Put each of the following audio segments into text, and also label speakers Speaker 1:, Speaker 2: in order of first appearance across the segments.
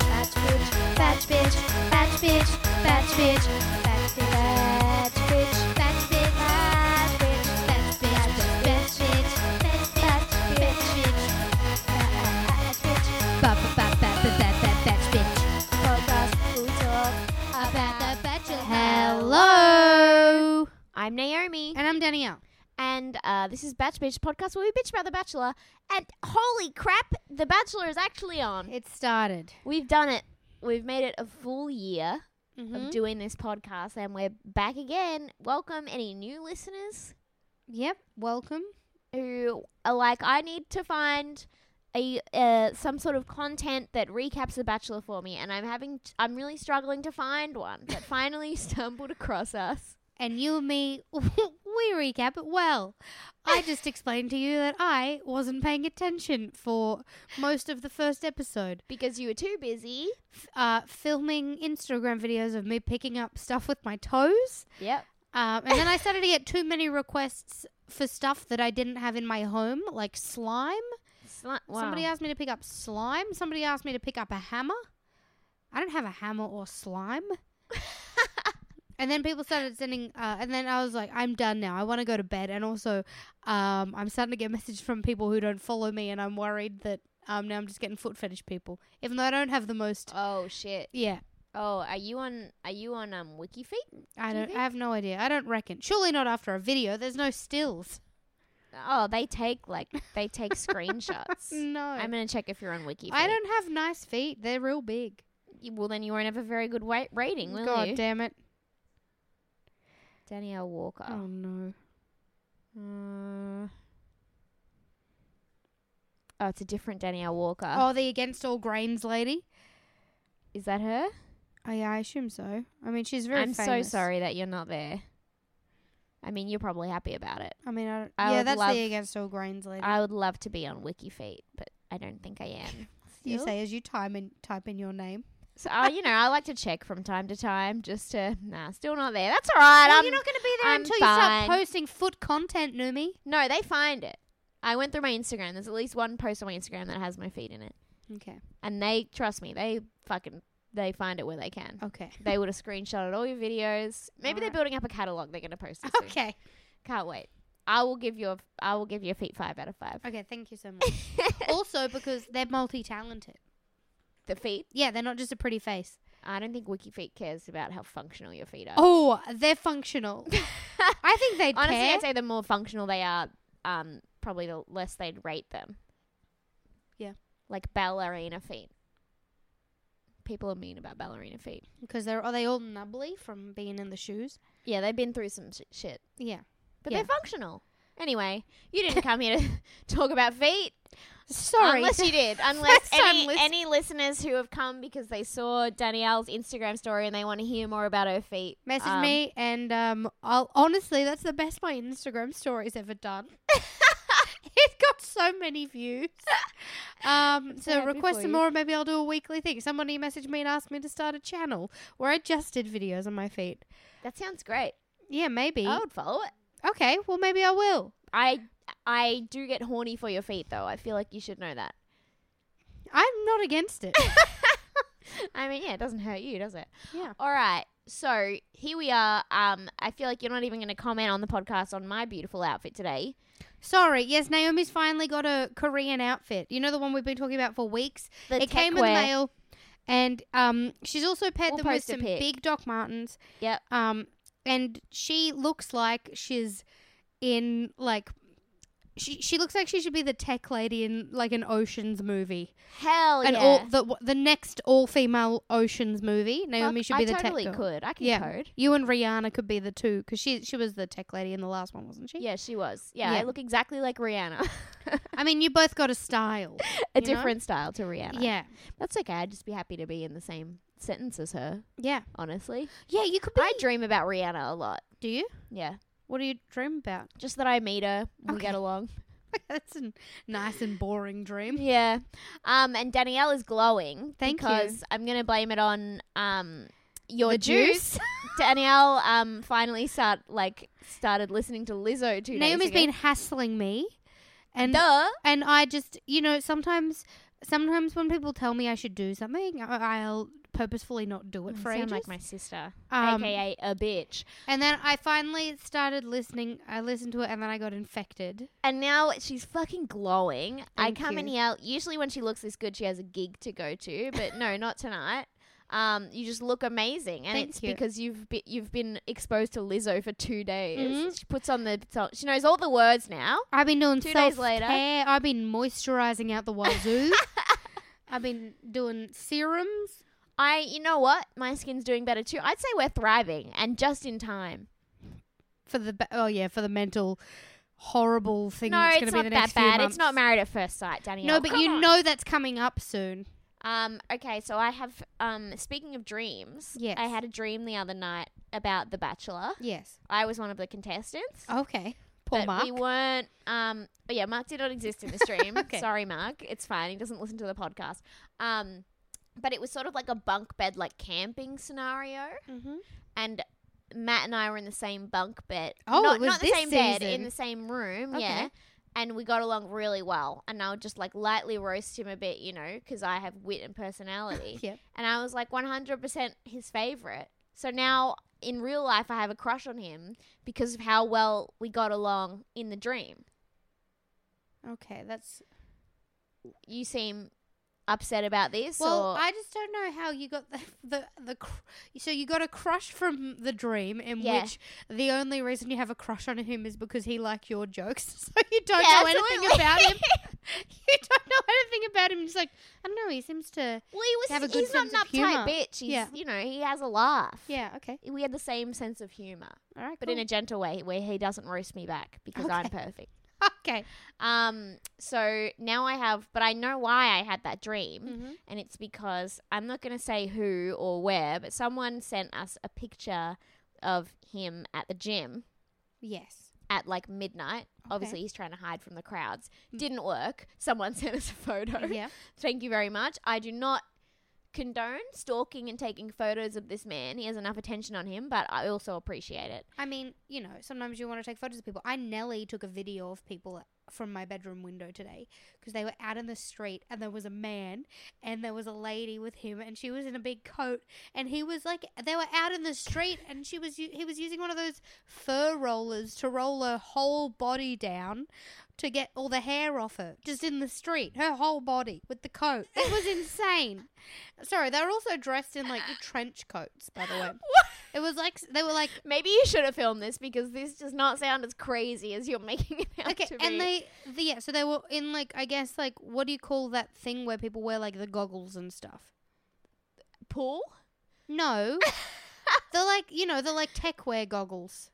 Speaker 1: Fat bitch, fat bitch, fat bitch, fat bitch, fat bitch, fat bitch, fat bitch, fat bitch, fat bitch, fat bitch, fat bitch, fat bitch, fat fat fat fat fat fat bitch. Podcast we talk about the fat bitch.
Speaker 2: Hello.
Speaker 1: I'm Naomi,
Speaker 2: And I'm Danielle.
Speaker 1: and uh, this is Batch Bitch podcast where we bitch about The Bachelor. And holy crap, The Bachelor is actually on.
Speaker 2: It started.
Speaker 1: We've done it. We've made it a full year. of
Speaker 2: Mhm.
Speaker 1: doing this podcast and we're back again. Welcome any new listeners
Speaker 2: Yep. Welcome.
Speaker 1: who are like I need to find a uh, some sort of content that recaps The Bachelor for me and I'm having t- I'm really struggling to find one. But finally stumbled across us.
Speaker 2: And you and me, we recap it well. I just explained to you that I wasn't paying attention for most of the first episode,
Speaker 1: Because you were too busy.
Speaker 2: F- uh, filming Instagram videos of me picking up stuff with my toes.
Speaker 1: Yep.
Speaker 2: Um, and then I started to get too many requests for stuff that I didn't have in my home, like slime.
Speaker 1: Sli- wow.
Speaker 2: Somebody asked me to pick up slime. Somebody asked me to pick up a hammer. I don't have a hammer or slime. and then people started sending, uh, and then I was like, I'm done now. I want to go to bed. And also, um, I'm starting to get messages from people who don't follow me, and I'm worried that um, now I'm just getting foot fetish people, even though I don't have the most.
Speaker 1: Oh shit.
Speaker 2: Yeah,
Speaker 1: Oh, are you on are you on um WikiFeet?
Speaker 2: I
Speaker 1: Do you
Speaker 2: don't.
Speaker 1: think?
Speaker 2: I have no idea. I don't reckon. Surely not after a video. There's no stills.
Speaker 1: Oh, they take like they take screenshots.
Speaker 2: No.
Speaker 1: I'm going to check if you're on WikiFeet.
Speaker 2: I don't have nice feet. They're real big.
Speaker 1: Well, then you won't have a very good wa- rating, will
Speaker 2: God
Speaker 1: you?
Speaker 2: damn it.
Speaker 1: Danielle Walker.
Speaker 2: Oh no.
Speaker 1: Uh, oh, it's a different Danielle Walker.
Speaker 2: Oh, the against all grains lady.
Speaker 1: Is that her?
Speaker 2: Oh, yeah, I assume so. I mean, she's very.
Speaker 1: I'm so
Speaker 2: famous.
Speaker 1: sorry that you're not there. I mean, you're probably happy about it.
Speaker 2: I mean, I don't,
Speaker 1: I
Speaker 2: yeah,
Speaker 1: would
Speaker 2: that's
Speaker 1: love-
Speaker 2: the against all grains lady.
Speaker 1: I would love to be on WikiFeet, but I don't think I am.
Speaker 2: you
Speaker 1: still.
Speaker 2: say as you time in type in your name.
Speaker 1: So, uh, you know, I like to check from time to time just to, nah, still not there. That's all right.
Speaker 2: Well,
Speaker 1: I'm,
Speaker 2: you're not going to be there
Speaker 1: um, I'm
Speaker 2: until you
Speaker 1: fine.
Speaker 2: start posting foot content, Numi.
Speaker 1: no, they find it. I went through my Instagram. There's at least one post on my Instagram that has my feet in it.
Speaker 2: Okay.
Speaker 1: And they, trust me, they fucking, they find it where they can.
Speaker 2: Okay.
Speaker 1: They would have screenshotted all your videos. Maybe they're
Speaker 2: Alright.
Speaker 1: building up a catalog. They're going to post it. Soon.
Speaker 2: Okay.
Speaker 1: Can't wait. I will give you a. I will give you a feet five out of five.
Speaker 2: Okay. Thank you so much. also, because they're multi-talented.
Speaker 1: The feet.
Speaker 2: Yeah, they're not just a pretty face.
Speaker 1: I don't think WikiFeet cares about how functional your feet are.
Speaker 2: Oh, they're functional. I think they'd
Speaker 1: Honestly,
Speaker 2: care.
Speaker 1: I'd say the more functional they are, um, probably the less they'd rate them.
Speaker 2: Yeah.
Speaker 1: Like ballerina feet. People are mean about ballerina feet.
Speaker 2: because they're are they all nubbly from being in the shoes?
Speaker 1: Yeah, they've been through some sh- shit,
Speaker 2: Yeah.
Speaker 1: but
Speaker 2: Yeah.
Speaker 1: they're functional. Anyway, you didn't come here to talk about feet.
Speaker 2: Sorry.
Speaker 1: Unless you did. Unless
Speaker 2: First time
Speaker 1: any,
Speaker 2: lis-
Speaker 1: any listeners who have come because they saw Danielle's Instagram story and they want to hear more about her feet.
Speaker 2: Message
Speaker 1: um,
Speaker 2: me and um, I'll honestly, that's the best my Instagram story's ever done. it got so many views. Um,
Speaker 1: so
Speaker 2: so
Speaker 1: happy
Speaker 2: request
Speaker 1: for
Speaker 2: some
Speaker 1: you.
Speaker 2: more. and Maybe I'll do a weekly thing. Somebody messaged me and asked me to start a channel where I just did videos on my feet.
Speaker 1: That sounds great.
Speaker 2: Yeah, maybe.
Speaker 1: I would follow it.
Speaker 2: Okay, well maybe I will.
Speaker 1: I I do get horny for your feet though. I feel like you should know that.
Speaker 2: I'm not against it.
Speaker 1: I mean, yeah, it doesn't hurt you, does it?
Speaker 2: yeah.
Speaker 1: All right. So here we are. Um, I feel like you're not even going to comment on the podcast on my beautiful outfit today.
Speaker 2: Sorry. Yes, Naomi's finally got a Korean outfit. You know the one we've been talking about for weeks.
Speaker 1: The
Speaker 2: it came in the
Speaker 1: techwear.
Speaker 2: mail, and um, she's also paired
Speaker 1: We'll
Speaker 2: them with
Speaker 1: post a
Speaker 2: some
Speaker 1: pic.
Speaker 2: big Doc Martens.
Speaker 1: Yep.
Speaker 2: Um, and she looks like she's in like she, she looks like she should be the tech lady in like an Ocean's movie,
Speaker 1: Hell
Speaker 2: and
Speaker 1: Oh, yeah.
Speaker 2: all the the next all female Oceans movie.
Speaker 1: Fuck,
Speaker 2: Naomi should
Speaker 1: I
Speaker 2: be the
Speaker 1: totally
Speaker 2: tech girl.
Speaker 1: could. I can
Speaker 2: Yeah,
Speaker 1: code.
Speaker 2: you and Rihanna could be the two because she she was the tech lady in the last one, wasn't she?
Speaker 1: Yeah, she was. Yeah, I
Speaker 2: Yeah.
Speaker 1: look exactly like Rihanna.
Speaker 2: I mean, you both got a style.
Speaker 1: a
Speaker 2: You know?
Speaker 1: different style to Rihanna.
Speaker 2: yeah.
Speaker 1: That's okay. I'd just be happy to be in the same sentence as her,
Speaker 2: Yeah.
Speaker 1: honestly.
Speaker 2: Yeah. You could
Speaker 1: I dream about Rihanna a lot.
Speaker 2: Do you?
Speaker 1: Yeah.
Speaker 2: What do you dream about?
Speaker 1: Just that I meet her, we get
Speaker 2: Okay.
Speaker 1: along.
Speaker 2: That's a nice and boring dream.
Speaker 1: Yeah. Um, and Danielle is glowing.
Speaker 2: Thank you.
Speaker 1: because I'm gonna blame it on um your
Speaker 2: The
Speaker 1: juice. Danielle um finally start like started listening to Lizzo two
Speaker 2: Naomi's
Speaker 1: days ago.
Speaker 2: been hassling me, and
Speaker 1: Duh.
Speaker 2: and I just you know sometimes sometimes when people tell me I should do something, I- I'll purposefully not do it for ages.
Speaker 1: Mm, like my sister,
Speaker 2: Um,
Speaker 1: aka a bitch.
Speaker 2: And then I finally started listening. I listened to it, and then I got infected.
Speaker 1: And now she's fucking glowing. I
Speaker 2: Thank
Speaker 1: come in
Speaker 2: you.
Speaker 1: here. Usually, when she looks this good, she has a gig to go to, but no, not tonight. Um, you just look amazing, and
Speaker 2: Thank
Speaker 1: it's
Speaker 2: you.
Speaker 1: because you've be- you've been exposed to Lizzo for two days.
Speaker 2: Mhm.
Speaker 1: She puts on the so- she knows all the words now.
Speaker 2: I've been doing
Speaker 1: Two
Speaker 2: self
Speaker 1: days later.
Speaker 2: care. I've been moisturizing out the wazoo. I've been doing serums.
Speaker 1: I, you know what? My skin's doing better too. I'd say we're thriving and just in time.
Speaker 2: for the ba- oh yeah for the mental horrible thing
Speaker 1: no,
Speaker 2: that's going
Speaker 1: it's
Speaker 2: to be
Speaker 1: not
Speaker 2: the
Speaker 1: that
Speaker 2: next
Speaker 1: bad.
Speaker 2: few
Speaker 1: It's not
Speaker 2: months.
Speaker 1: married at first sight, Danielle.
Speaker 2: no but
Speaker 1: Come
Speaker 2: you
Speaker 1: on.
Speaker 2: know that's coming up soon
Speaker 1: Um. Okay, so I have. Um. Speaking of dreams,
Speaker 2: Yes.
Speaker 1: I had a dream the other night about The Bachelor.
Speaker 2: yes
Speaker 1: I was one of the contestants.
Speaker 2: okay Oh, poor
Speaker 1: but
Speaker 2: mark
Speaker 1: we weren't. Um. But yeah, Mark did not exist in this dream.
Speaker 2: Okay.
Speaker 1: Sorry, Mark. It's fine. He doesn't listen to the podcast. Um. But it was sort of like a bunk bed, like camping scenario.
Speaker 2: mm-hmm.
Speaker 1: and Matt and I were in the same bunk bed.
Speaker 2: Oh,
Speaker 1: not,
Speaker 2: it was
Speaker 1: not the
Speaker 2: this
Speaker 1: same bed, in
Speaker 2: season.
Speaker 1: the same room.
Speaker 2: Okay.
Speaker 1: Yeah. And we got along really well. And I would just like lightly roast him a bit, you know, because I have wit and personality.
Speaker 2: Yep.
Speaker 1: And I was like 100% his favorite. So now in real life, I have a crush on him because of how well we got along in the dream.
Speaker 2: okay that's
Speaker 1: You seem upset about this?
Speaker 2: well
Speaker 1: or
Speaker 2: i just don't know how you got the the, the cr- so you got a crush from the dream in
Speaker 1: Yeah.
Speaker 2: which the only reason you have a crush on him is because he liked your jokes so you don't
Speaker 1: Yeah,
Speaker 2: know anything
Speaker 1: absolutely.
Speaker 2: about him you don't know anything about him You're just like i don't know he seems to
Speaker 1: Well, he was,
Speaker 2: have a good
Speaker 1: he's not an
Speaker 2: sense of
Speaker 1: uptight
Speaker 2: humour.
Speaker 1: bitch. He's,
Speaker 2: Yeah.
Speaker 1: you know, he has a laugh.
Speaker 2: yeah okay
Speaker 1: We had the same sense of humor.
Speaker 2: all right
Speaker 1: but in a gentle way where he doesn't roast me back because I'm perfect.
Speaker 2: okay
Speaker 1: Um, so now I have, but I know why I had that dream,
Speaker 2: Mhm.
Speaker 1: and it's because I'm not going to say who or where, but someone sent us a picture of him at the gym
Speaker 2: yes
Speaker 1: at like midnight. Obviously, he's trying to hide from the crowds. Didn't work. Someone sent us a photo.
Speaker 2: yeah
Speaker 1: Thank you very much. I do not condone stalking and taking photos of this man. He has enough attention on him, but I also appreciate it.
Speaker 2: I mean, you know, sometimes you want to take photos of people. I Nelly took a video of people from my bedroom window today because they were out in the street and there was a man and there was a lady with him and she was in a big coat and he was like they were out in the street and she was u- he was using one of those fur rollers to roll her whole body down to get all the hair off her just in the street her whole body with the coat it was insane sorry they were also dressed in like trench coats by the way it was like they were like
Speaker 1: Maybe you should have filmed this because this does not sound as crazy as you're making it out
Speaker 2: Okay,
Speaker 1: to be.
Speaker 2: and they, the, yeah, so they were in like I guess like what do you call that thing where people wear like the goggles and stuff?
Speaker 1: pool.
Speaker 2: No, they're like you know they're like tech wear goggles.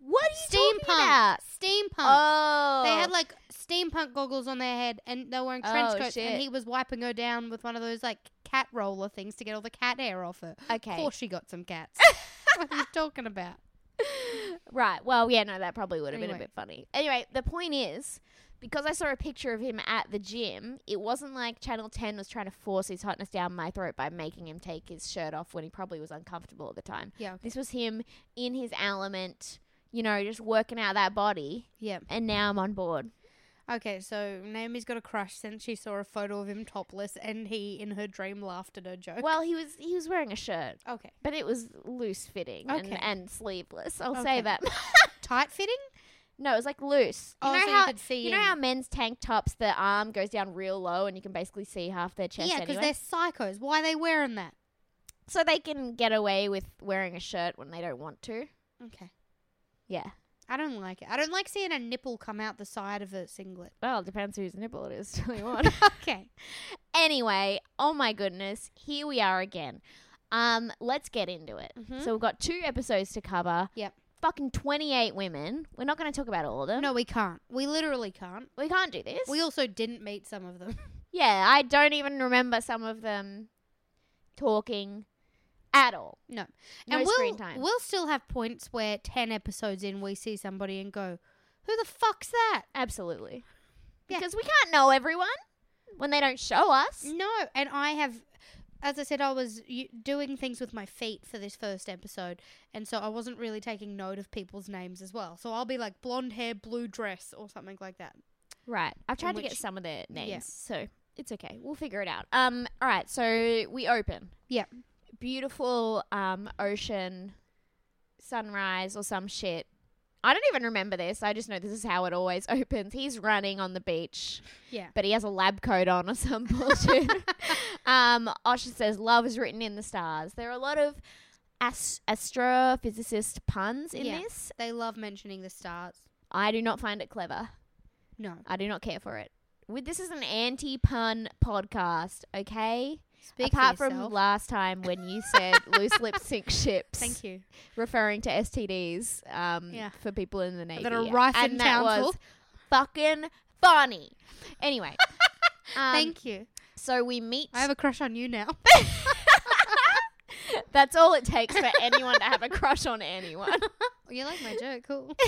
Speaker 1: What are you
Speaker 2: Steampunk,
Speaker 1: talking about?
Speaker 2: steampunk.
Speaker 1: Oh,
Speaker 2: They had like steampunk goggles on their head, and they were wearing trench
Speaker 1: Oh,
Speaker 2: coats,
Speaker 1: shit.
Speaker 2: and he was wiping her down with one of those like cat roller things to get all the cat hair off her.
Speaker 1: Okay.
Speaker 2: of course she got some cats. what are you talking about?
Speaker 1: right. Well, yeah, no, that probably would have been a
Speaker 2: Anyway.
Speaker 1: bit funny. Anyway, the point is, because I saw a picture of him at the gym, it wasn't like Channel Ten was trying to force his hotness down my throat by making him take his shirt off when he probably was uncomfortable at the time.
Speaker 2: Yeah, okay.
Speaker 1: This was him in his element, you know, just working out that body.
Speaker 2: yeah.
Speaker 1: And now I'm on board.
Speaker 2: Okay, so Naomi's got a crush since she saw a photo of him topless, and he in her dream laughed at her joke.
Speaker 1: Well, he was he was wearing a shirt.
Speaker 2: Okay.
Speaker 1: But it was loose fitting
Speaker 2: Okay.
Speaker 1: and, and sleeveless. I'll say
Speaker 2: Okay.
Speaker 1: that.
Speaker 2: Tight fitting?
Speaker 1: no, it was like loose. You
Speaker 2: Oh,
Speaker 1: know
Speaker 2: so you
Speaker 1: how
Speaker 2: could see
Speaker 1: you know
Speaker 2: in.
Speaker 1: how men's tank tops the arm goes down real low and you can basically see half their chest
Speaker 2: yeah, because
Speaker 1: anyway.
Speaker 2: they're psychos. Why are they wearing that?
Speaker 1: So they can get away with wearing a shirt when they don't want to.
Speaker 2: Okay.
Speaker 1: Yeah.
Speaker 2: I don't like it. I don't like seeing a nipple come out the side of a singlet.
Speaker 1: Well, it depends whose nipple it is. Tell you what.
Speaker 2: Okay.
Speaker 1: anyway, oh my goodness, here we are again. Um, let's get into it.
Speaker 2: Mhm.
Speaker 1: So we've got two episodes to cover.
Speaker 2: Yep.
Speaker 1: Fucking twenty-eight women. We're not going to talk about all of them.
Speaker 2: No, we can't. We literally can't.
Speaker 1: we can't do this.
Speaker 2: We also didn't meet some of them.
Speaker 1: yeah, I don't even remember some of them talking at all.
Speaker 2: No.
Speaker 1: No
Speaker 2: and we'll,
Speaker 1: screen time.
Speaker 2: We'll still have points where 10 episodes in, we see somebody and go, who the fuck's that?
Speaker 1: Absolutely.
Speaker 2: Yeah.
Speaker 1: Because we can't know everyone when they don't show us.
Speaker 2: No. And I have, as I said, I was y- doing things with my feet for this first episode. And so I wasn't really taking note of people's names as well. So I'll be like blonde hair, blue dress, or something like that.
Speaker 1: Right. I've tried to get
Speaker 2: which-
Speaker 1: some of their names,
Speaker 2: yeah.
Speaker 1: so it's okay. We'll figure it out. Um. All right. So we open.
Speaker 2: Yeah.
Speaker 1: Beautiful um ocean sunrise or some shit. I don't even remember this. I just know this is how it always opens. He's running on the beach,
Speaker 2: Yeah.
Speaker 1: but he has a lab coat on or some bullshit. um, Osha says, "Love is written in the stars." There are a lot of ast- astrophysicist puns in
Speaker 2: Yeah.
Speaker 1: this.
Speaker 2: They love mentioning the stars.
Speaker 1: I do not find it clever.
Speaker 2: No.
Speaker 1: I do not care for it. With this is an anti pun podcast, okay?
Speaker 2: Speak
Speaker 1: Apart
Speaker 2: for
Speaker 1: from
Speaker 2: yourself.
Speaker 1: last time when you said loose lips sink ships,
Speaker 2: Thank you.
Speaker 1: referring to STDs um,
Speaker 2: Yeah.
Speaker 1: for people in the navy,
Speaker 2: That are rife
Speaker 1: and
Speaker 2: in
Speaker 1: that was
Speaker 2: Townsville.
Speaker 1: fucking funny. Anyway, um,
Speaker 2: Thank you. Oh,
Speaker 1: so we meet.
Speaker 2: I have a crush on you now.
Speaker 1: That's all it takes for anyone to have a crush on anyone.
Speaker 2: you like my joke. Cool.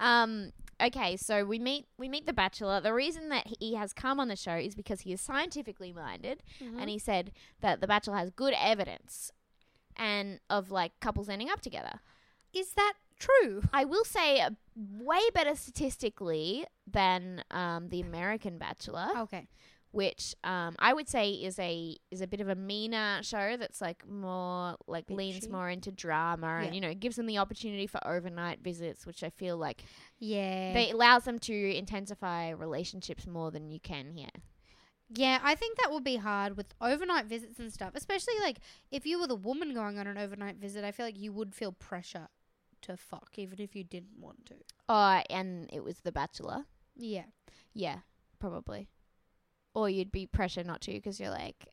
Speaker 1: Um. Okay, so we meet we meet the bachelor. The reason that he has come on the show is because he is scientifically minded,
Speaker 2: Mm-hmm.
Speaker 1: and he said that the bachelor has good evidence and of like couples ending up together.
Speaker 2: Is that true?
Speaker 1: I will say uh, way better statistically than um, the American Bachelor,
Speaker 2: Okay.
Speaker 1: which um, I would say is a is a bit of a meaner show that's like more like leans
Speaker 2: Bitchy.
Speaker 1: more into drama
Speaker 2: Yeah.
Speaker 1: and you know gives them the opportunity for overnight visits, which I feel like
Speaker 2: Yeah.
Speaker 1: they allows them to intensify relationships more than you can here.
Speaker 2: yeah, I think that would be hard with overnight visits and stuff, especially like if you were the woman going on an overnight visit, I feel like you would feel pressure to fuck even if you didn't want to.
Speaker 1: Oh, and it was The Bachelor.
Speaker 2: Yeah.
Speaker 1: Yeah, probably. Or you'd be pressured not to because you're like,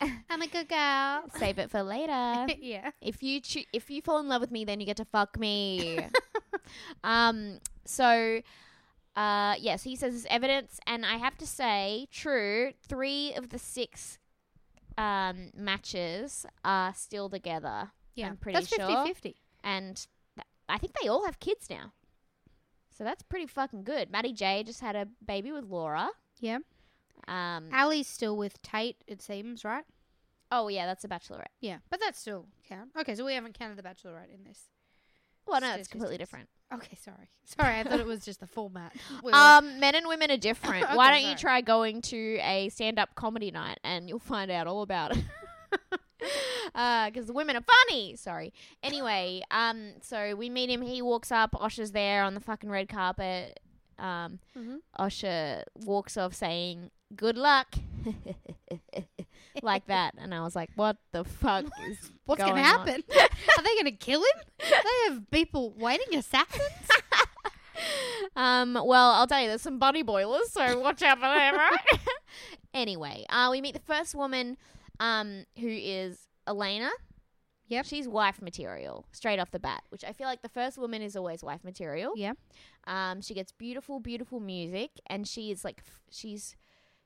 Speaker 2: I'm a good girl.
Speaker 1: save it for later.
Speaker 2: yeah.
Speaker 1: if you cho- if you fall in love with me, then you get to fuck me. um. So, uh, yes, he says it's evidence, and I have to say, true. Three of the six um matches are still together.
Speaker 2: Yeah.
Speaker 1: I'm pretty
Speaker 2: That's
Speaker 1: sure.
Speaker 2: 50-50.
Speaker 1: and th- I think they all have kids now. So that's pretty fucking good. Maddie J just had a baby with Laura.
Speaker 2: Yeah.
Speaker 1: Um,
Speaker 2: Allie's still with Tate, it seems, right?
Speaker 1: oh yeah, that's a bachelorette.
Speaker 2: Yeah. But that still count. Okay, so we haven't counted the bachelorette in this.
Speaker 1: Well, no, it's
Speaker 2: Statistics.
Speaker 1: completely different.
Speaker 2: Okay, sorry. Sorry, I thought it was just the format. We were-
Speaker 1: Um, men and women are different. Why
Speaker 2: Okay,
Speaker 1: don't you try going to a stand-up comedy night and you'll find out all about it. Because the women are funny. Sorry. Anyway, um, so we meet him. He walks up. Osha's there on the fucking red carpet. Um,
Speaker 2: Mhm.
Speaker 1: Osha walks off saying "Good luck," like that, and I was like, "What the fuck is
Speaker 2: What's going to
Speaker 1: going on?"
Speaker 2: happen? Are they going to kill him? They have people waiting assassins.
Speaker 1: Um, well, I'll tell you, there's some body boilers, so watch out for them, right? anyway, uh, we meet the first woman, um, who is Elena.
Speaker 2: Yep.
Speaker 1: She's wife material straight off the bat, which I feel like the first woman is always wife material.
Speaker 2: Yeah.
Speaker 1: Um, she gets beautiful, beautiful music, and she is like, f- she's,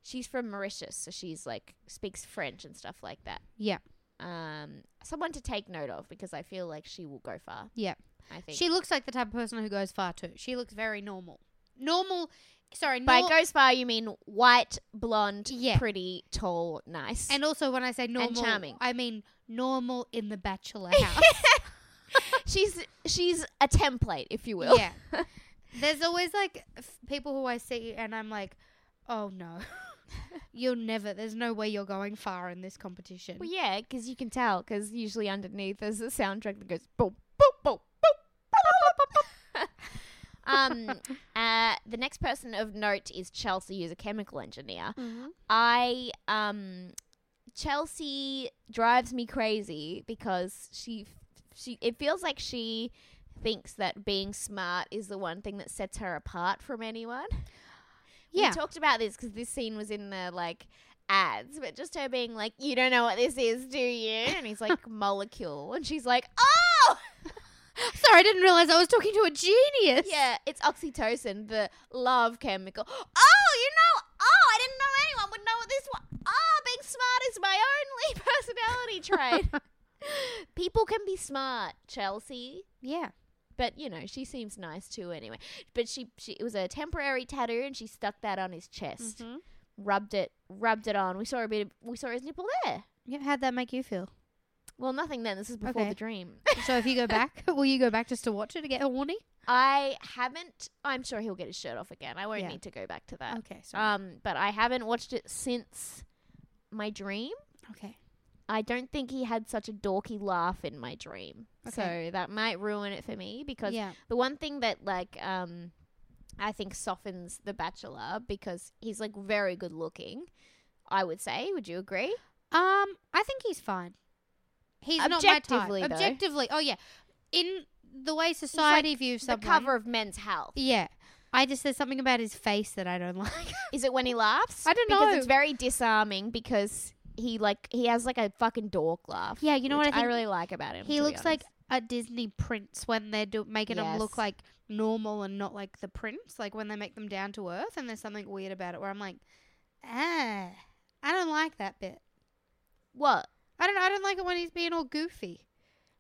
Speaker 1: she's from Mauritius, so she's like speaks French and stuff like that.
Speaker 2: Yeah.
Speaker 1: Um, someone to take note of because I feel like she will go far.
Speaker 2: Yeah.
Speaker 1: I think
Speaker 2: She looks like the type of person who goes far too. She looks very normal. Normal. Sorry,
Speaker 1: By
Speaker 2: normal.
Speaker 1: goes far, you mean white, blonde,
Speaker 2: Yeah.
Speaker 1: pretty, tall, nice.
Speaker 2: and also, when I say normal,
Speaker 1: charming.
Speaker 2: I mean normal in the bachelor house.
Speaker 1: she's she's a template, if you will.
Speaker 2: yeah. There's always like f- people who I see, and I'm like, oh no, you'll never. There's no way you're going far in this competition.
Speaker 1: Well, yeah, because you can tell, because usually underneath there's a soundtrack that goes boom, boom, boom, boom. um, uh, the next person of note is Chelsea, who's a chemical engineer. I um, Chelsea drives me crazy because she she it feels like she thinks that being smart is the one thing that sets her apart from anyone.
Speaker 2: Yeah.
Speaker 1: We talked about this because this scene was in the like ads, but just her being like, "You don't know what this is, do you?" And he's like, "Molecule," and she's like, "Oh,
Speaker 2: Sorry, I didn't realize I was talking to a genius.
Speaker 1: yeah, it's oxytocin, the love chemical." Oh, you know, oh, I didn't know anyone would know what this was. Oh, being smart is my only personality trait. People can be smart, Chelsea.
Speaker 2: Yeah.
Speaker 1: But you know, she seems nice too anyway. But she, she it was a temporary tattoo and she stuck that on his chest.
Speaker 2: Mm-hmm.
Speaker 1: Rubbed it rubbed it on. We saw a bit of, we saw his nipple there.
Speaker 2: Yeah. How'd that make you feel?
Speaker 1: Well nothing then. This is before
Speaker 2: Okay.
Speaker 1: the dream.
Speaker 2: So if you go back, will you go back just to watch it to get a warning?
Speaker 1: I haven't I'm sure he'll get his shirt off again. I won't
Speaker 2: Yeah.
Speaker 1: need to go back to that.
Speaker 2: Okay. Sorry.
Speaker 1: Um but I haven't watched it since my dream.
Speaker 2: okay.
Speaker 1: I don't think he had such a dorky laugh in my dream.
Speaker 2: Okay.
Speaker 1: So that might ruin it for me because
Speaker 2: Yeah.
Speaker 1: the one thing that like um I think softens the bachelor because he's like very good looking. I would say, would you agree?
Speaker 2: Um, I think he's fine. He's not my
Speaker 1: Objectively,
Speaker 2: type.
Speaker 1: though.
Speaker 2: Objectively, oh yeah, in the way society views
Speaker 1: the
Speaker 2: someone,
Speaker 1: cover of Men's Health.
Speaker 2: yeah. I just there's something about his face that I don't like.
Speaker 1: Is it when he laughs?
Speaker 2: I don't
Speaker 1: Because
Speaker 2: know.
Speaker 1: it's very disarming because he like he has like a fucking dork laugh.
Speaker 2: Yeah, you know what
Speaker 1: which
Speaker 2: I think?
Speaker 1: really like about him.
Speaker 2: he
Speaker 1: to be
Speaker 2: looks like
Speaker 1: honest.
Speaker 2: a Disney prince when they're do- making him
Speaker 1: Yes.
Speaker 2: look like normal and not like the prince. Like when they make them down to earth, and there's something weird about it where I'm like, ah, I don't like that bit.
Speaker 1: what?
Speaker 2: I don't. I don't like it when he's being all goofy.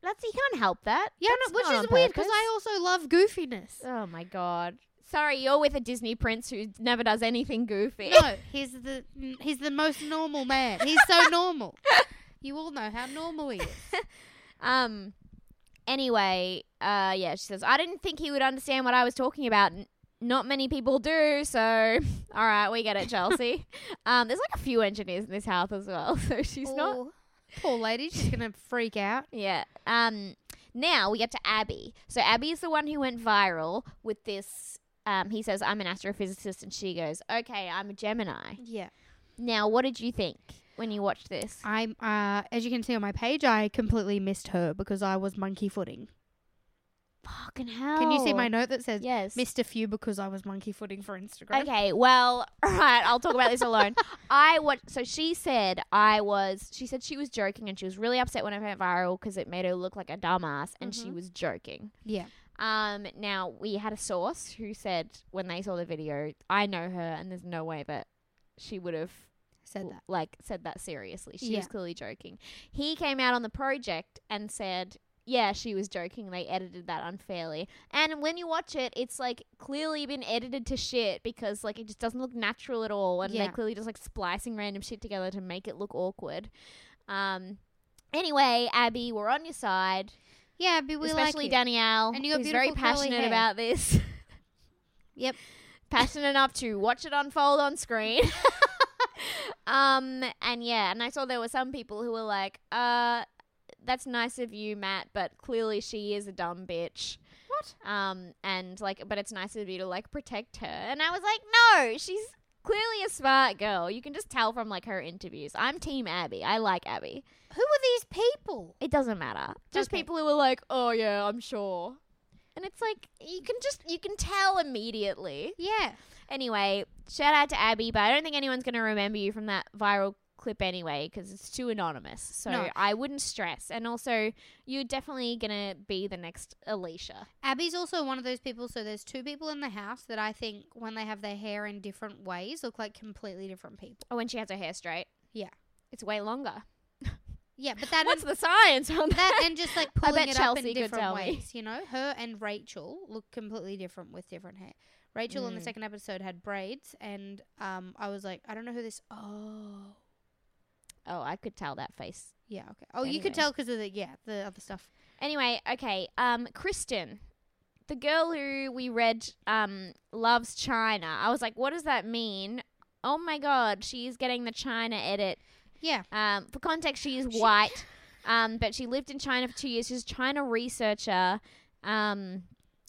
Speaker 1: That's he can't help that.
Speaker 2: Yeah,
Speaker 1: That's
Speaker 2: no, which
Speaker 1: not
Speaker 2: is
Speaker 1: on
Speaker 2: weird because
Speaker 1: purpose.
Speaker 2: I also love goofiness.
Speaker 1: Oh my god. Sorry, you're with a Disney prince who never does anything goofy.
Speaker 2: No, he's the n- he's the most normal man. He's so normal. You all know how normal he is.
Speaker 1: Um. Anyway, uh, yeah, she says I didn't think he would understand what I was talking about. N- not many people do, so all right, we get it, Chelsea. um, there's like a few engineers in this house as well, so she's not.
Speaker 2: Poor- Poor lady, she's gonna freak out.
Speaker 1: Yeah. Um. Now we get to Abby. So Abby is the one who went viral with this. Um, he says I'm an astrophysicist, and she goes, "Okay, I'm a Gemini."
Speaker 2: Yeah.
Speaker 1: Now, what did you think when you watched this?
Speaker 2: I'm uh as you can see on my page, I completely missed her because I was monkey footing.
Speaker 1: Fucking hell!
Speaker 2: Can you see my note that says
Speaker 1: Oh, Yes.
Speaker 2: missed a few because I was monkey footing for Instagram?
Speaker 1: Okay, well, right, I'll talk about this alone. I was so she said I was. She said she was joking and she was really upset when I went viral because it made her look like a dumbass and
Speaker 2: Mm-hmm.
Speaker 1: she was joking.
Speaker 2: Yeah.
Speaker 1: Um, now we had a source who said when they saw the video, I know her and there's no way that she would have
Speaker 2: Said that.
Speaker 1: like said that seriously. She was
Speaker 2: Yeah.
Speaker 1: clearly joking. He came out on the project and said, "Yeah, she was joking. They edited that unfairly." And when you watch it, it's like clearly been edited to shit because like it just doesn't look natural at all, and
Speaker 2: Yeah.
Speaker 1: they're clearly just like splicing random shit together to make it look awkward. Um. Anyway, Abby, we're on your side,
Speaker 2: Yeah, but we
Speaker 1: especially
Speaker 2: like it.
Speaker 1: Danielle,
Speaker 2: And you got
Speaker 1: who's very
Speaker 2: beautiful curly
Speaker 1: passionate
Speaker 2: hair.
Speaker 1: about this.
Speaker 2: Yep.
Speaker 1: passionate enough to watch it unfold on screen. um, and yeah, and I saw there were some people who were like, uh, that's nice of you, Matt, but clearly she is a dumb bitch. What? Um, and like, but it's nice of you to like protect her. And I was like, no, she's clearly a smart girl. You can just tell from like her interviews. I'm Team Abby. I like Abby.
Speaker 2: Who are these people?
Speaker 1: It doesn't matter. Just
Speaker 2: Okay.
Speaker 1: people who are like, oh yeah, I'm sure. And it's like you can just you can tell immediately.
Speaker 2: Yeah.
Speaker 1: Anyway, shout out to Abby, but I don't think anyone's going to remember you from that viral clip anyway because it's too anonymous. So
Speaker 2: No.
Speaker 1: I wouldn't stress. And also, you're definitely going to be the next Alicia.
Speaker 2: Abby's also one of those people. So there's two people in the house that I think, when they have their hair in different ways, look like completely different people.
Speaker 1: Oh, when she has her hair straight.
Speaker 2: Yeah.
Speaker 1: It's way longer.
Speaker 2: Yeah, but that
Speaker 1: What's the science on that?
Speaker 2: that and just like
Speaker 1: I
Speaker 2: pulling
Speaker 1: bet
Speaker 2: it up
Speaker 1: Chelsea
Speaker 2: in
Speaker 1: could
Speaker 2: different
Speaker 1: tell me.
Speaker 2: ways. You know, her and Rachel look completely different with different hair. Rachel in the
Speaker 1: Mm.
Speaker 2: second episode had braids, and um, I was like, I don't know who this. Oh,
Speaker 1: Oh, I could tell that face.
Speaker 2: yeah, okay. Oh, you could
Speaker 1: Anyway.
Speaker 2: tell because of the yeah the other stuff.
Speaker 1: Anyway, okay. Um, Kristen, the girl who we read um loves China. I was like, what does that mean? Oh my god, she's getting the China edit
Speaker 2: Yeah,
Speaker 1: Um, for context, she is white, um, but she lived in China for two years. She's a China researcher. Um,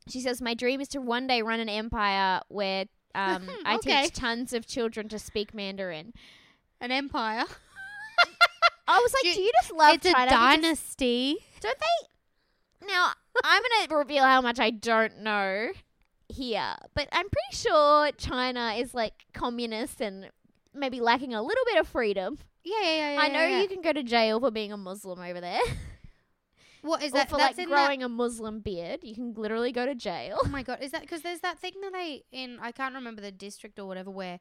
Speaker 1: she says, "My dream is to one day run an empire where um, I
Speaker 2: Okay.
Speaker 1: teach tons of children to speak Mandarin."
Speaker 2: an empire.
Speaker 1: I was like,
Speaker 2: Do-
Speaker 1: "Do you just love
Speaker 2: it's a
Speaker 1: China? Because
Speaker 2: dynasty.
Speaker 1: Don't they?" Now I'm going to reveal how much I don't know here, but I'm pretty sure China is like communist and maybe lacking a little bit of freedom.
Speaker 2: Yeah, yeah, yeah. yeah
Speaker 1: I know
Speaker 2: yeah, yeah.
Speaker 1: you can go to jail for being a Muslim over there.
Speaker 2: What is
Speaker 1: or
Speaker 2: that?
Speaker 1: for
Speaker 2: that's
Speaker 1: like
Speaker 2: in that-
Speaker 1: growing a Muslim beard. You can literally go to jail.
Speaker 2: Oh my god, is that because there's that thing that they in I can't remember the district or whatever where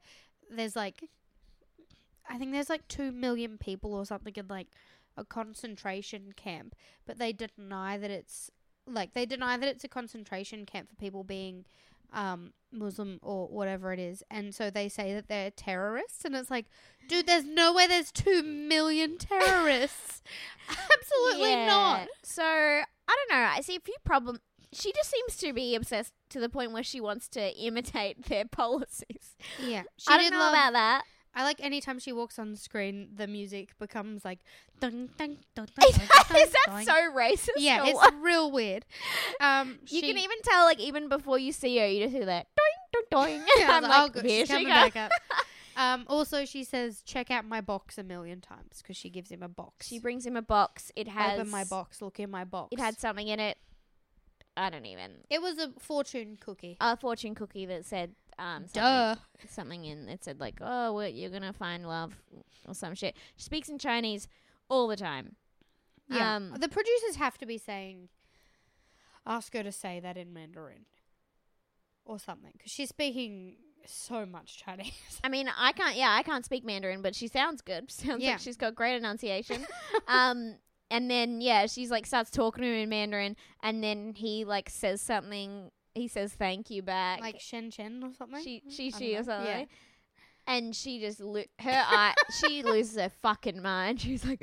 Speaker 2: there's like I think there's like two million people or something in like a concentration camp, but they deny that it's like they deny that it's a concentration camp for people being um Muslim or whatever it is, and so they say that they're terrorists, and it's like, dude, there's no way there's two million terrorists. Absolutely not.
Speaker 1: So I don't know. I see a few problem. She just seems to be obsessed to the point where she wants to imitate their policies.
Speaker 2: Yeah, she
Speaker 1: I don't
Speaker 2: did
Speaker 1: know
Speaker 2: love-
Speaker 1: about that.
Speaker 2: I like anytime she walks on screen, the music becomes like dun dun dun dun.
Speaker 1: Is
Speaker 2: dun,
Speaker 1: that,
Speaker 2: dun,
Speaker 1: is that
Speaker 2: dun.
Speaker 1: so racist?
Speaker 2: Yeah,
Speaker 1: or
Speaker 2: it's
Speaker 1: what?
Speaker 2: real weird. Um, she-
Speaker 1: you can even tell like even before you see her, you just hear that doing doing.
Speaker 2: Yeah, I
Speaker 1: I'm
Speaker 2: was
Speaker 1: like,
Speaker 2: oh, good,
Speaker 1: here
Speaker 2: she's
Speaker 1: she
Speaker 2: coming
Speaker 1: goes.
Speaker 2: back up. Um, also, she says, "Check out my box" a million times because she gives him a box.
Speaker 1: She brings him a box. It has
Speaker 2: open my box. Look in my box.
Speaker 1: It had something in it. I don't even
Speaker 2: It was a fortune cookie.
Speaker 1: a fortune cookie that said um something.
Speaker 2: Duh.
Speaker 1: something in it said like, "Oh, well, you're gonna find love" or some shit. She speaks in Chinese all the time.
Speaker 2: Yeah.
Speaker 1: Um,
Speaker 2: the producers have to be saying, "Ask her to say that in Mandarin," or something, because she's speaking so much Chinese.
Speaker 1: I mean, I can't. Yeah, I can't speak Mandarin, but she sounds good. Sounds
Speaker 2: Yeah.
Speaker 1: like she's got great enunciation. um, and then yeah, she's like starts talking to him in Mandarin, and then he like says something. He says thank you back.
Speaker 2: like Shen Shen or something. Mm,
Speaker 1: she she
Speaker 2: I
Speaker 1: she
Speaker 2: dunno.
Speaker 1: or something.
Speaker 2: Yeah.
Speaker 1: And she just lo- her eye she loses her fucking mind. She's like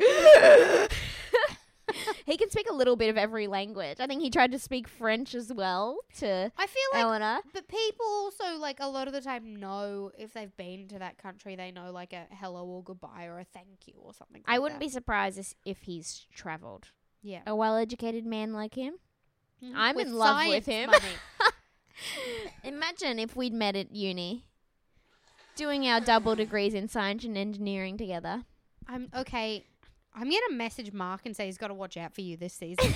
Speaker 1: He can speak a little bit of every language. I think he tried to speak French as well to
Speaker 2: I feel like,
Speaker 1: Eleanor.
Speaker 2: but people also like a lot of the time know if they've been to that country, they know like a hello or goodbye or a thank you or something.
Speaker 1: I wouldn't be surprised if- if he's traveled.
Speaker 2: be. Yeah,
Speaker 1: A well-educated man like him.
Speaker 2: Mhm.
Speaker 1: I'm in love with
Speaker 2: science
Speaker 1: him.
Speaker 2: money.
Speaker 1: Imagine if we'd met at uni doing our double degrees in science and engineering together.
Speaker 2: I'm okay. I'm gonna message Mark and say he's got to watch out for you this season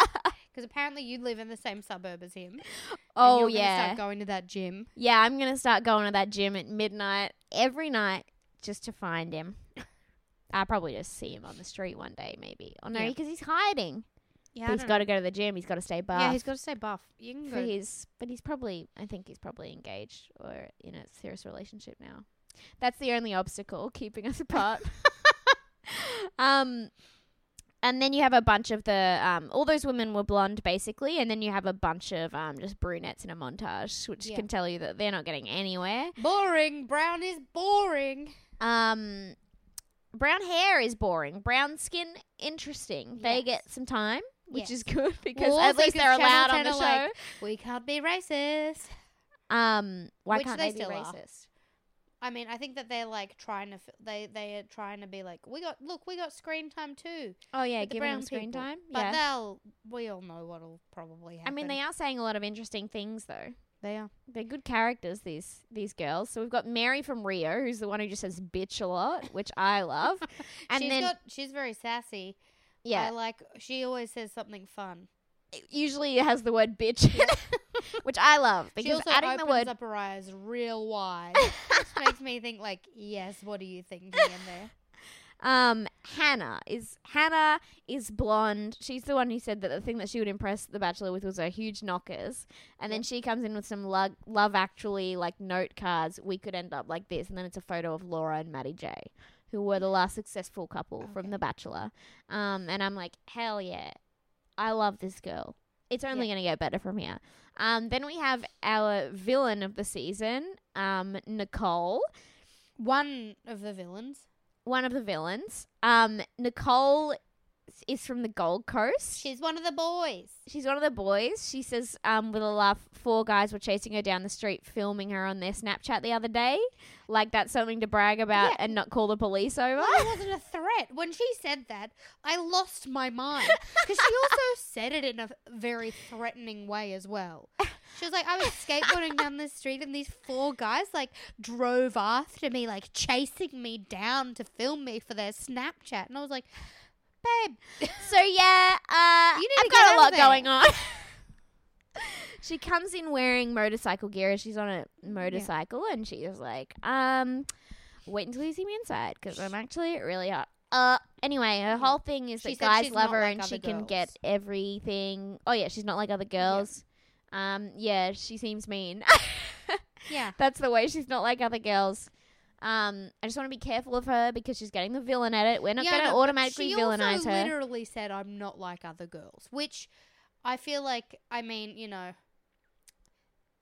Speaker 2: because apparently you live in the same suburb as him. and
Speaker 1: oh
Speaker 2: you're gonna
Speaker 1: yeah.
Speaker 2: start going to that gym.
Speaker 1: Yeah, I'm gonna start going to that gym at midnight every night just to find him. I'll probably just see him on the street one day, maybe. Oh no,
Speaker 2: Yeah.
Speaker 1: because he's hiding.
Speaker 2: Yeah,
Speaker 1: But he's got to go to the gym. He's got to stay buff.
Speaker 2: yeah, he's got to stay buff. You can
Speaker 1: for
Speaker 2: go.
Speaker 1: his. But he's probably. I think he's probably engaged or in a serious relationship now. That's the only obstacle keeping us apart. um, and then you have a bunch of the um, all those women were blonde basically, and then you have a bunch of um just brunettes in a montage, which
Speaker 2: Yeah.
Speaker 1: can tell you that they're not getting anywhere.
Speaker 2: Boring. Brown is boring.
Speaker 1: Um, brown hair is boring. Brown skin, interesting. They
Speaker 2: Yes.
Speaker 1: get some time, which
Speaker 2: Yes.
Speaker 1: is good because
Speaker 2: Well,
Speaker 1: at
Speaker 2: also
Speaker 1: least
Speaker 2: 'cause
Speaker 1: they're
Speaker 2: Channel
Speaker 1: allowed on
Speaker 2: 10
Speaker 1: the
Speaker 2: are
Speaker 1: show.
Speaker 2: like, we can't be racist.
Speaker 1: um, why
Speaker 2: Which
Speaker 1: can't
Speaker 2: they
Speaker 1: they, be
Speaker 2: still are.
Speaker 1: racist?
Speaker 2: I mean, I think that they're like trying to f- they they are trying to be like we got look we got screen time too,
Speaker 1: Oh yeah,
Speaker 2: With the
Speaker 1: giving
Speaker 2: brown
Speaker 1: them screen
Speaker 2: people.
Speaker 1: time.
Speaker 2: but
Speaker 1: yeah,
Speaker 2: they'll we all know what'll probably
Speaker 1: I
Speaker 2: happen.
Speaker 1: mean they are saying a lot of interesting things though.
Speaker 2: they are
Speaker 1: They're good characters, these these girls. So we've got Mary from Rio, who's the one who just says bitch a lot, which I love. And
Speaker 2: she's
Speaker 1: then
Speaker 2: got she's very sassy.
Speaker 1: yeah,
Speaker 2: I like she always says something fun.
Speaker 1: it usually has the word bitch, in it, which I love
Speaker 2: she
Speaker 1: because
Speaker 2: also
Speaker 1: adding
Speaker 2: opens
Speaker 1: the word
Speaker 2: up her eyes real wide, which makes me think like yes, what are you thinking in there?
Speaker 1: Um, Hannah is Hannah is blonde. She's the one who said that the thing that she would impress the Bachelor with was her huge knockers, and then she comes in with some lug, Love Actually like note cards. We could end up like this, and then it's a photo of Laura and Maddie J, who were the last successful couple from
Speaker 2: Okay.
Speaker 1: The Bachelor. Um, and I'm like, hell yeah, I love this girl. It's only
Speaker 2: Yeah.
Speaker 1: gonna get better from here. Um, then we have our villain of the season, um, Nicole
Speaker 2: One of the villains.
Speaker 1: one of the villains. Um, Nicole s- is from the Gold Coast.
Speaker 2: She's one of the boys.
Speaker 1: She's one of the boys. She says, um, with a laugh, four guys were chasing her down the street, filming her on their Snapchat the other day. Like that's something to brag about
Speaker 2: Yeah.
Speaker 1: and not call the police over.
Speaker 2: Well, it wasn't a threat. When she said that, I lost my mind because she also said it in a very threatening way as well. She was like, "I was skateboarding down the street, and these four guys like drove after me, like chasing me down to film me for their Snapchat." And I was like, babe.
Speaker 1: So yeah, uh,
Speaker 2: You need
Speaker 1: I've
Speaker 2: to
Speaker 1: got
Speaker 2: get
Speaker 1: a
Speaker 2: out
Speaker 1: lot
Speaker 2: there.
Speaker 1: going on. she comes in wearing motorcycle gear. She's on a motorcycle, and she's like, um, "Wait until you see me inside, because I'm actually really hot." Uh, anyway, her whole thing is
Speaker 2: She
Speaker 1: that
Speaker 2: said
Speaker 1: guys
Speaker 2: she's
Speaker 1: love
Speaker 2: not
Speaker 1: her
Speaker 2: like
Speaker 1: and
Speaker 2: other
Speaker 1: she can get
Speaker 2: girls.
Speaker 1: everything. Oh yeah, she's not like other girls. Um, yeah, she seems mean.
Speaker 2: Yeah.
Speaker 1: That's the way she's not like other girls. Um, I just want to be careful of her because she's getting the villain at it. We're not
Speaker 2: Yeah,
Speaker 1: going
Speaker 2: no,
Speaker 1: to
Speaker 2: but
Speaker 1: automatically
Speaker 2: she
Speaker 1: villainize
Speaker 2: also
Speaker 1: her.
Speaker 2: literally said, "I'm not like other girls," which I feel like. I mean, you know,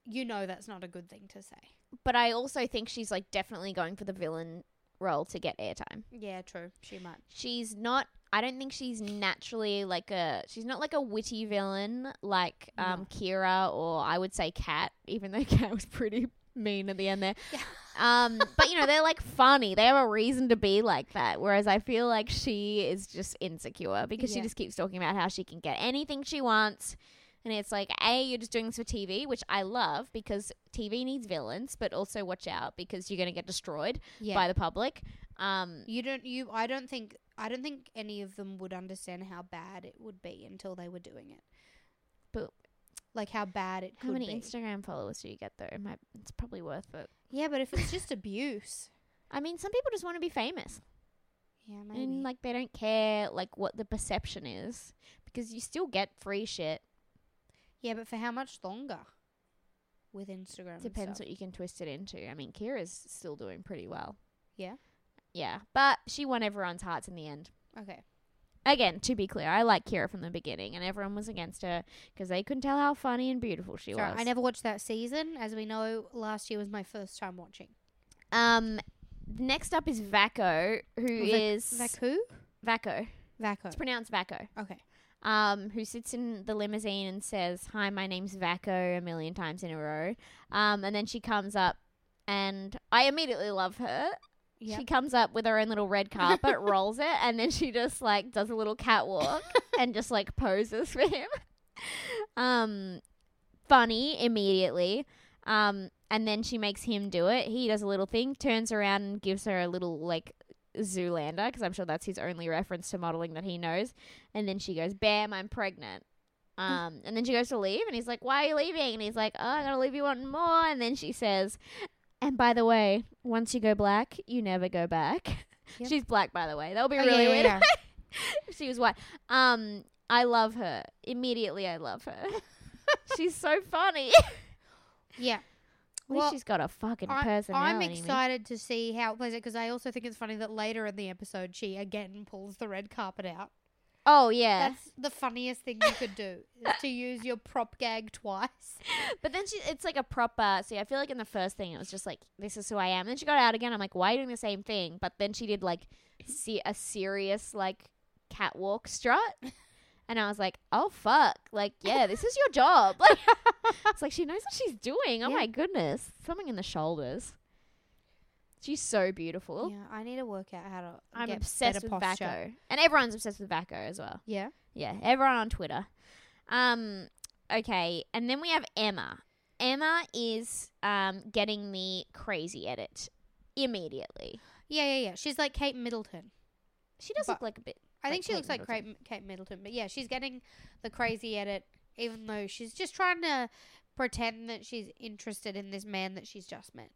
Speaker 2: you know that's not a good thing to say.
Speaker 1: but I also think she's like definitely going for the villain role to get airtime.
Speaker 2: Yeah, true. She might.
Speaker 1: She's not. I don't think she's naturally like a. She's not like a witty villain like um, Kira or I would say Kat, even though Kat was pretty mean at the end there. Um, but you know they're like funny. They have a reason to be like that. Whereas I feel like she is just insecure because she
Speaker 2: Yeah.
Speaker 1: just keeps talking about how she can get anything she wants. And it's like, A, you're just doing this for TV, which I love because TV needs villains, but also watch out because you're going to get destroyed
Speaker 2: Yeah.
Speaker 1: by the public. Um,
Speaker 2: You don't. You. I don't think. I don't think any of them would understand how bad it would be until they were doing it.
Speaker 1: But-
Speaker 2: like how bad it
Speaker 1: How
Speaker 2: could
Speaker 1: many
Speaker 2: be.
Speaker 1: Instagram followers do you get though? It might, it's probably worth it.
Speaker 2: yeah, but if it's just abuse,
Speaker 1: I mean, some people just want to be famous,
Speaker 2: yeah, maybe.
Speaker 1: and like they don't care like what the perception is because you still get free shit.
Speaker 2: yeah, but for how much longer? With Instagram, and
Speaker 1: Depends
Speaker 2: stuff.
Speaker 1: what you can twist it into. I mean, Kira's still doing pretty well.
Speaker 2: Yeah.
Speaker 1: Yeah, but she won everyone's hearts in the end.
Speaker 2: Okay.
Speaker 1: Again, to be clear, I like Kira from the beginning, and everyone was against her because they couldn't tell how funny and beautiful she
Speaker 2: Sorry,
Speaker 1: was.
Speaker 2: I never watched that season. As we know, last year was my first time watching.
Speaker 1: Um, next up is Vaco, who
Speaker 2: Vac-
Speaker 1: is
Speaker 2: Vaku?
Speaker 1: Vaco.
Speaker 2: Vaco.
Speaker 1: It's pronounced Vaco.
Speaker 2: Okay.
Speaker 1: um, who sits in the limousine and says, "Hi, my name's Vaco" a million times in a row. Um, and then she comes up, and I immediately love her.
Speaker 2: Yeah.
Speaker 1: She comes up with her own little red carpet, rolls it, and then she just like does a little catwalk and just like poses for him. um, funny immediately. Um, and then she makes him do it. He does a little thing, turns around and gives her a little like Zoolander because I'm sure that's his only reference to modeling that he knows. And then she goes, "Bam, I'm pregnant." Um, and then she goes to leave, and he's like, "Why are you leaving?" And he's like, "Oh, I gotta leave you one more." And then she says, "And by the way, once you go black, you never go back."
Speaker 2: Yep.
Speaker 1: She's black, by the way. That'll be
Speaker 2: Oh, yeah,
Speaker 1: really
Speaker 2: yeah,
Speaker 1: weird
Speaker 2: yeah.
Speaker 1: if she was white. Um, I love her immediately. I love her. she's so funny. At
Speaker 2: yeah.
Speaker 1: least
Speaker 2: Well,
Speaker 1: she's got a fucking
Speaker 2: I,
Speaker 1: personality.
Speaker 2: I'm
Speaker 1: man.
Speaker 2: excited to see how it plays out because I also think it's funny that later in the episode she again pulls the red carpet out.
Speaker 1: Oh yeah,
Speaker 2: That's the funniest thing you could do is to use your prop gag twice.
Speaker 1: But then she, it's like a proper. See, I feel like in the first thing, it was just like, "This is who I am." then she got out again. I'm like, "Why are you doing the same thing?" But then she did like see a serious like catwalk strut, and I was like, "Oh fuck!" Like, yeah, this is your job. Like, it's like she knows what she's doing. Oh
Speaker 2: Yeah.
Speaker 1: my goodness, something in the shoulders. She's so beautiful.
Speaker 2: Yeah, I need to work out how to.
Speaker 1: I'm
Speaker 2: get
Speaker 1: obsessed
Speaker 2: better
Speaker 1: with
Speaker 2: posture.
Speaker 1: Vaco, and everyone's obsessed with Vaco as well.
Speaker 2: Yeah.
Speaker 1: Yeah, everyone on Twitter. Um, okay, and then we have Emma. Emma is um, getting the crazy edit immediately.
Speaker 2: Yeah, yeah, yeah. She's like Kate Middleton.
Speaker 1: She does
Speaker 2: But-
Speaker 1: look like a bit.
Speaker 2: I
Speaker 1: like
Speaker 2: think she
Speaker 1: Kate
Speaker 2: looks like
Speaker 1: Middleton.
Speaker 2: Kate, Kate Middleton, but yeah, she's getting the crazy edit, even though she's just trying to pretend that she's interested in this man that she's just met.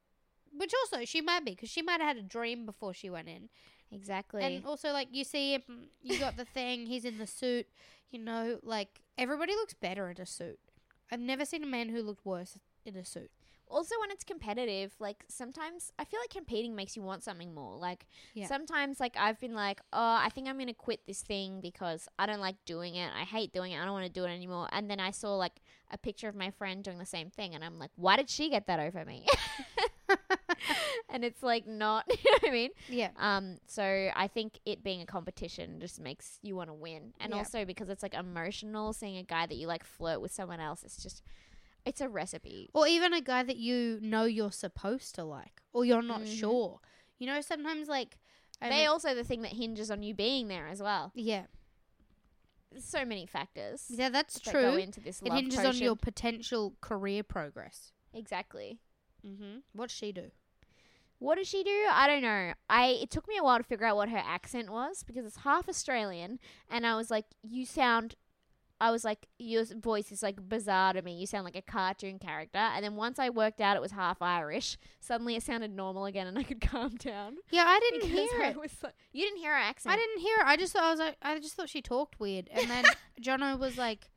Speaker 2: Which also she might be, because she might have had a dream before she went in.
Speaker 1: Exactly.
Speaker 2: And also, like you see him, you got the thing. He's in the suit. You know, like everybody looks better in a suit. I've never seen a man who looked worse in a suit.
Speaker 1: also when it's competitive like sometimes i feel like competing makes you want something more like
Speaker 2: Yeah.
Speaker 1: sometimes like i've been like oh i think i'm gonna quit this thing because i don't like doing it i hate doing it i don't want to do it anymore and then i saw like a picture of my friend doing the same thing and i'm like why did she get that over me and it's like not you know what i mean
Speaker 2: Yeah,
Speaker 1: um, so I think it being a competition just makes you want to win, and
Speaker 2: Yeah.
Speaker 1: also because it's like emotional, seeing a guy that you like flirt with someone else, it's just, it's a recipe.
Speaker 2: or even a guy that you know you're supposed to like, or you're not
Speaker 1: Mhm.
Speaker 2: sure. You know, sometimes like I
Speaker 1: they
Speaker 2: mean-
Speaker 1: also the thing that hinges on you being there as well.
Speaker 2: yeah,
Speaker 1: There's so many factors.
Speaker 2: yeah, that's
Speaker 1: that
Speaker 2: true.
Speaker 1: Go into this
Speaker 2: It
Speaker 1: love
Speaker 2: hinges on
Speaker 1: potion.
Speaker 2: your potential career progress.
Speaker 1: exactly.
Speaker 2: Mm-hmm. What's she do?
Speaker 1: What did she do? I don't know. I it took me a while to figure out what her accent was because it's half Australian, and I was like, "You sound," I was like, "Your s- voice is like bizarre to me. You sound like a cartoon character." And then once I worked out it was half Irish, suddenly it sounded normal again, and I could calm down.
Speaker 2: Yeah, I didn't
Speaker 1: because
Speaker 2: hear
Speaker 1: I
Speaker 2: it.
Speaker 1: was like- you didn't hear her accent.
Speaker 2: I didn't hear it. I just thought I was like, I just thought she talked weird. And then Jono was like,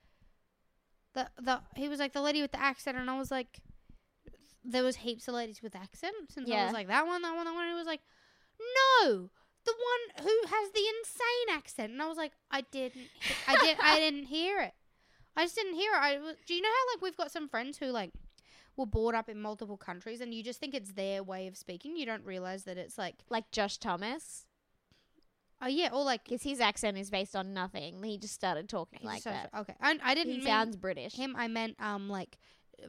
Speaker 2: the the he was like the lady with the accent, and I was like, there was heaps of ladies with accents, and I
Speaker 1: Yeah.
Speaker 2: was like that one, that one, that one. And he was like, no, the one who has the insane accent, and I was like, I didn't, he- I did, I didn't hear it. I just didn't hear it. I was, do you know how like we've got some friends who like were brought up in multiple countries, and you just think it's their way of speaking. You don't realize that it's like,
Speaker 1: Like Josh Thomas,
Speaker 2: oh yeah, or like
Speaker 1: because his accent is based on nothing. He just started talking
Speaker 2: He's
Speaker 1: like
Speaker 2: so-
Speaker 1: that.
Speaker 2: Okay, I, I didn't
Speaker 1: He
Speaker 2: mean
Speaker 1: sounds British.
Speaker 2: him. I meant um like,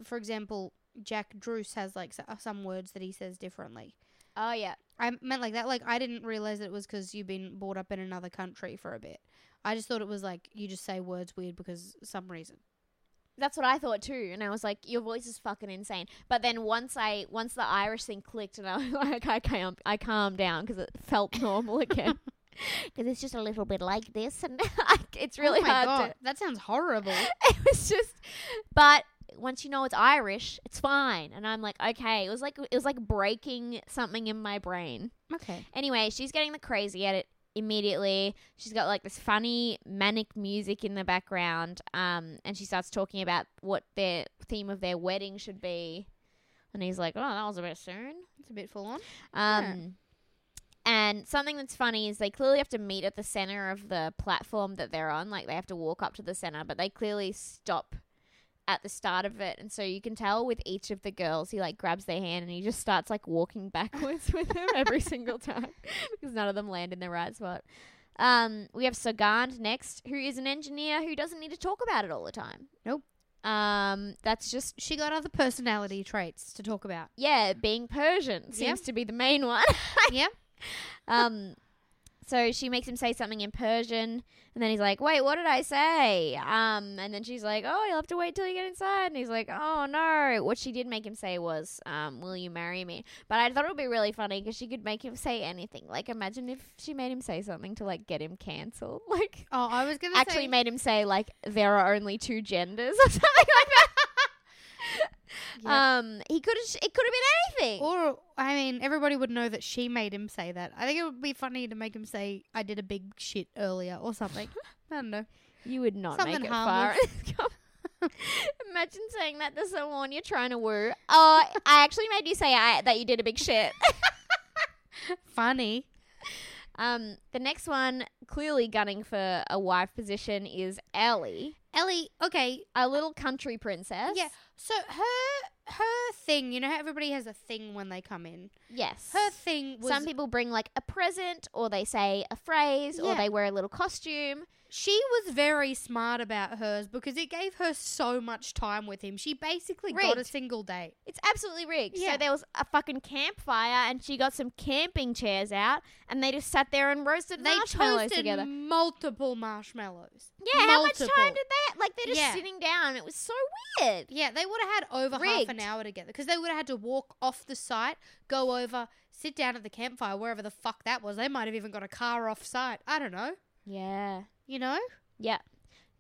Speaker 2: for example, Jack Druce has like s- uh, some words that he says differently.
Speaker 1: Oh yeah,
Speaker 2: I meant like that. Like I didn't realize it was because you've been brought up in another country for a bit. I just thought it was like you just say words weird because some reason.
Speaker 1: that's what I thought too, and I was like, "Your voice is fucking insane." But then once I, once the Irish thing clicked, and I was like, "I calmed, I calmed down because it felt normal again." Because it's just a little bit like this, and it's really
Speaker 2: oh my
Speaker 1: hard.
Speaker 2: god,
Speaker 1: To,
Speaker 2: that sounds horrible.
Speaker 1: it was just, but once you know it's Irish, it's fine. And I'm like, okay, it was like it was like breaking something in my brain.
Speaker 2: okay,
Speaker 1: Anyway, she's getting the crazy edit immediately. She's got like this funny manic music in the background, um, and she starts talking about what their theme of their wedding should be. And he's like, "Oh, that was a bit soon."
Speaker 2: it's a bit full on.
Speaker 1: Um, And something that's funny is they clearly have to meet at the center of the platform that they're on. Like they have to walk up to the center, but they clearly stop at the start of it. And so you can tell with each of the girls, he like grabs their hand and he just starts like walking backwards with them every single time because none of them land in the right spot. Um, we have Sogand next, who is an engineer who doesn't need to talk about it all the time.
Speaker 2: Nope.
Speaker 1: Um, that's just
Speaker 2: She got other personality traits to talk about.
Speaker 1: yeah, being Persian seems to be the main one.
Speaker 2: yeah,
Speaker 1: Um, so she makes him say something in Persian, and then he's like, "Wait, what did I say?" Um, and then she's like, "Oh, you'll have to wait till you get inside." And he's like, "Oh no!" What she did make him say was, um, "Will you marry me?" But I thought it would be really funny because she could make him say anything. Like, imagine if she made him say something to like get him cancelled. Like,
Speaker 2: Oh, I was gonna
Speaker 1: actually
Speaker 2: say,
Speaker 1: made him say like there are only two genders or something like that. Um, he could have. It could have been anything.
Speaker 2: Or I mean, everybody would know that she made him say that. I think it would be funny to make him say, "I did a big shit earlier" or something. I don't know.
Speaker 1: You would not
Speaker 2: Something
Speaker 1: make it
Speaker 2: harmless.
Speaker 1: far. Imagine saying that to someone you're trying to woo. Oh, I actually made you say I, that you did a big shit.
Speaker 2: Funny.
Speaker 1: um, the next one, clearly gunning for a wife position, is Ellie,
Speaker 2: Ellie, okay,
Speaker 1: a little country princess.
Speaker 2: yeah. So her her thing, you know how everybody has a thing when they come in.
Speaker 1: Yes.
Speaker 2: Her thing was
Speaker 1: Some people bring like a present, or they say a phrase, or
Speaker 2: Yeah.
Speaker 1: they wear a little costume.
Speaker 2: she was very smart about hers because it gave her so much time with him. She basically got a
Speaker 1: Rigged.
Speaker 2: single day.
Speaker 1: It's absolutely rigged.
Speaker 2: Yeah.
Speaker 1: So there was a fucking campfire, and she got some camping chairs out, and they just sat there and roasted
Speaker 2: They
Speaker 1: marshmallows
Speaker 2: toasted
Speaker 1: together.
Speaker 2: multiple marshmallows.
Speaker 1: Yeah, how much time
Speaker 2: Multiple.
Speaker 1: did they? Like they're just
Speaker 2: Yeah.
Speaker 1: sitting down. It was so weird.
Speaker 2: Yeah, they would have had over half an
Speaker 1: Rigged.
Speaker 2: hour together because they would have had to walk off the site, go over, sit down at the campfire, wherever the fuck that was. They might have even got a car off site. I don't know.
Speaker 1: Yeah.
Speaker 2: You know?
Speaker 1: Yeah.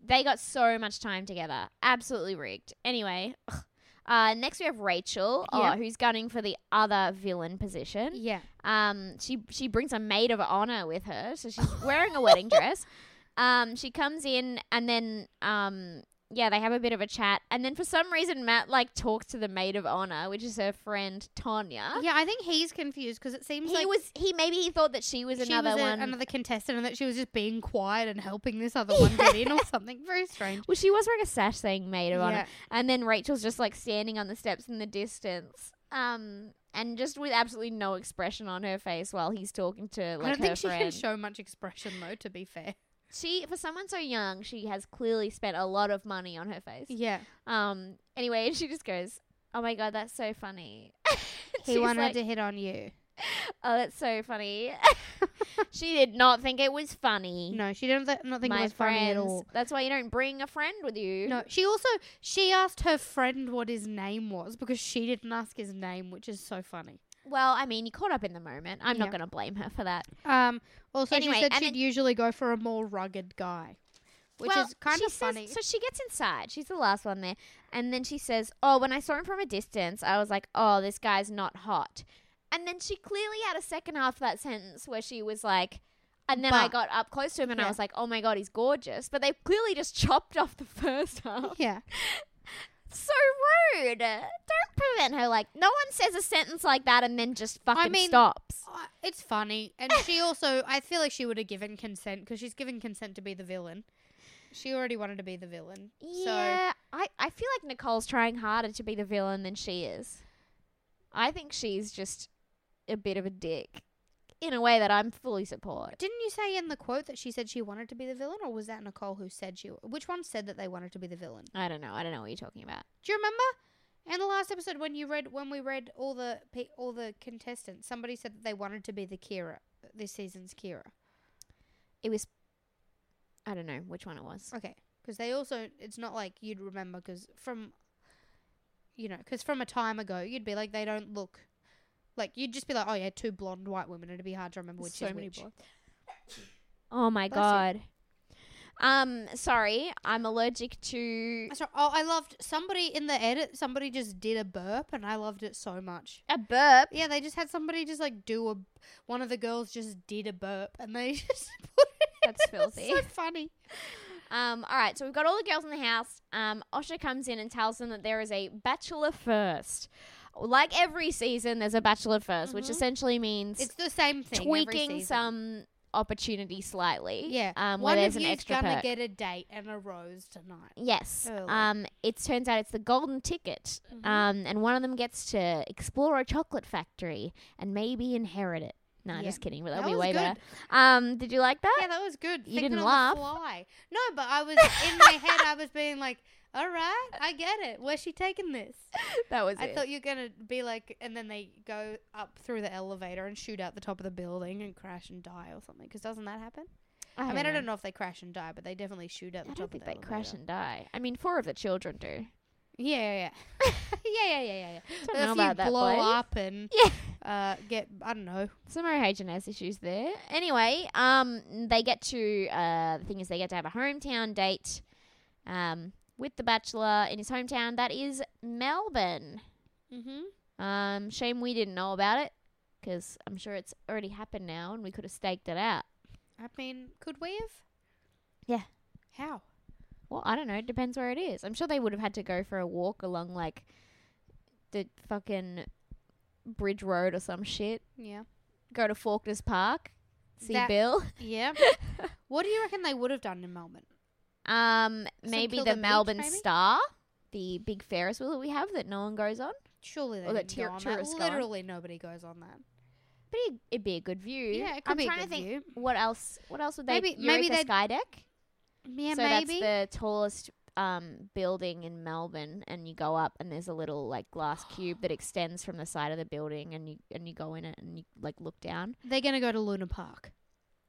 Speaker 1: They got so much time together. Absolutely rigged. Anyway, uh, next we have Rachel, oh,
Speaker 2: Yep.
Speaker 1: who's gunning for the other villain position.
Speaker 2: Yeah.
Speaker 1: Um, she she brings a maid of honor with her, so she's wearing a wedding dress. Um, she comes in and then um, yeah, they have a bit of a chat, and then for some reason Matt like talks to the maid of honor, which is her friend Tanya.
Speaker 2: Yeah, I think he's confused because it seems
Speaker 1: He
Speaker 2: like
Speaker 1: was he maybe he thought that she was
Speaker 2: she
Speaker 1: another
Speaker 2: was a-
Speaker 1: one.
Speaker 2: another contestant and that she was just being quiet and helping this other one get in or something. Very strange.
Speaker 1: Well, she was wearing a sash saying "Maid of
Speaker 2: Yeah.
Speaker 1: Honor," and then Rachel's just like standing on the steps in the distance, um, and just with absolutely no expression on her face while he's talking to like
Speaker 2: I don't think
Speaker 1: her
Speaker 2: she can
Speaker 1: friend.
Speaker 2: show much expression though, to be fair.
Speaker 1: she, for someone so young, she has clearly spent a lot of money on her face.
Speaker 2: Yeah.
Speaker 1: Um. Anyway, she just goes, "Oh my god, that's so funny."
Speaker 2: He
Speaker 1: She's
Speaker 2: wanted
Speaker 1: like,
Speaker 2: to hit on you.
Speaker 1: Oh, that's so funny. she did not think it was funny.
Speaker 2: No, she didn't th- not think
Speaker 1: my
Speaker 2: it was
Speaker 1: friends.
Speaker 2: funny at all.
Speaker 1: That's why you don't bring a friend with you.
Speaker 2: No, she also she asked her friend what his name was because she didn't ask his name, which is so funny.
Speaker 1: Well, I mean, you caught up in the moment. I'm
Speaker 2: Yeah.
Speaker 1: not going to blame her for that.
Speaker 2: Um, also,
Speaker 1: Anyway,
Speaker 2: she said
Speaker 1: and
Speaker 2: she'd
Speaker 1: then-
Speaker 2: usually go for a more rugged guy, which
Speaker 1: Well,
Speaker 2: is kind
Speaker 1: she
Speaker 2: of
Speaker 1: says-
Speaker 2: funny.
Speaker 1: so she gets inside. She's the last one there. And then she says, Oh, when I saw him from a distance, I was like, Oh, this guy's not hot. And then she clearly had a second half of that sentence where she was like, and then I
Speaker 2: But-
Speaker 1: got up close to him and I
Speaker 2: Yeah.
Speaker 1: was like, oh my God, he's gorgeous. But they clearly just chopped off the first half.
Speaker 2: yeah.
Speaker 1: So rude. Don't prevent her. Like, no one says a sentence like that and then just fucking
Speaker 2: mean-
Speaker 1: stops.
Speaker 2: Uh, it's funny. And she also, I feel like she would have given consent because she's given consent to be the villain. She already wanted to be the villain.
Speaker 1: Yeah, I, I feel like Nicole's trying harder to be the villain than she is. I think she's just a bit of a dick in a way that I'm fully
Speaker 2: So,
Speaker 1: support.
Speaker 2: didn't you say in the quote that she said she wanted to be the villain, or was that Nicole who said she? Which one said that they wanted to be the villain?
Speaker 1: I don't know. I don't know what you're talking about.
Speaker 2: Do you remember? In the last episode, when you read, when we read all the pe- all the contestants, somebody said that they wanted to be the Kira this season's Kira.
Speaker 1: It was. I don't know which one it was.
Speaker 2: Okay, because they also it's not like you'd remember because from you know because from a time ago you'd be like they don't look like you'd just be like oh yeah two blonde white women it'd be hard to remember which
Speaker 1: So
Speaker 2: is
Speaker 1: many
Speaker 2: which.
Speaker 1: blonde- Oh my
Speaker 2: Bless
Speaker 1: god. Um, sorry, I'm allergic to
Speaker 2: So, oh, I loved somebody in the edit. Somebody just did a burp, and I loved it so much.
Speaker 1: a burp.
Speaker 2: Yeah, they just had somebody just like do a. One of the girls just did a burp, and they just put it. in.
Speaker 1: That's
Speaker 2: It was
Speaker 1: filthy.
Speaker 2: So funny.
Speaker 1: Um, all right, so we've got all the girls in the house. Um, Osha comes in and tells them that there is a bachelor first. Like every season, there's a bachelor 1st which essentially means
Speaker 2: Mm-hmm. It's the same thing. every
Speaker 1: tweaking
Speaker 2: season.
Speaker 1: some opportunity slightly.
Speaker 2: Yeah.
Speaker 1: Um, where
Speaker 2: One
Speaker 1: there's
Speaker 2: of
Speaker 1: an
Speaker 2: you's
Speaker 1: extra
Speaker 2: gonna
Speaker 1: perk.
Speaker 2: get a date and a rose tonight.
Speaker 1: Yes.
Speaker 2: Early. Mm-hmm.
Speaker 1: Um, it turns out it's the golden ticket. Um, and one of them gets to explore a chocolate factory and maybe inherit it. Nah,
Speaker 2: Yeah.
Speaker 1: just kidding. But
Speaker 2: That
Speaker 1: that'll be
Speaker 2: was
Speaker 1: way
Speaker 2: good.
Speaker 1: better. Um, did you like that?
Speaker 2: Yeah, that was good.
Speaker 1: You
Speaker 2: Thinking
Speaker 1: didn't
Speaker 2: on
Speaker 1: laugh.
Speaker 2: The fly. No, but I was in my head. I was being like, "All right, I get it. Where's she taking this?"
Speaker 1: that was
Speaker 2: I
Speaker 1: it.
Speaker 2: thought you were gonna be like, and then they go up through the elevator and shoot out the top of the building and crash and die or something. Because doesn't that happen? I, mean, I don't know if they crash and die, but they definitely shoot out the
Speaker 1: I
Speaker 2: top
Speaker 1: don't think
Speaker 2: of the
Speaker 1: they
Speaker 2: elevator.
Speaker 1: crash and die. I mean, four of the children do.
Speaker 2: Yeah, yeah, yeah, yeah, yeah, yeah, yeah. yeah. But
Speaker 1: know
Speaker 2: if
Speaker 1: about
Speaker 2: you
Speaker 1: that,
Speaker 2: blow
Speaker 1: boys.
Speaker 2: up and
Speaker 1: Yeah.
Speaker 2: uh, get, I don't know.
Speaker 1: Some OHS issues there. Anyway, um, they get to uh, the thing is they get to have a hometown date, um, with the bachelor in his hometown. That is Melbourne.
Speaker 2: Mm-hmm.
Speaker 1: Um, shame we didn't know about it, 'cause I'm sure it's already happened now, and we could have staked it out.
Speaker 2: I mean, could we have?
Speaker 1: Yeah.
Speaker 2: How?
Speaker 1: Well, I don't know. It depends where it is. I'm sure they would have had to go for a walk along like the fucking Bridge Road or some shit.
Speaker 2: Yeah.
Speaker 1: Go to Faulkner's Park, see
Speaker 2: That-
Speaker 1: Bill.
Speaker 2: Yeah. what do you reckon they would have done in Melbourne?
Speaker 1: Um,
Speaker 2: So
Speaker 1: maybe
Speaker 2: kill
Speaker 1: the
Speaker 2: the beach,
Speaker 1: Melbourne
Speaker 2: maybe?
Speaker 1: Star, the big Ferris wheel that we have that no one goes on.
Speaker 2: Surely they
Speaker 1: Or the
Speaker 2: didn't
Speaker 1: tour-
Speaker 2: go on
Speaker 1: tourists
Speaker 2: that.
Speaker 1: go on.
Speaker 2: Literally nobody goes on that.
Speaker 1: But it'd, it'd be a good view.
Speaker 2: Yeah, it could
Speaker 1: I'm
Speaker 2: be a
Speaker 1: trying to
Speaker 2: good
Speaker 1: think
Speaker 2: view.
Speaker 1: what else. What else would they?
Speaker 2: Maybe-
Speaker 1: Maybe
Speaker 2: maybe
Speaker 1: Eureka
Speaker 2: they'd-
Speaker 1: Sky Deck.
Speaker 2: Yeah,
Speaker 1: so
Speaker 2: maybe.
Speaker 1: that's the tallest um, building in Melbourne, and you go up, and there's a little like glass cube that extends from the side of the building, and you and you go in it, and you like look down.
Speaker 2: They're gonna go to Luna Park.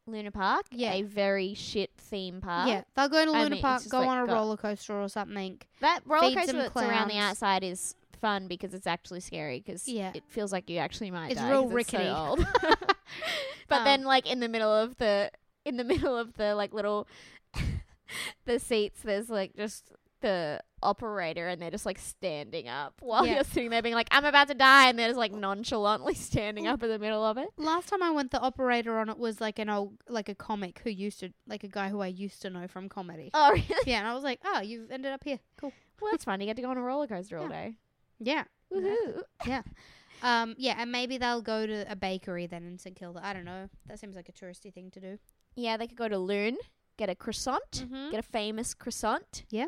Speaker 1: Luna Park,
Speaker 2: Yeah.
Speaker 1: a very shit theme park.
Speaker 2: yeah, they'll go to
Speaker 1: Ah. I
Speaker 2: Luna
Speaker 1: mean, it's
Speaker 2: Park,
Speaker 1: just
Speaker 2: go
Speaker 1: like
Speaker 2: on a
Speaker 1: got-
Speaker 2: roller coaster or something.
Speaker 1: that roller
Speaker 2: feeds
Speaker 1: coaster
Speaker 2: them
Speaker 1: that's around the
Speaker 2: clowns.
Speaker 1: outside is fun because it's actually scary because
Speaker 2: Yeah.
Speaker 1: it feels like you actually might.
Speaker 2: It's
Speaker 1: die
Speaker 2: real
Speaker 1: 'cause
Speaker 2: rickety.
Speaker 1: so old. but
Speaker 2: Um,
Speaker 1: then, like in the middle of the in the middle of the like little the seats, there's like just the operator, and they're just like standing up while
Speaker 2: Yeah.
Speaker 1: you're sitting there, being like, "I'm about to die," and they're just like nonchalantly standing up in the middle of it.
Speaker 2: Last time I went, the operator on it was like an old, like a comic who used to, like a guy who I used to know from comedy.
Speaker 1: Oh, really?
Speaker 2: Yeah, and I was like, oh, you've ended up here. Cool.
Speaker 1: Well, that's fun. You get to go on a roller coaster all
Speaker 2: Yeah.
Speaker 1: day.
Speaker 2: Yeah.
Speaker 1: Woohoo!
Speaker 2: Um. Yeah, and maybe they'll go to a bakery then in St Kilda. I don't know. That seems like a touristy thing to do.
Speaker 1: Yeah, they could go to Loon, get a croissant,
Speaker 2: Mhm.
Speaker 1: get a famous croissant.
Speaker 2: Yeah.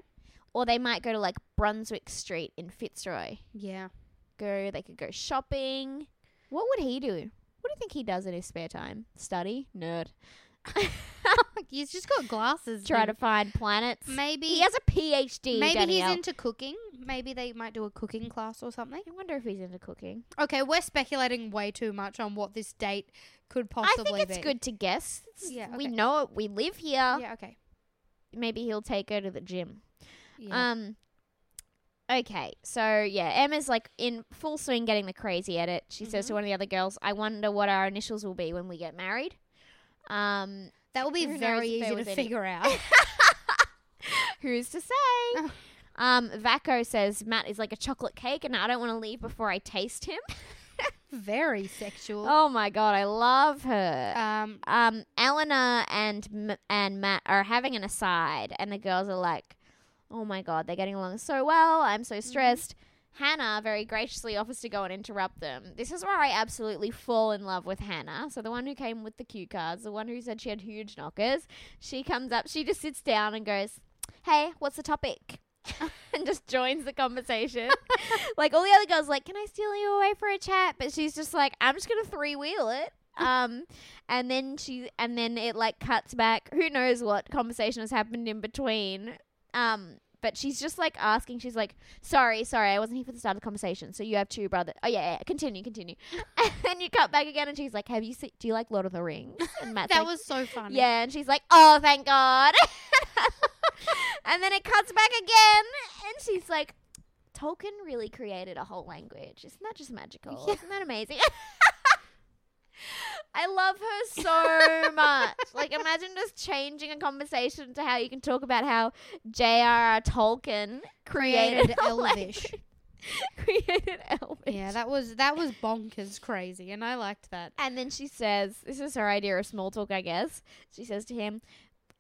Speaker 1: Or they might go to like Brunswick Street in Fitzroy.
Speaker 2: Yeah.
Speaker 1: Go, they could go shopping. What would he do? What do you think he does in his spare time? Study, nerd.
Speaker 2: He's just got glasses.
Speaker 1: Try to
Speaker 2: dude.
Speaker 1: find planets.
Speaker 2: Maybe
Speaker 1: he has a PhD.
Speaker 2: Maybe
Speaker 1: Danielle.
Speaker 2: he's into cooking. Maybe they might do a cooking class or something.
Speaker 1: I wonder if he's into cooking.
Speaker 2: Okay, we're speculating way too much on what this date could possibly
Speaker 1: I think it's
Speaker 2: be.
Speaker 1: good to guess. It's-
Speaker 2: Yeah, okay.
Speaker 1: We know it. We live here.
Speaker 2: Yeah, okay.
Speaker 1: Um, Maybe he'll take her to the gym.
Speaker 2: Yeah.
Speaker 1: Um, Okay, so yeah, Emma's like in full swing getting the crazy edit. She says to one of the other girls, "I wonder what our initials will be when we get married." Um,
Speaker 2: That will be
Speaker 1: Who knows
Speaker 2: very
Speaker 1: if
Speaker 2: easy
Speaker 1: there
Speaker 2: to
Speaker 1: was any-
Speaker 2: figure out.
Speaker 1: who's to say? um, Vaco says Matt is like a chocolate cake, and I don't want to leave before I taste him.
Speaker 2: very sexual.
Speaker 1: oh my god, I love her.
Speaker 2: Um,
Speaker 1: um, Eleanor and M- and Matt are having an aside, and the girls are like, "Oh my god, they're getting along so well. I'm so stressed." Hannah very graciously offers to go and interrupt them. This is where I absolutely fall in love with Hannah. So the one who came with the cue cards, the one who said she had huge knockers, she comes up, she just sits down and goes, "Hey, what's the topic?" and just joins the conversation. like all the other girls, are like, "Can I steal you away for a chat?" But she's just like, "I'm just gonna three wheel it." Um, and then she and then it like cuts back who knows what conversation has happened in between um but she's just like asking she's like sorry sorry i wasn't here for the start of the conversation so you have two brother oh yeah, yeah continue continue and then you cut back again and she's like have you seen do you like lord of the rings and Matt's
Speaker 2: that
Speaker 1: like,
Speaker 2: was so funny.
Speaker 1: yeah and she's like oh thank god and then it cuts back again and she's like tolkien really created a whole language isn't that just magical isn't that amazing I love her so much. Like, imagine just changing a conversation to how you can talk about how J.R.R. Tolkien
Speaker 2: Created
Speaker 1: created, a
Speaker 2: Elvish.
Speaker 1: language- created Elvish.
Speaker 2: Yeah, that was that was bonkers crazy, and I liked that.
Speaker 1: And then she says, This is her idea of small talk, I guess. She says to him,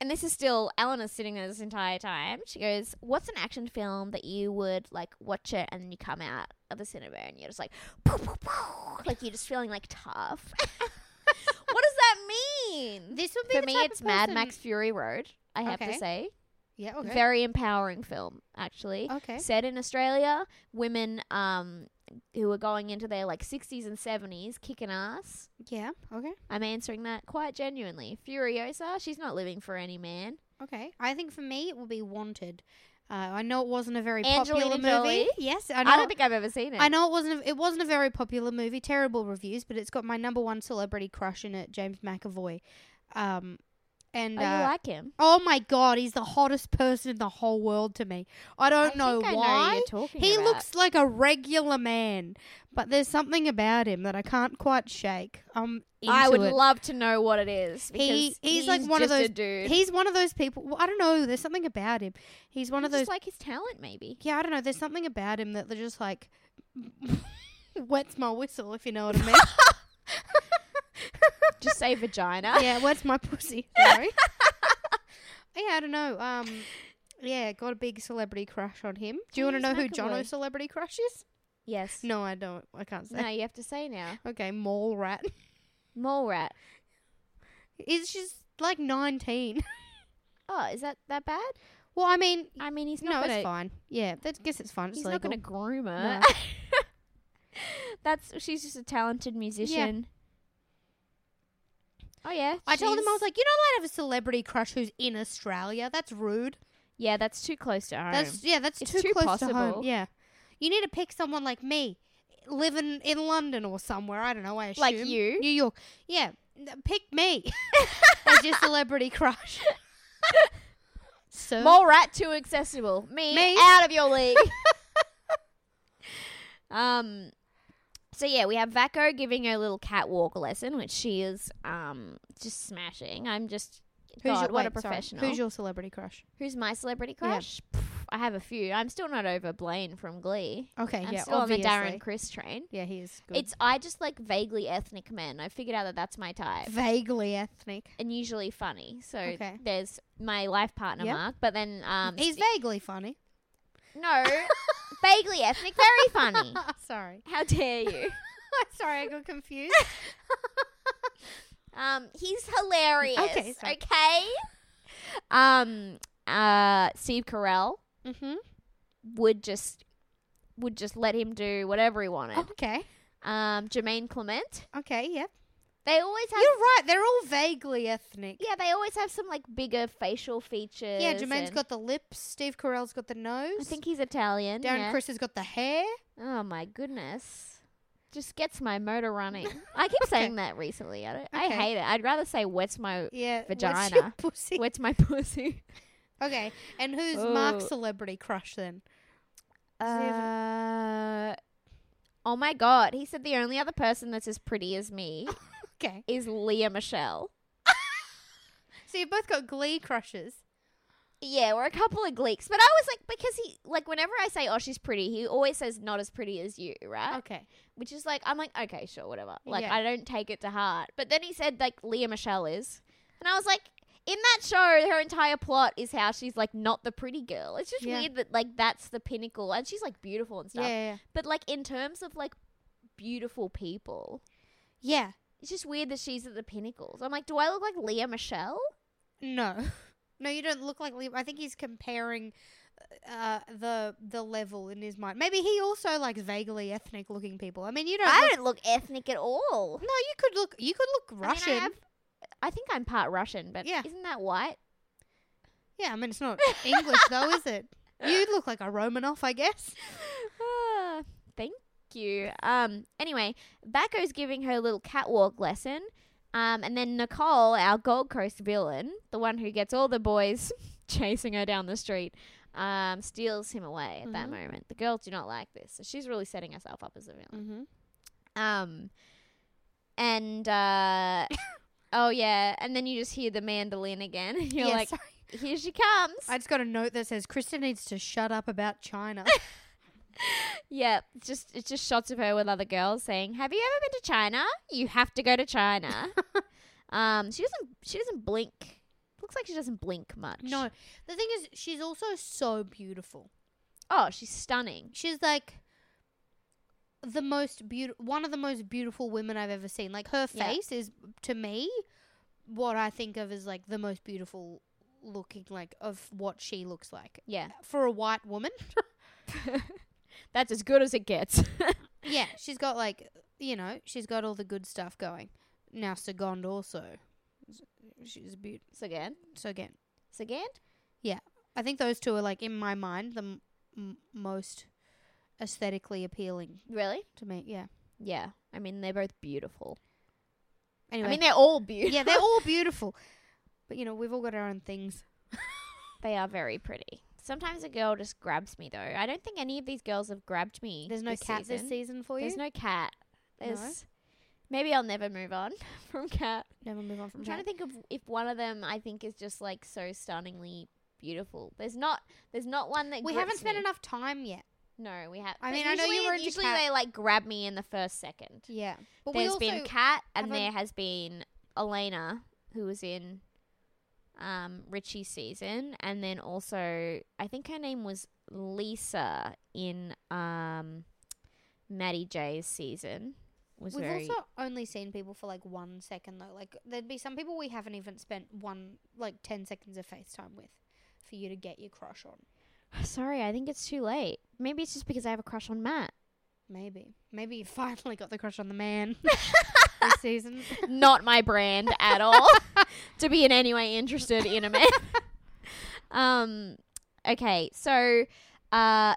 Speaker 1: and this is still Eleanor sitting there this entire time. She goes, What's an action film that you would like watch it and then you come out of the cinema and you're just like, "Poof, poof, poof," like you're just feeling like tough? what does that mean?
Speaker 2: This would be
Speaker 1: For
Speaker 2: the
Speaker 1: me,
Speaker 2: type
Speaker 1: it's
Speaker 2: of
Speaker 1: Mad
Speaker 2: person-
Speaker 1: Max Fury Road, I have to
Speaker 2: Okay.
Speaker 1: say.
Speaker 2: Yeah, okay.
Speaker 1: Very empowering film, actually
Speaker 2: okay.
Speaker 1: set in Australia, women um who are going into their like 60s and 70s kicking ass.
Speaker 2: Yeah, okay.
Speaker 1: I'm answering that quite genuinely. Furiosa, she's not living for any man.
Speaker 2: Okay. I think for me it will be Wanted. Uh, I know it wasn't a very
Speaker 1: Angelina
Speaker 2: popular movie.
Speaker 1: Jolie?
Speaker 2: Yes, I
Speaker 1: I,
Speaker 2: know.
Speaker 1: don't think I've ever seen it.
Speaker 2: I know it wasn't. A, it wasn't a very popular movie. Terrible reviews, but it's got my number one celebrity crush in it, James McAvoy. Um, and
Speaker 1: Oh,
Speaker 2: uh,
Speaker 1: you like him?
Speaker 2: oh my god, he's the hottest person in the whole world to me. I don't know
Speaker 1: think I
Speaker 2: why.
Speaker 1: who you're talking
Speaker 2: he
Speaker 1: about.
Speaker 2: looks like a regular man, but there's something about him that I can't quite shake. I'm into
Speaker 1: I would
Speaker 2: it.
Speaker 1: love to know what it is. Because
Speaker 2: He- he's like one of
Speaker 1: just a
Speaker 2: those-
Speaker 1: dude.
Speaker 2: He's one of those people. Well, I don't know. There's something about him. He's one of
Speaker 1: Just
Speaker 2: those.
Speaker 1: like his talent, maybe.
Speaker 2: yeah, I don't know. There's something about him that they're just like wets my whistle, if you know what I mean.
Speaker 1: just say vagina.
Speaker 2: yeah, wets my pussy. Sorry. yeah, I don't know. Um, yeah, got a big celebrity crush on him. Do you want to
Speaker 1: James
Speaker 2: know who
Speaker 1: McAvoy.
Speaker 2: Jono's celebrity crush is?
Speaker 1: Yes.
Speaker 2: No, I don't. I can't say.
Speaker 1: No, you have to say now.
Speaker 2: Okay, mall rat.
Speaker 1: Mole rat.
Speaker 2: Is she's like 19.
Speaker 1: Oh, is that that bad?
Speaker 2: well, I mean,
Speaker 1: I mean, he's not
Speaker 2: no,
Speaker 1: gonna,
Speaker 2: it's fine. Yeah, I guess it's fine. It's
Speaker 1: He's
Speaker 2: legal.
Speaker 1: not going to groom her.
Speaker 2: No.
Speaker 1: That's she's just a talented musician. Oh yeah,
Speaker 2: I told him I was
Speaker 1: she's-
Speaker 2: like, you're not allowed to have a celebrity crush who's in Australia. That's rude.
Speaker 1: yeah, that's too close to home.
Speaker 2: That's yeah, that's
Speaker 1: It's
Speaker 2: too,
Speaker 1: too
Speaker 2: close to home.
Speaker 1: possible.
Speaker 2: Yeah, you need to pick someone like me, living in London or somewhere. I don't know. I assume
Speaker 1: Like you?
Speaker 2: New York. Yeah, N- pick me as your celebrity crush. so
Speaker 1: Mole rat too accessible. Me,
Speaker 2: Me?
Speaker 1: out of your league. um, so yeah, we have Vaco giving her a little catwalk lesson, which she is um just smashing. I'm just God, what a
Speaker 2: wait, sorry,
Speaker 1: professional.
Speaker 2: who's your celebrity crush?
Speaker 1: Who's my celebrity
Speaker 2: Yeah.
Speaker 1: crush? Pff, I have a few. I'm still not over Blaine from Glee.
Speaker 2: Okay,
Speaker 1: I'm
Speaker 2: yeah,
Speaker 1: still
Speaker 2: obviously.
Speaker 1: on the Darren Chris train.
Speaker 2: Yeah, he is. Good.
Speaker 1: It's I just like vaguely ethnic men. I figured out that that's my type,
Speaker 2: vaguely ethnic.
Speaker 1: and usually funny. So
Speaker 2: Okay.
Speaker 1: there's my life partner
Speaker 2: Yeah.
Speaker 1: Mark, but then um,
Speaker 2: He's
Speaker 1: sti-
Speaker 2: vaguely funny.
Speaker 1: no vaguely ethnic, very funny.
Speaker 2: sorry,
Speaker 1: How dare you?
Speaker 2: sorry, I got confused.
Speaker 1: Um, he's hilarious.
Speaker 2: Okay,
Speaker 1: Okay.
Speaker 2: sorry.
Speaker 1: Um, uh, Steve Carell
Speaker 2: mm-hmm.
Speaker 1: would just would just let him do whatever he wanted.
Speaker 2: Okay,
Speaker 1: Um, Jermaine Clement.
Speaker 2: okay, yeah.
Speaker 1: They always have.
Speaker 2: You're right. They're all vaguely ethnic.
Speaker 1: Yeah, they always have some like bigger facial features.
Speaker 2: Yeah, Jermaine's
Speaker 1: and-
Speaker 2: got the lips. Steve Carell's got the nose.
Speaker 1: I think he's Italian.
Speaker 2: Darren
Speaker 1: yeah.
Speaker 2: Chris has got the hair.
Speaker 1: Oh my goodness. Just gets my motor running. I keep saying that recently. I, don't, I
Speaker 2: Okay.
Speaker 1: hate it. I'd rather say wets my
Speaker 2: Yeah, what's your
Speaker 1: Vagina.
Speaker 2: pussy.
Speaker 1: wets my pussy.
Speaker 2: Okay, and who's Mark's
Speaker 1: Oh.
Speaker 2: celebrity crush then?
Speaker 1: Uh, oh my god. He said the only other person that's as pretty as me
Speaker 2: Okay.
Speaker 1: is Leah Michelle.
Speaker 2: So you both got glee crushes.
Speaker 1: Yeah, we're a couple of gleeks. But I was like, because he, like, whenever I say, oh, she's pretty, he always says, not as pretty as you, right?
Speaker 2: Okay.
Speaker 1: Which is like, I'm like, okay, sure, whatever. Like,
Speaker 2: Yeah.
Speaker 1: I don't take it to heart. But then he said, like, Leah Michelle is. And I was like, in that show, her entire plot is how she's, like, not the pretty girl. It's just
Speaker 2: Yeah.
Speaker 1: weird that, like, that's the pinnacle. And she's, like, beautiful and
Speaker 2: Yeah,
Speaker 1: stuff.
Speaker 2: yeah. Yeah.
Speaker 1: But, like, in terms of, like, beautiful people,
Speaker 2: yeah.
Speaker 1: it's just weird that she's at the pinnacles. I'm like, do I look like Leah Michelle?
Speaker 2: No, no, you don't look like Liam. I think he's comparing uh, the the level in his mind. Maybe he also likes vaguely ethnic looking people. I mean, you don't.
Speaker 1: I
Speaker 2: look-
Speaker 1: don't look ethnic at
Speaker 2: no,
Speaker 1: all.
Speaker 2: you could look. You could look
Speaker 1: I mean,
Speaker 2: Russian.
Speaker 1: I, have, I think I'm part Russian, but
Speaker 2: Yeah.
Speaker 1: isn't that white?
Speaker 2: yeah, I mean it's not English though, is it? You look like a Romanoff, I guess.
Speaker 1: Ah, Thank you. Um. Anyway, Bacco's giving her a little catwalk lesson. Um. And then Nicole, our Gold Coast villain, the one who gets all the boys chasing her down the street, um, steals him away at that moment. The girls do not like this, so she's really setting herself up as a villain.
Speaker 2: Mm-hmm.
Speaker 1: Um, and uh, oh yeah, and then you just hear the mandolin again. And you're
Speaker 2: Yeah,
Speaker 1: like,
Speaker 2: sorry.
Speaker 1: here she comes.
Speaker 2: I just got a note that says Krista needs to shut up about China.
Speaker 1: yeah, it's just it's just shots of her with other girls saying, "Have you ever been to China? You have to go to China." um, she doesn't she doesn't blink. Looks like she doesn't blink much.
Speaker 2: no, the thing is, she's also so beautiful.
Speaker 1: Oh, she's stunning.
Speaker 2: she's like the most beautiful one of the most beautiful women i've ever seen like her
Speaker 1: Yeah.
Speaker 2: face is to me what i think of as like the most beautiful looking like of what she looks like
Speaker 1: Yeah,
Speaker 2: for a white woman
Speaker 1: that's as good as it gets.
Speaker 2: yeah she's got like you know she's got all the good stuff going now segond also she's a beaut
Speaker 1: Sagand,
Speaker 2: so again
Speaker 1: Sagand.
Speaker 2: i think those two are like in my mind the m- m- most aesthetically appealing
Speaker 1: Really?
Speaker 2: to me yeah
Speaker 1: Yeah. I mean, they're both beautiful.
Speaker 2: anyway
Speaker 1: I mean, they're all beautiful.
Speaker 2: yeah, they're all beautiful. But you know, we've all got our own things.
Speaker 1: They are very pretty. Sometimes a girl just grabs me though. I don't think any of these girls have grabbed me.
Speaker 2: There's no
Speaker 1: this
Speaker 2: cat this
Speaker 1: season.
Speaker 2: season for you.
Speaker 1: There's no cat.
Speaker 2: No?
Speaker 1: There's maybe I'll never move on from cat.
Speaker 2: Never move on from
Speaker 1: I'm trying to think of if one of them I think is just like so stunningly beautiful. There's not. There's not one that
Speaker 2: We
Speaker 1: grips
Speaker 2: haven't spent
Speaker 1: me.
Speaker 2: enough time yet.
Speaker 1: No, we have.
Speaker 2: I
Speaker 1: but
Speaker 2: mean, I know you
Speaker 1: usually-
Speaker 2: were into
Speaker 1: Usually
Speaker 2: cat.
Speaker 1: they like grab me in the first second.
Speaker 2: Yeah, but
Speaker 1: There's
Speaker 2: we also
Speaker 1: been cat, and
Speaker 2: haven't-
Speaker 1: there has been Elena, who was in um, Richie's season, and then also I think her name was Lisa in um, Maddie J's season. Was
Speaker 2: we've
Speaker 1: very
Speaker 2: also only seen people for like one second though. Like there'd be some people we haven't even spent one like ten seconds of FaceTime with for you to get your crush on.
Speaker 1: sorry. I think it's too late. Maybe it's just because I have a crush on Matt.
Speaker 2: Maybe, maybe you finally got the crush on the man this season.
Speaker 1: not my brand at all to be in any way interested in a man. um, okay, so uh,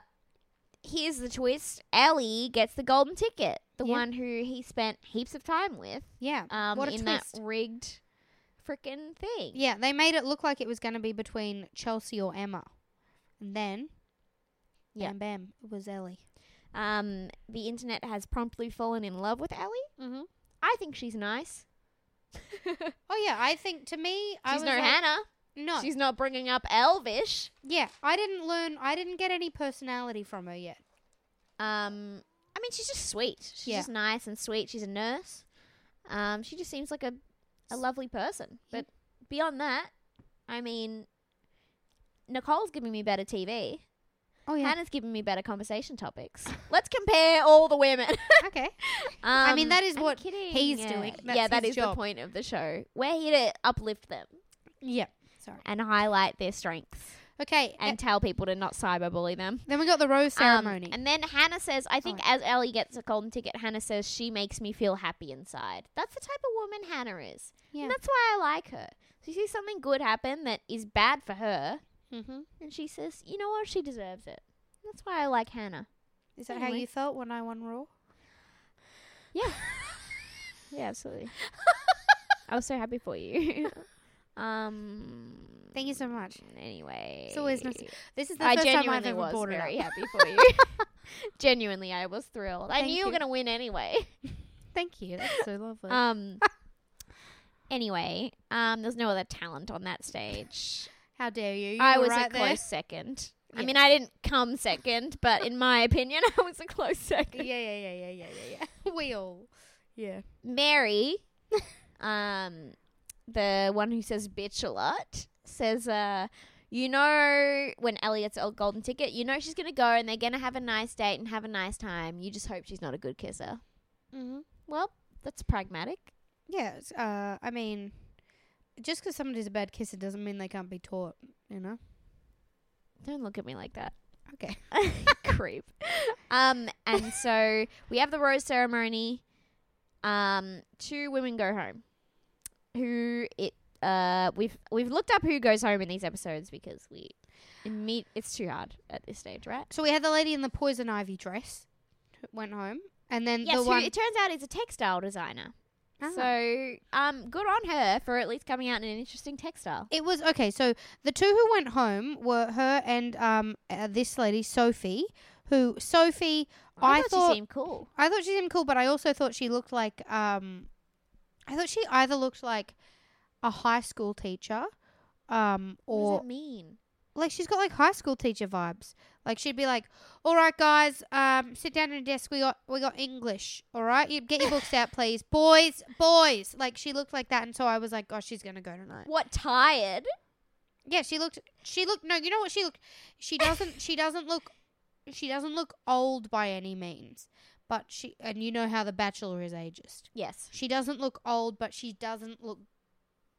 Speaker 1: here's the twist: Ellie gets the golden ticket, the
Speaker 2: Yeah.
Speaker 1: one who he spent heaps of time with,
Speaker 2: Yeah,
Speaker 1: um,
Speaker 2: what a
Speaker 1: in
Speaker 2: twist.
Speaker 1: that rigged freaking thing.
Speaker 2: Yeah, they made it look like it was going to be between Chelsea or Emma, and then,
Speaker 1: Yeah.
Speaker 2: bam, bam, it was Ellie.
Speaker 1: Um, the internet has promptly fallen in love with Ellie.
Speaker 2: Mm-hmm.
Speaker 1: I think she's nice. she's
Speaker 2: Oh yeah, I think to me, I was
Speaker 1: no
Speaker 2: like,
Speaker 1: Hannah.
Speaker 2: No,
Speaker 1: She's not bringing up Elvish.
Speaker 2: yeah, I didn't learn. I didn't get any personality from her yet.
Speaker 1: Um, I mean, she's just sweet. She's
Speaker 2: Yeah.
Speaker 1: just nice and sweet. She's a nurse. Um, she just seems like a a lovely person. But beyond that, I mean, Nicole's giving me better TV.
Speaker 2: Oh
Speaker 1: Hannah's giving me better conversation topics. Let's compare all the women.
Speaker 2: okay.
Speaker 1: um,
Speaker 2: I mean, that is
Speaker 1: I'm
Speaker 2: what
Speaker 1: kidding.
Speaker 2: he's
Speaker 1: Yeah.
Speaker 2: doing.
Speaker 1: yeah,
Speaker 2: That's
Speaker 1: that
Speaker 2: his
Speaker 1: is the
Speaker 2: job.
Speaker 1: point of the show. We're here to uplift them
Speaker 2: Yeah. Sorry.
Speaker 1: and highlight their strengths
Speaker 2: Okay.
Speaker 1: and tell people to not cyberbully them.
Speaker 2: then we got the rose
Speaker 1: Um,
Speaker 2: ceremony. Oh.
Speaker 1: and then Hannah says, I think as Ellie gets a golden ticket, Hannah says, she makes me feel happy inside. That's the type of woman Hannah is.
Speaker 2: Yeah.
Speaker 1: And that's why I like her. She sees something good happen that is bad for her,
Speaker 2: mm-hmm.
Speaker 1: and she says, you know what? She deserves it. That's why I like Hannah.
Speaker 2: Is that how
Speaker 1: anyway.
Speaker 2: you felt when I won Raw?
Speaker 1: Yeah. yeah, absolutely. I was so happy for you. Um.
Speaker 2: Thank you so much.
Speaker 1: Anyway,
Speaker 2: It's always nice. This is the
Speaker 1: I
Speaker 2: first time I've
Speaker 1: genuinely
Speaker 2: ever
Speaker 1: was
Speaker 2: brought it
Speaker 1: very
Speaker 2: up.
Speaker 1: happy for you. genuinely, I was thrilled. I
Speaker 2: Thank
Speaker 1: knew you were
Speaker 2: you.
Speaker 1: gonna win anyway.
Speaker 2: Thank you. That's so lovely.
Speaker 1: Um. anyway, um, there's no other talent on that stage.
Speaker 2: How dare you? You
Speaker 1: I
Speaker 2: were
Speaker 1: was
Speaker 2: right
Speaker 1: a
Speaker 2: there.
Speaker 1: close second. I mean, I didn't come second, but in my opinion, I was a close
Speaker 2: Yeah,
Speaker 1: second.
Speaker 2: yeah, yeah, yeah, yeah, yeah, yeah. We all. Yeah.
Speaker 1: Mary, um, the one who says bitch a lot, says, uh, you know, when Elliot's old golden ticket, you know she's going to go and they're going to have a nice date and have a nice time. You just hope she's not a good kisser.
Speaker 2: Mm-hmm.
Speaker 1: Well, that's pragmatic.
Speaker 2: Yeah. it's, Uh, I mean, just 'cause somebody's a bad kisser doesn't mean they can't be taught. You know.
Speaker 1: Don't look at me like that.
Speaker 2: Okay.
Speaker 1: Creep. Um, and so we have the rose ceremony. Um, two women go home. Who it uh we've we've looked up who goes home in these episodes because we meet it's too hard at this stage, right?
Speaker 2: So we had the lady in the poison ivy dress who went home, and then
Speaker 1: Yes,
Speaker 2: the
Speaker 1: who,
Speaker 2: one.
Speaker 1: it turns out is a textile designer.
Speaker 2: Ah.
Speaker 1: So, um, good on her for at least coming out in an interesting textile.
Speaker 2: It was okay. So the two who went home were her and um uh, this lady Sophie, who Sophie I,
Speaker 1: Oh, thought,
Speaker 2: thought
Speaker 1: she seemed cool.
Speaker 2: I thought she seemed cool, but I also thought she looked like um I thought she either looked like a high school teacher um
Speaker 1: what does
Speaker 2: or
Speaker 1: that mean?
Speaker 2: like she's got like high school teacher vibes. Like she'd be like, "All right, guys, um, sit down at a desk. We got we got English. All right, you get your books out, please, boys, boys." Like she looked like that, and so I was like, "Oh, she's gonna go tonight."
Speaker 1: What tired?
Speaker 2: Yeah, she looked. She looked. No, you know what she looked. She doesn't. she doesn't look. She doesn't look old by any means. But she and you know how the Bachelor is ageist.
Speaker 1: Yes.
Speaker 2: She doesn't look old, but she doesn't look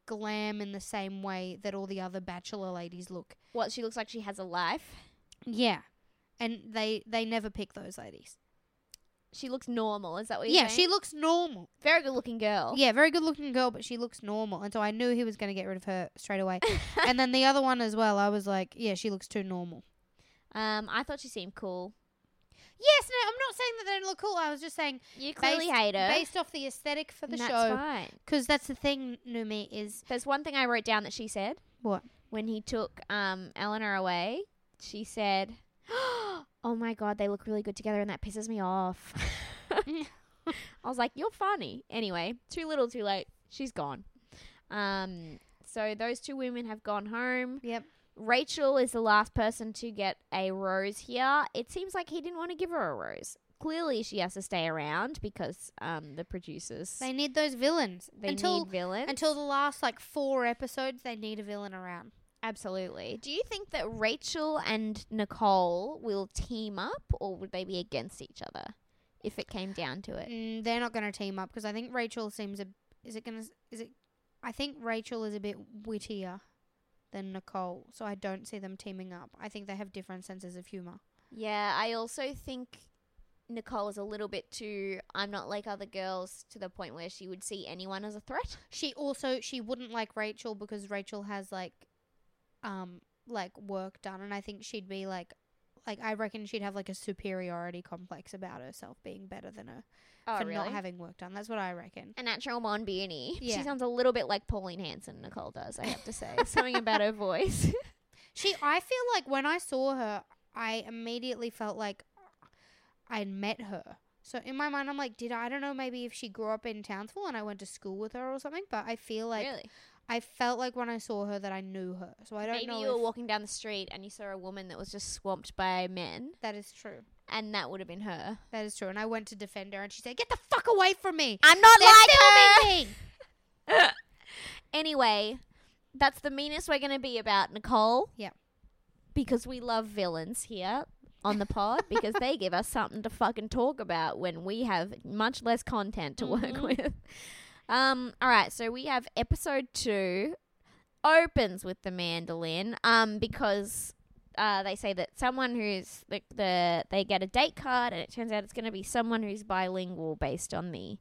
Speaker 2: glam in the same way that all the other Bachelor ladies look.
Speaker 1: What she looks like she has a life.
Speaker 2: Yeah, and they they never pick those ladies.
Speaker 1: She looks normal. Is that what you're
Speaker 2: yeah, she
Speaker 1: saying?
Speaker 2: looks normal.
Speaker 1: very good looking girl.
Speaker 2: Yeah, very good looking girl, but she looks normal, and so I knew he was going to get rid of her straight away. and then the other one as well. I was like, yeah, she looks too normal.
Speaker 1: Um, I thought she seemed cool.
Speaker 2: Yes, no, I'm not saying that they don't look cool. I was just saying
Speaker 1: You clearly
Speaker 2: based,
Speaker 1: hate her.
Speaker 2: based off the aesthetic for the
Speaker 1: and
Speaker 2: show.
Speaker 1: that's
Speaker 2: 'Cause show.
Speaker 1: fine.
Speaker 2: Because that's the thing, Numi, is
Speaker 1: There's one thing I wrote down that she said
Speaker 2: what?
Speaker 1: when he took um Eleanor away. She said, "Oh my god, they look really good together, and that pisses me off." I was like, "You're funny." Anyway, too little, too late. She's gone. Um, so those two women have gone home.
Speaker 2: Yep.
Speaker 1: Rachel is the last person to get a rose here. It seems like he didn't want to give her a rose. Clearly, she has to stay around because um, the producers
Speaker 2: They need those villains.
Speaker 1: they
Speaker 2: until,
Speaker 1: need villains.
Speaker 2: Until the last, like, four episodes, they need a villain around.
Speaker 1: absolutely. Do you think that Rachel and Nicole will team up, or would they be against each other if it came down to it?
Speaker 2: Mm, they're not going to team up because I think Rachel seems a. Is it going to. Is it. I think Rachel is a bit wittier than Nicole, so I don't see them teaming up. I think they have different senses of humor.
Speaker 1: Yeah, I also think Nicole is a little bit too. I'm not like other girls to the point where she would see anyone as a threat.
Speaker 2: She also she wouldn't like Rachel because Rachel has like um like work done and I think she'd be like like I reckon she'd have like a superiority complex about herself being better than her
Speaker 1: Oh,
Speaker 2: for not having work done. That's what I reckon.
Speaker 1: a natural born beauty. She
Speaker 2: Yeah.
Speaker 1: sounds a little bit like Pauline Hanson Nicole does, I have to say. Something about her voice.
Speaker 2: She I feel like when I saw her I immediately felt like I'd met her. So in my mind I'm like did I, I don't know maybe if she grew up in Townsville and I went to school with her or something but I feel like
Speaker 1: really?
Speaker 2: I felt like when I saw her that I knew her. So I don't
Speaker 1: Maybe
Speaker 2: know
Speaker 1: you were
Speaker 2: if
Speaker 1: walking down the street and you saw a woman that was just swamped by men,
Speaker 2: that is true.
Speaker 1: and that would have been her.
Speaker 2: That is true. And I went to defend her, and she said, "Get the fuck away from me!
Speaker 1: I'm not
Speaker 2: They're
Speaker 1: like her!
Speaker 2: filming me!"
Speaker 1: Anyway, that's the meanest we're going to be about Nicole.
Speaker 2: Yep.
Speaker 1: Because we love villains here on the pod because they give us something to fucking talk about when we have much less content to work with. Um all right, so we have episode 2 opens with the mandolin um because uh, they say that someone who's like the they get a date card and it turns out it's going to be someone who's bilingual based on the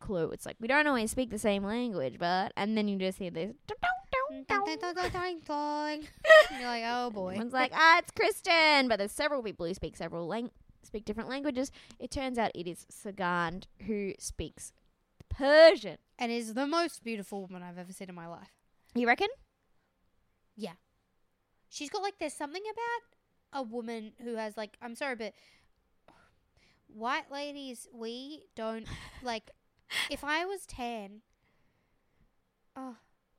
Speaker 1: clue. It's like we don't always speak the same language, but and then you just hear this.
Speaker 2: Ding, ding, ding, ding, ding. And You're like, oh boy.
Speaker 1: Everyone's like, ah, it's Kristen, but there's several people who speak several lang- speak different languages. It turns out it is Sagand who speaks Persian.
Speaker 2: And is the most beautiful woman I've ever seen in my life.
Speaker 1: You reckon?
Speaker 2: She's got like there's something about a woman who has like I'm sorry, but white ladies we don't like. if I was tan, oh,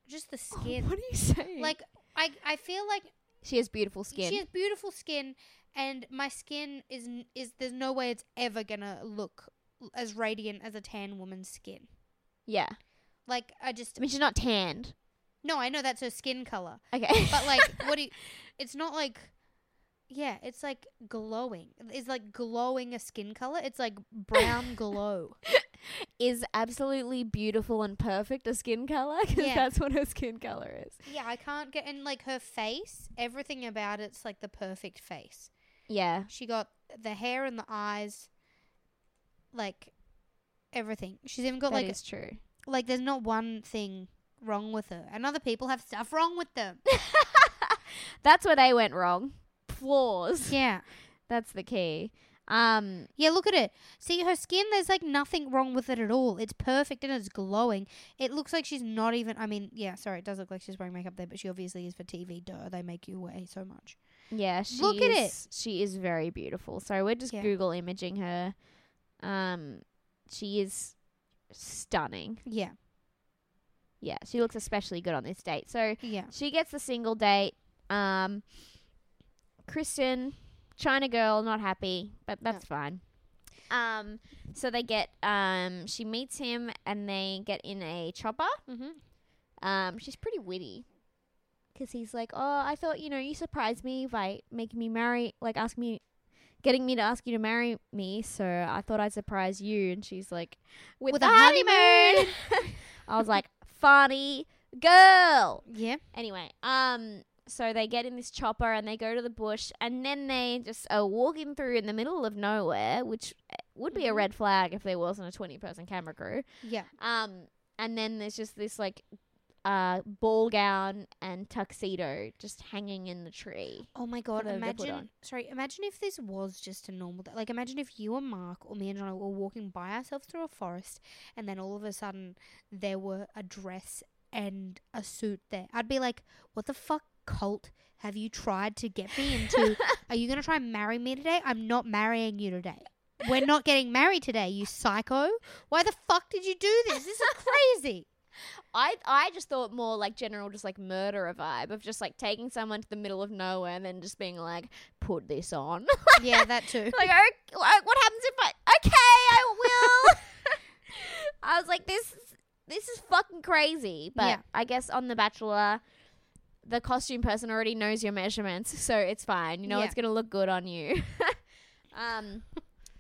Speaker 2: just the skin.
Speaker 1: are you saying? Like
Speaker 2: like I I feel like
Speaker 1: she has beautiful skin.
Speaker 2: she has beautiful skin, and my skin is n- is there's no way it's ever gonna look as radiant as a tan woman's skin.
Speaker 1: yeah.
Speaker 2: Like I just
Speaker 1: I mean, she's not tanned.
Speaker 2: no, I know that's her skin color.
Speaker 1: Okay.
Speaker 2: But like, what do you? It's not like, yeah, it's like glowing. It's like glowing a skin color. It's like brown glow.
Speaker 1: is absolutely beautiful and perfect a skin color? Because
Speaker 2: Yeah.
Speaker 1: that's what her skin color is.
Speaker 2: yeah, I can't get and like her face. Everything about it's like the perfect face.
Speaker 1: Yeah.
Speaker 2: She got the hair and the eyes, like everything. She's even got
Speaker 1: That
Speaker 2: like
Speaker 1: is true.
Speaker 2: like there's not one thing wrong with her. And other people have stuff wrong with them.
Speaker 1: That's where they went wrong. Flaws.
Speaker 2: yeah.
Speaker 1: That's the key. Um,
Speaker 2: Yeah, look at it. See her skin, there's like nothing wrong with it at all. It's perfect and it's glowing. It looks like she's not even I mean, yeah, sorry, it does look like she's wearing makeup there, but she obviously is for TV. Duh, they make you weigh so much.
Speaker 1: yeah, she
Speaker 2: Look at it.
Speaker 1: is- She is very beautiful. So we're just
Speaker 2: Yeah.
Speaker 1: Google imaging her. Um, she is stunning.
Speaker 2: Yeah.
Speaker 1: Yeah, she looks especially good on this date. So
Speaker 2: Yeah.
Speaker 1: she gets the single date. Um, Kristen, China girl, not happy, but that's fine. Um, so they get um, she meets him and they get in a chopper.
Speaker 2: Mhm.
Speaker 1: Um, she's pretty witty. Cause he's like, oh, I thought you know you surprised me by making me marry, like asking me, getting me to ask you to marry me. So I thought I'd surprise you, and she's like, with,
Speaker 2: With
Speaker 1: the
Speaker 2: a
Speaker 1: honeymoon. I was like, funny girl.
Speaker 2: Yeah.
Speaker 1: Anyway, um, so they get in this chopper and they go to the bush, and then they just are walking through in the middle of nowhere, which uh, would be a
Speaker 2: Mhm.
Speaker 1: red flag if there wasn't a twenty-person camera crew.
Speaker 2: Yeah.
Speaker 1: Um, and then there's just this like, uh, ball gown and tuxedo just hanging in the tree.
Speaker 2: Oh my god,
Speaker 1: them to put
Speaker 2: imagine
Speaker 1: on.
Speaker 2: sorry, imagine if this was just a normal day. Like imagine if you and Mark or me and John were walking by ourselves through a forest and then all of a sudden there were a dress and a suit there. I'd be like, What the fuck cult have you tried to get me into? Are you gonna try and marry me today? I'm not marrying you today. We're not getting married today, you psycho. Why the fuck did you do this? This is crazy.
Speaker 1: I I just thought more like general, just like murderer vibe of just like taking someone to the middle of nowhere and then just being like, put this on.
Speaker 2: yeah, that too.
Speaker 1: like, "Ok- like, what happens if I? Okay, I will. I was like, this, is- this is fucking crazy. But
Speaker 2: Yeah.
Speaker 1: I guess on The Bachelor, the costume person already knows your measurements, so it's fine. You know,
Speaker 2: Yeah.
Speaker 1: it's gonna look good on you. um,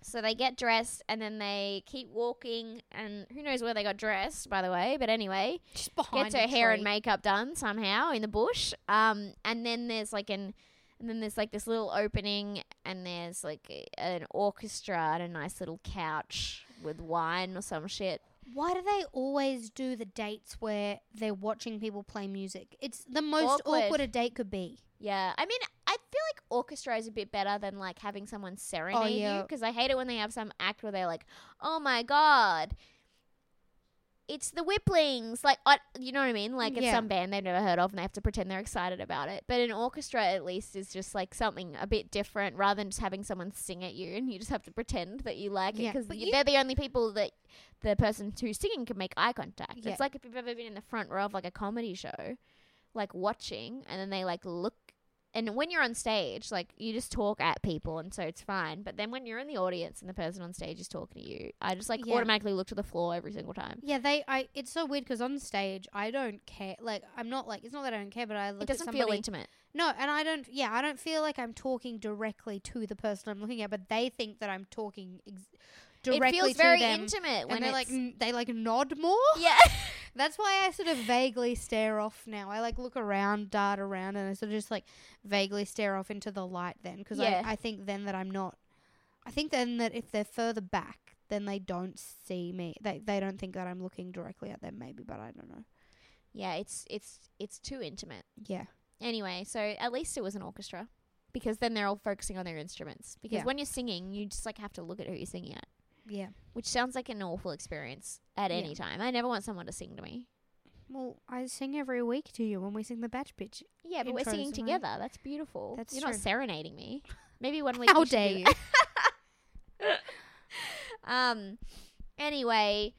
Speaker 1: so they get dressed and then they keep walking, and who knows where they got dressed, by the way. But anyway,
Speaker 2: Just behind
Speaker 1: gets her
Speaker 2: a
Speaker 1: hair and
Speaker 2: tree.
Speaker 1: makeup done somehow in the bush. Um, and then there's like an, and then there's like this little opening, and there's like a, an orchestra and a nice little couch with wine or some shit.
Speaker 2: Why do they always do the dates where they're watching people play music? It's the most
Speaker 1: Awkward.
Speaker 2: awkward, a date could be.
Speaker 1: Yeah, I mean, I feel like orchestra is a bit better than like having someone serenade you 'cause
Speaker 2: Oh, yeah.
Speaker 1: you because I hate it when they have some act where they're like, "Oh my god." It's the Whipplings, like I, you know what I mean. Like it's
Speaker 2: Yeah.
Speaker 1: some band they've never heard of, and they have to pretend they're excited about it. But an orchestra, at least, is just like something a bit different, rather than just having someone sing at you, and you just have to pretend that you like
Speaker 2: Yeah.
Speaker 1: it because
Speaker 2: But you-
Speaker 1: they're the only people that the person who's singing can make eye contact.
Speaker 2: Yeah.
Speaker 1: It's like if you've ever been in the front row of like a comedy show, like watching, and then they like look. And when you're on stage, like you just talk at people, and so it's fine. But then when you're in the audience and the person on stage is talking to you, I just like
Speaker 2: Yeah.
Speaker 1: automatically look to the floor every single time.
Speaker 2: Yeah, they. I. It's so weird because on stage I don't care. Like I'm not like it's not that I don't care, but I look
Speaker 1: it doesn't
Speaker 2: at
Speaker 1: feel
Speaker 2: somebody.
Speaker 1: intimate.
Speaker 2: no, and I don't. Yeah, I don't feel like I'm talking directly to the person I'm looking at, but they think that I'm talking ex- directly
Speaker 1: It feels
Speaker 2: to
Speaker 1: very
Speaker 2: them.
Speaker 1: intimate when
Speaker 2: and they like
Speaker 1: it's
Speaker 2: n- they like nod more.
Speaker 1: yeah.
Speaker 2: That's why I sort of vaguely stare off now. I like look around, dart around, and I sort of just like vaguely stare off into the light then because
Speaker 1: Yeah.
Speaker 2: I, I think then that I'm not. I think then that if they're further back, then they don't see me. They they don't think that I'm looking directly at them, maybe, but I don't know.
Speaker 1: yeah, it's it's it's too intimate.
Speaker 2: Yeah.
Speaker 1: Anyway, so at least it was an orchestra because then they're all focusing on their instruments. Because
Speaker 2: Yeah.
Speaker 1: when you're singing, you just like have to look at who you're singing at,
Speaker 2: Yeah.
Speaker 1: which sounds like an awful experience at
Speaker 2: Yeah.
Speaker 1: any time. I never want someone to sing to me.
Speaker 2: Well, I sing every week to you when we sing the batch bitch.
Speaker 1: Yeah, but we're
Speaker 2: Intros,
Speaker 1: singing
Speaker 2: right?
Speaker 1: together. That's beautiful.
Speaker 2: That's
Speaker 1: You're not
Speaker 2: true.
Speaker 1: serenading me. Maybe one week.
Speaker 2: How
Speaker 1: we should do
Speaker 2: dare you?
Speaker 1: that. um. Anyway,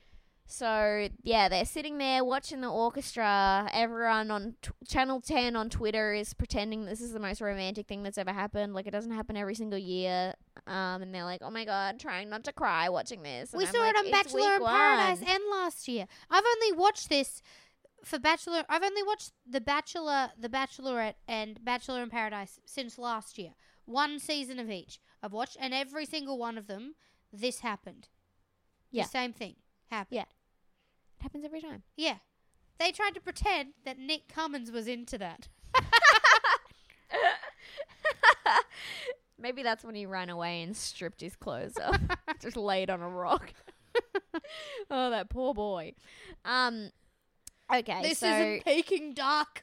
Speaker 1: so yeah, they're sitting there watching the orchestra. Everyone on t- Channel Ten on Twitter is pretending this is the most romantic thing that's ever happened. Like it doesn't happen every single year. Um, and they're like, oh my god, trying not to cry watching this. And
Speaker 2: we
Speaker 1: I'm
Speaker 2: saw
Speaker 1: like,
Speaker 2: it on
Speaker 1: "It's
Speaker 2: Bachelor
Speaker 1: week
Speaker 2: in Paradise
Speaker 1: one."
Speaker 2: and last year. I've only watched this for Bachelor. I've only watched The Bachelor, The Bachelorette, and Bachelor in Paradise since last year. One season of each I've watched, and every single one of them, this happened.
Speaker 1: Yeah.
Speaker 2: The same thing happened.
Speaker 1: Yeah. It happens every time.
Speaker 2: Yeah. They tried to pretend that Nick Cummins was into that.
Speaker 1: Maybe that's when he ran away and stripped his clothes off, just laid on a rock. oh, that poor boy. Um, okay,
Speaker 2: this
Speaker 1: so
Speaker 2: isn't Peking Duck.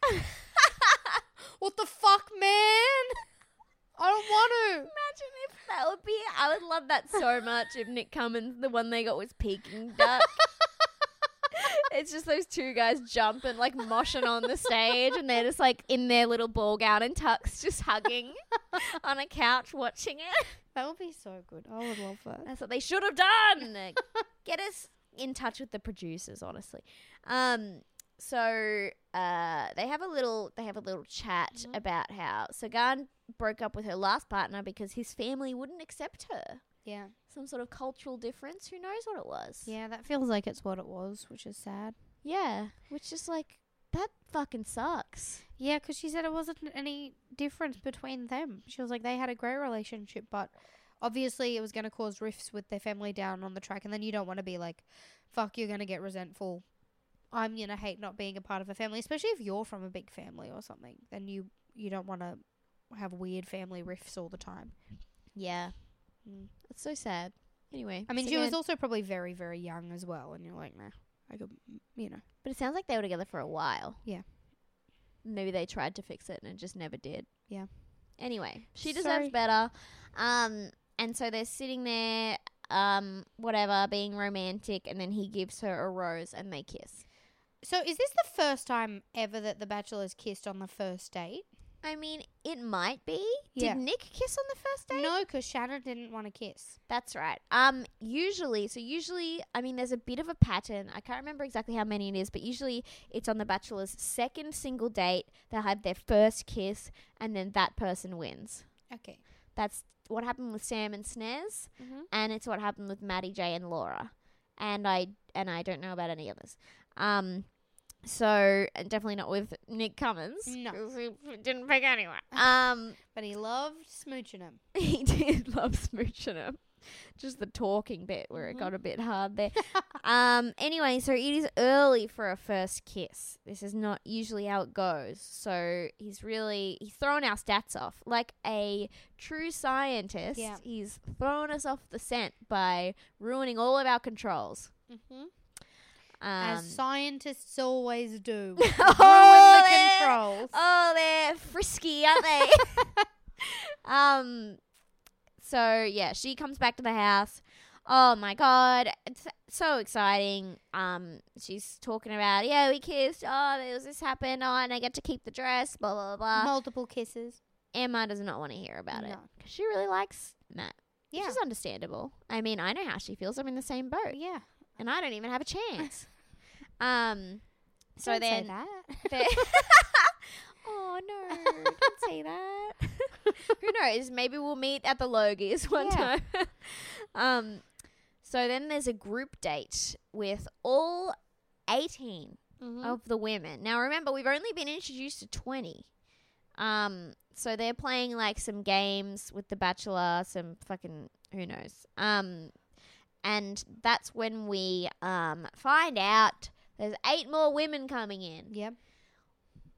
Speaker 2: what the fuck, man? I don't want to.
Speaker 1: imagine if that would be. I would love that so much. If Nick Cummins, the one they got was Peking Duck. it's just those two guys jumping, like moshing on the stage, and they're just like in their little ball gown and tux, just hugging on a couch, watching it.
Speaker 2: That would be so good. I would love that.
Speaker 1: That's what they should have done. Get us in touch with the producers, honestly. Um, so uh, they have a little they have a little chat about how Sagan broke up with her last partner because his family wouldn't accept her.
Speaker 2: Yeah.
Speaker 1: Some sort of cultural difference. Who knows what it was?
Speaker 2: Yeah, that feels like it's what it was, which is sad.
Speaker 1: Yeah. Which is like that fucking sucks.
Speaker 2: Yeah, 'cause she said it wasn't any difference between them. She was like, they had a great relationship, but obviously it was going to cause rifts with their family down on the track. And then you don't want to be like, fuck, you're going to get resentful. I'm going to hate not being a part of a family, especially if you're from a big family or something. Then you, you don't want to have weird family rifts all the time.
Speaker 1: Yeah.
Speaker 2: Mm.
Speaker 1: That's so sad. Anyway,
Speaker 2: I mean, she
Speaker 1: Sagan-
Speaker 2: was also probably very, very young as well. And you're like, nah, I could, you know.
Speaker 1: But it sounds like they were together for a while.
Speaker 2: Yeah.
Speaker 1: Maybe they tried to fix it and it just never did.
Speaker 2: Yeah.
Speaker 1: Anyway, she deserves
Speaker 2: Sorry.
Speaker 1: better. Um, and so they're sitting there, um, whatever, being romantic, and then he gives her a rose and they kiss.
Speaker 2: So is this the first time ever that the bachelor's kissed on the first date?
Speaker 1: I mean, it might be.
Speaker 2: Yeah.
Speaker 1: Did Nick kiss on the first date?
Speaker 2: No, because Shannon didn't want to kiss.
Speaker 1: That's right. Um, usually, so usually, I mean, there's a bit of a pattern. I can't remember exactly how many it is, but usually it's on The Bachelor's second single date. They'll have their first kiss, and then that person wins.
Speaker 2: Okay.
Speaker 1: That's what happened with Sam and Snares,
Speaker 2: Mhm.
Speaker 1: and it's what happened with Maddie J and Laura, and I and I don't know about any others. Um, so and definitely not with Nick Cummins.
Speaker 2: No.
Speaker 1: 'cause he didn't pick anyone. Um,
Speaker 2: But he loved smooching him.
Speaker 1: he did love smooching him. Just the talking bit where
Speaker 2: Mm-hmm.
Speaker 1: it got a bit hard there. um. Anyway, so it is early for a first kiss. This is not usually how it goes. So he's really he's thrown our stats off like a true scientist.
Speaker 2: Yeah.
Speaker 1: He's thrown us off the scent by ruining all of our controls.
Speaker 2: Mm-hmm.
Speaker 1: Um,
Speaker 2: As scientists always do.
Speaker 1: Oh,
Speaker 2: Ruin the
Speaker 1: there-
Speaker 2: controls.
Speaker 1: Oh, they're frisky, aren't they? um, so yeah, she comes back to the house. Oh my god, it's so exciting. Um, she's talking about yeah, we kissed. Oh, there was this happened. Oh, and I get to keep the dress. Blah blah blah.
Speaker 2: Multiple kisses.
Speaker 1: Emma does not want to hear about it
Speaker 2: No.
Speaker 1: because she really likes Matt.
Speaker 2: Yeah.
Speaker 1: Which is understandable. I mean, I know how she feels. I'm in the same boat,
Speaker 2: yeah.
Speaker 1: and I don't even have a chance. um, so
Speaker 2: Don't
Speaker 1: then
Speaker 2: say that.
Speaker 1: fair. oh no! Don't say that. Who knows? Maybe we'll meet at the Logies one
Speaker 2: Yeah.
Speaker 1: time. um, so then there's a group date with all 18
Speaker 2: Mhm.
Speaker 1: of the women. Now remember, we've only been introduced to twenty. Um, so they're playing like some games with the Bachelor, some fucking who knows. Um, and that's when we um find out there's eight more women coming in.
Speaker 2: Yep.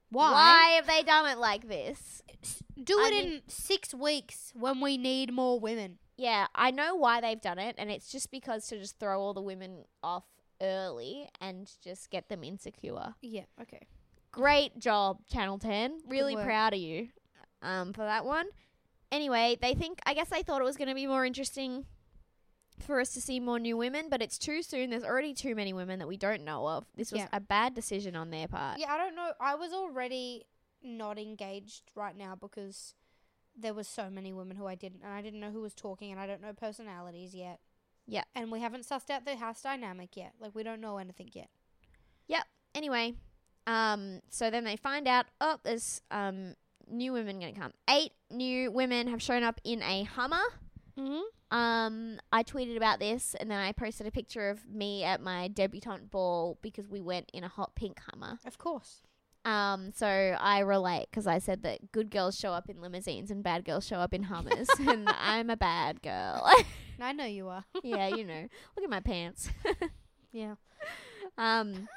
Speaker 1: Why?
Speaker 2: Why?
Speaker 1: have they done it like this?
Speaker 2: Do
Speaker 1: I
Speaker 2: it
Speaker 1: mean-
Speaker 2: in six weeks when we need more women.
Speaker 1: Yeah, I know why they've done it, and it's just because to just throw all the women off early and just get them insecure.
Speaker 2: Yeah. Okay.
Speaker 1: Great job, Channel 10. Really
Speaker 2: work.
Speaker 1: proud of you um, for that one. Anyway, they think, I guess they thought it was going to be more interesting for us to see more new women, but it's too soon. There's already too many women that we don't know of. This was
Speaker 2: Yeah.
Speaker 1: a bad decision on their part.
Speaker 2: Yeah, I don't know. I was already not engaged right now because there was so many women who I didn't, and I didn't know who was talking, and I don't know personalities yet.
Speaker 1: Yeah.
Speaker 2: and we haven't sussed out the house dynamic yet. Like we don't know anything yet.
Speaker 1: Anyway, um, so then they find out, oh, there's um new women gonna come. Eight new women have shown up in a Hummer.
Speaker 2: Mm-hmm.
Speaker 1: Um, I tweeted about this, and then I posted a picture of me at my debutante ball because we went in a hot pink Hummer.
Speaker 2: Of course.
Speaker 1: Um, so I relate because I said that good girls show up in limousines and bad girls show up in Hummers, and I'm a bad girl.
Speaker 2: I know you are.
Speaker 1: yeah, you know, look at my pants.
Speaker 2: yeah.
Speaker 1: Um,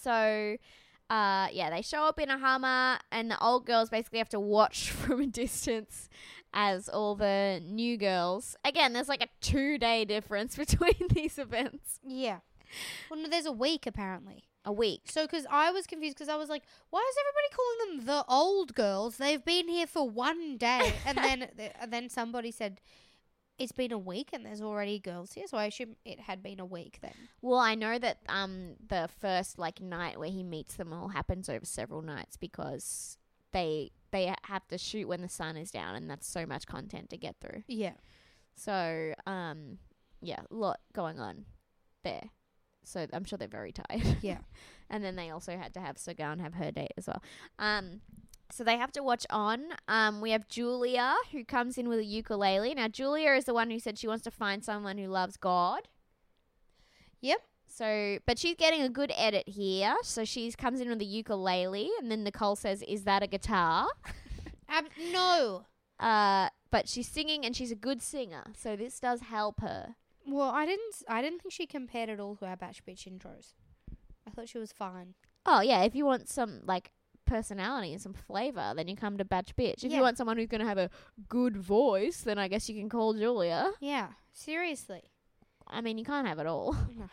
Speaker 1: so, uh, yeah, they show up in a Hummer, and the old girls basically have to watch from a distance as all the new girls. Again, there's like a two day difference between these events.
Speaker 2: Yeah. Well, no, there's a week apparently.
Speaker 1: A week.
Speaker 2: So, because I was confused, because I was like, why is everybody calling them the old girls? They've been here for one day, and then th- and then somebody said it's been a week, and there's already girls here. So I assume it had been a week then.
Speaker 1: Well, I know that um the first like night where he meets them all happens over several nights because they they have to shoot when the sun is down, and that's so much content to get through.
Speaker 2: Yeah.
Speaker 1: So, um, yeah, a lot going on there. So I'm sure they're very tired.
Speaker 2: Yeah.
Speaker 1: and then they also had to have Sogan have her date as well. Um, so they have to watch on. Um, we have Julia who comes in with a ukulele. Now Julia is the one who said she wants to find someone who loves God.
Speaker 2: Yep.
Speaker 1: So, but she's getting a good edit here. So she comes in with a ukulele, and then Nicole says, "Is that a guitar?"
Speaker 2: Ab- no.
Speaker 1: Uh, but she's singing, and she's a good singer. So this does help her.
Speaker 2: Well, I didn't. s- I didn't think she compared it all to our batch bitch intros. I thought she was fine.
Speaker 1: Oh yeah, if you want some like personality and some flavor, then you come to Batch Bitch. If
Speaker 2: Yeah.
Speaker 1: you want someone who's gonna have a good voice, then I guess you can call Julia.
Speaker 2: Yeah. Seriously.
Speaker 1: I mean, you can't have it all.
Speaker 2: No.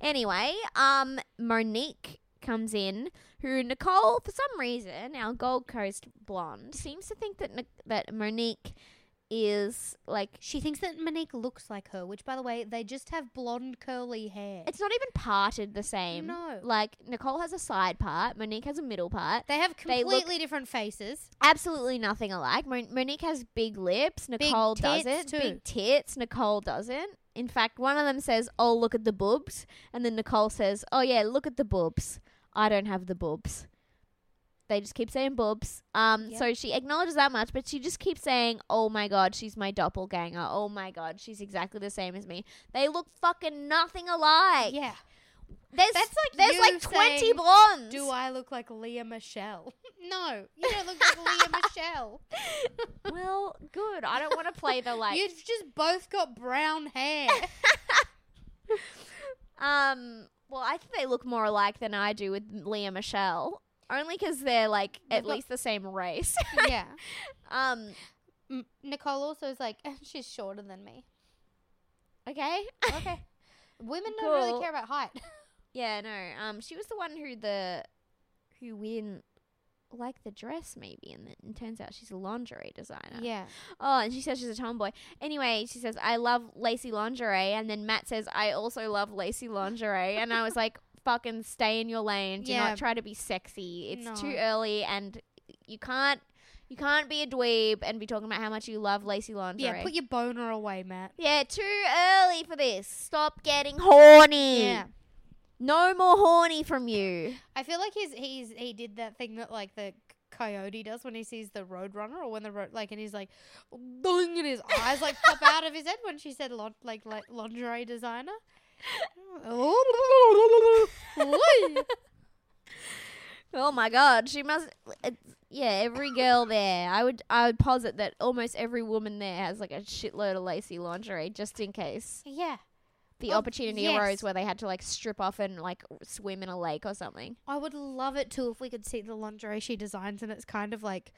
Speaker 1: Anyway, um, Monique comes in, who Nicole for some reason, our Gold Coast blonde, seems to think that Nic- that Monique is like
Speaker 2: She thinks that Monique looks like her, which, by the way, they just have blonde curly hair.
Speaker 1: it's not even parted the same.
Speaker 2: No.
Speaker 1: Like Nicole has a side part, Monique has a middle part.
Speaker 2: they have
Speaker 1: they look-
Speaker 2: completely different faces.
Speaker 1: absolutely nothing alike. Mon- Monique has big lips. Nicole
Speaker 2: tits,
Speaker 1: doesn't.
Speaker 2: too.
Speaker 1: Big tits. Nicole doesn't. In fact, one of them says, "Oh, look at the boobs," and then Nicole says, "Oh yeah, look at the boobs." I don't have the boobs. They just keep saying boobs. Um,
Speaker 2: Yep.
Speaker 1: so she acknowledges that much, but she just keeps saying, "Oh my god, she's my doppelganger. Oh my god, she's exactly the same as me." They look fucking nothing alike.
Speaker 2: yeah.
Speaker 1: There's
Speaker 2: That's like
Speaker 1: there's
Speaker 2: you
Speaker 1: like twenty
Speaker 2: saying,
Speaker 1: blondes.
Speaker 2: Do I look like Leah Michelle? no, you don't look like Leah Michelle.
Speaker 1: well, good. I don't want to play the like
Speaker 2: You've just both got brown hair.
Speaker 1: Um, well, I think they look more alike than I do with Leah Michelle, only 'cause they're like at
Speaker 2: They've got-
Speaker 1: least the same race.
Speaker 2: yeah.
Speaker 1: um,
Speaker 2: M- Nicole also is like, she's shorter than me.
Speaker 1: okay,
Speaker 2: Okay. Women don't really
Speaker 1: Cool.
Speaker 2: care about height.
Speaker 1: yeah, no. Um, she was the one who the who win like the dress maybe, and then it turns out she's a lingerie designer.
Speaker 2: Yeah.
Speaker 1: Oh, and she says she's a tomboy. Anyway, she says I love lacy lingerie, and then Matt says I also love lacy lingerie, and I was like, fucking stay in your lane. Do
Speaker 2: Yeah.
Speaker 1: not try to be sexy. It's too
Speaker 2: No.
Speaker 1: early, and you can't you can't be a dweeb and be talking about how much you love lacy lingerie.
Speaker 2: Yeah, put your boner away, Matt.
Speaker 1: Yeah, too early for this. Stop getting horny.
Speaker 2: Yeah.
Speaker 1: No more horny from you.
Speaker 2: I feel like he's he's he did that thing that like the coyote does when he sees the roadrunner or when the road like and he's like dong and his eyes like pop out of his head when she said lon- like like lingerie designer.
Speaker 1: Oh my god, she must. It's, yeah, every girl there. I would. I would posit that almost every woman there has like a shitload of lacy lingerie, just in case
Speaker 2: yeah.
Speaker 1: the
Speaker 2: Oh,
Speaker 1: opportunity
Speaker 2: yes.
Speaker 1: arose where they had to like strip off and like swim in a lake or something.
Speaker 2: I would love it too if we could see the lingerie she designs and it's kind of like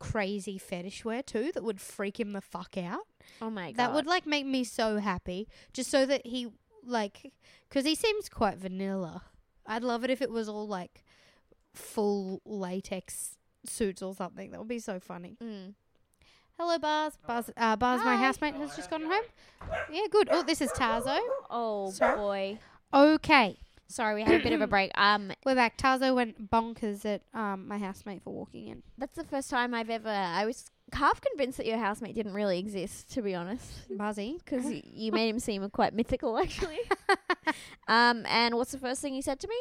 Speaker 2: crazy fetish wear too that would freak him the fuck out.
Speaker 1: Oh my god,
Speaker 2: That would like make me so happy just so that he like cuz he seems quite vanilla. I'd love it if it was all like full latex suits or something. That would be so funny.
Speaker 1: Mm.
Speaker 2: Hello, Bars. Bars, uh, Bars my
Speaker 1: Hi.
Speaker 2: housemate, has just gotten home. Yeah, good. Oh, this is Tarzo.
Speaker 1: Oh
Speaker 2: Sorry?
Speaker 1: boy.
Speaker 2: Okay.
Speaker 1: Sorry, we had a bit of a break. Um,
Speaker 2: We're back. Tarzo went bonkers at um, my housemate for walking in.
Speaker 1: that's the first time I've ever. I was half convinced that your housemate didn't really exist, to be honest,
Speaker 2: Buzzy.
Speaker 1: because y- you made him seem quite mythical, actually. um, and what's the first thing he said to me?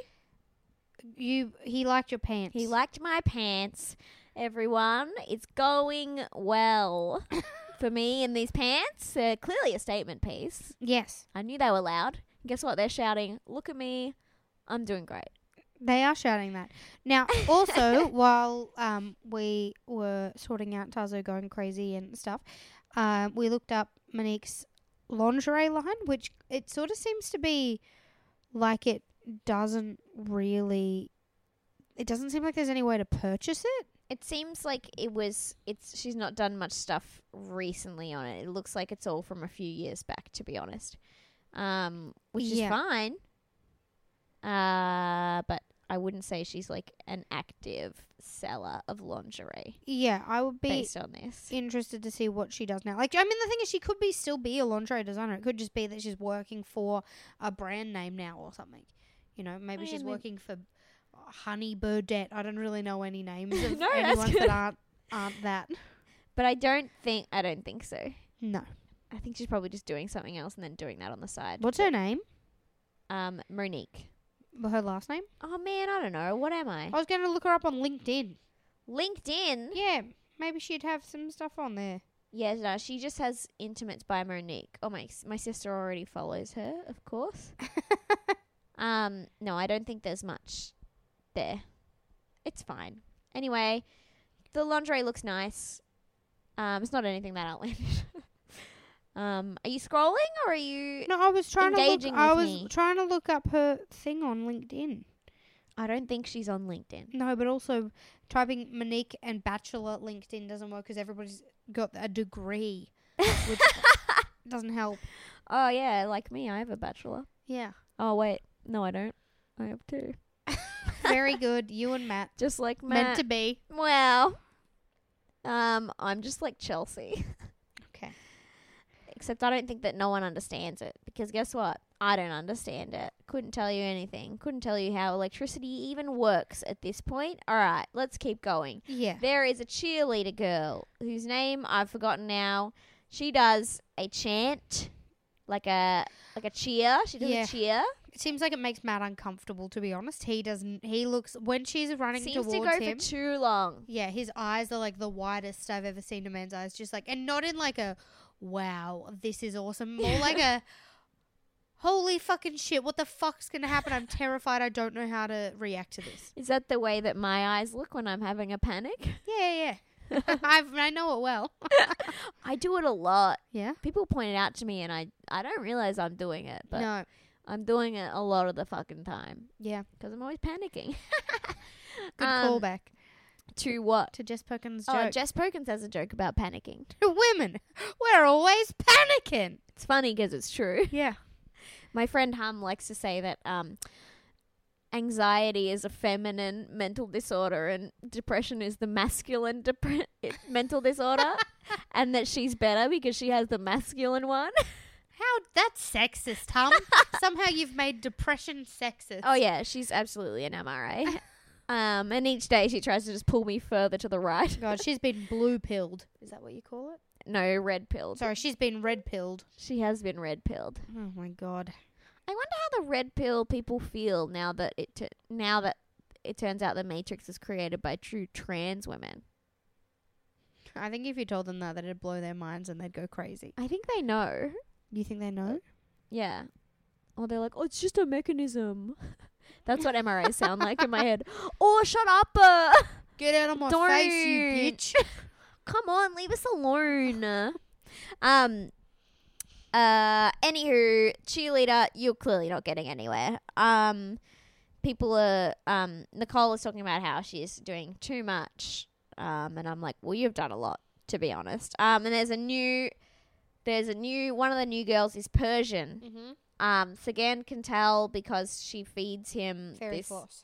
Speaker 2: You he liked your pants.
Speaker 1: He liked my pants. Everyone, it's going well for me in these pants. They're clearly a statement piece.
Speaker 2: Yes.
Speaker 1: I knew they were loud. Guess what? They're shouting, "Look at me! I'm doing great."
Speaker 2: They are shouting that. Now, also, while um, we were sorting out Tazo going crazy and stuff, um, we looked up Monique's lingerie line, which it sort of seems to be like it doesn't really. It doesn't seem like there's any way to purchase it.
Speaker 1: It seems like it was. It's she's not done much stuff recently on it. It looks like it's all from a few years back, to be honest. Um, which
Speaker 2: Yeah.
Speaker 1: is fine. Uh, but I wouldn't say she's like an active seller of lingerie
Speaker 2: Yeah, I would be
Speaker 1: based on this.
Speaker 2: interested to see what she does now. Like, I mean, the thing is, she could be still be a lingerie designer. It could just be that she's working for a brand name now or something. You know, maybe
Speaker 1: I
Speaker 2: she's
Speaker 1: mean-
Speaker 2: working for Honey Burdette. I don't really know any names of
Speaker 1: No,
Speaker 2: any
Speaker 1: that's
Speaker 2: ones
Speaker 1: good.
Speaker 2: that aren't aren't that.
Speaker 1: But I don't think I don't think so.
Speaker 2: No,
Speaker 1: I think she's probably just doing something else and then doing that on the side.
Speaker 2: what's her name?
Speaker 1: Um, Monique.
Speaker 2: Her last name?
Speaker 1: Oh man, I don't know. What am I?
Speaker 2: I was going to look her up on LinkedIn.
Speaker 1: LinkedIn.
Speaker 2: Yeah, maybe she'd have some stuff on there.
Speaker 1: Yeah, no, she just has intimates by Monique. Oh my, s- my sister already follows her, of course. um, no, I don't think there's much there. It's fine. Anyway, the lingerie looks nice. Um, it's not anything that outlandish. um, are you scrolling or are you?
Speaker 2: No, I was trying
Speaker 1: Engaging
Speaker 2: to look. I
Speaker 1: with
Speaker 2: was
Speaker 1: me.
Speaker 2: trying to look up her thing on LinkedIn.
Speaker 1: I don't think she's on LinkedIn.
Speaker 2: No, but also typing Monique and Bachelor LinkedIn doesn't work because everybody's got a degree, which doesn't help.
Speaker 1: Oh yeah, like me, I have a bachelor.
Speaker 2: Yeah.
Speaker 1: Oh wait, no, I don't. I have two.
Speaker 2: Very good. You and Matt.
Speaker 1: Just like Matt.
Speaker 2: Meant to be.
Speaker 1: Well, um, I'm just like Chelsea.
Speaker 2: Okay.
Speaker 1: Except I don't think that no one understands it because guess what? I don't understand it. Couldn't tell you anything. Couldn't tell you how electricity even works at this point. All right, let's keep going.
Speaker 2: Yeah.
Speaker 1: There is a cheerleader girl whose name I've forgotten now. She does a chant, like a like a cheer. She does
Speaker 2: Yeah.
Speaker 1: a cheer.
Speaker 2: It seems like it makes Matt uncomfortable, to be honest. He doesn't. He looks. When she's running
Speaker 1: Seems
Speaker 2: towards
Speaker 1: to go
Speaker 2: him.
Speaker 1: for too long.
Speaker 2: yeah, his eyes are like the widest I've ever seen a man's eyes. Just like. And not in like a, wow, this is awesome. More like a. Holy fucking shit, what the fuck's gonna happen? I'm terrified. I don't know how to react to this.
Speaker 1: Is that the way that my eyes look when I'm having a panic?
Speaker 2: Yeah, yeah. yeah. I've, I know it well.
Speaker 1: I do it a lot.
Speaker 2: yeah.
Speaker 1: People point it out to me, and I I don't realize I'm doing it, but
Speaker 2: no.
Speaker 1: I'm doing it a lot of the fucking time
Speaker 2: Yeah.
Speaker 1: because I'm always panicking.
Speaker 2: Good
Speaker 1: Um,
Speaker 2: callback
Speaker 1: To what?
Speaker 2: to Jess Perkins' joke.
Speaker 1: Oh, Jess Perkins has a joke about panicking.
Speaker 2: Women, we're always panicking.
Speaker 1: It's funny because it's true.
Speaker 2: Yeah.
Speaker 1: My friend Hum likes to say that um, anxiety is a feminine mental disorder and depression is the masculine depre- mental disorder, and that she's better because she has the masculine one.
Speaker 2: How that's sexist, Tom. Somehow you've made depression sexist.
Speaker 1: Oh yeah, she's absolutely an MRA. um, and each day she tries to just pull me further to the right.
Speaker 2: God, she's been blue pilled. Is that what you call it?
Speaker 1: No, red pilled.
Speaker 2: Sorry, she's been red pilled.
Speaker 1: She has been red pilled.
Speaker 2: Oh my god.
Speaker 1: I wonder how the red pill people feel now that it tu- now that it turns out the Matrix is created by true trans women.
Speaker 2: I think if you told them that, that'd blow their minds and they'd go crazy.
Speaker 1: I think they know.
Speaker 2: You think they know?
Speaker 1: Yeah. Or they're like, oh, it's just a mechanism. That's what MRAs sound like in my head. Oh, shut up. Uh.
Speaker 2: Get out of my face, you
Speaker 1: Don't.
Speaker 2: bitch.
Speaker 1: Come on, leave us alone. um. Uh. Anywho, cheerleader, you're clearly not getting anywhere. Um. People are. Um. Nicole is talking about how she's doing too much. Um. And I'm like, well, you've done a lot, to be honest. Um. And there's a new. There's a new one of the new girls is Persian.
Speaker 2: Mm-hmm.
Speaker 1: Um, Sagan can tell because she feeds him
Speaker 2: Fairy
Speaker 1: this
Speaker 2: floss.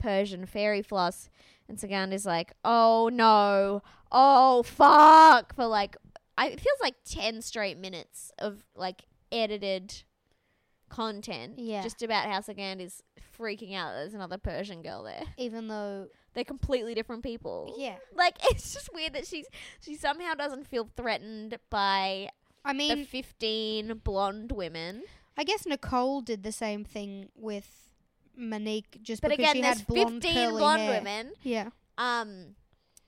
Speaker 1: Persian fairy floss. And Sagand is like, oh no, oh fuck, for like, I, it feels like 10 straight minutes of like edited content.
Speaker 2: Yeah.
Speaker 1: Just about how Sagand is freaking out that there's another Persian girl there.
Speaker 2: Even though,
Speaker 1: They're completely different people.
Speaker 2: yeah,
Speaker 1: Like it's just weird that she's she somehow doesn't feel threatened by
Speaker 2: I
Speaker 1: the
Speaker 2: mean,
Speaker 1: 15 blonde women.
Speaker 2: I guess Nicole did the same thing with Monique, just
Speaker 1: But
Speaker 2: because
Speaker 1: again,
Speaker 2: she
Speaker 1: there's
Speaker 2: had blonde
Speaker 1: 15
Speaker 2: curly
Speaker 1: blonde
Speaker 2: hair.
Speaker 1: women.
Speaker 2: Yeah,
Speaker 1: Um,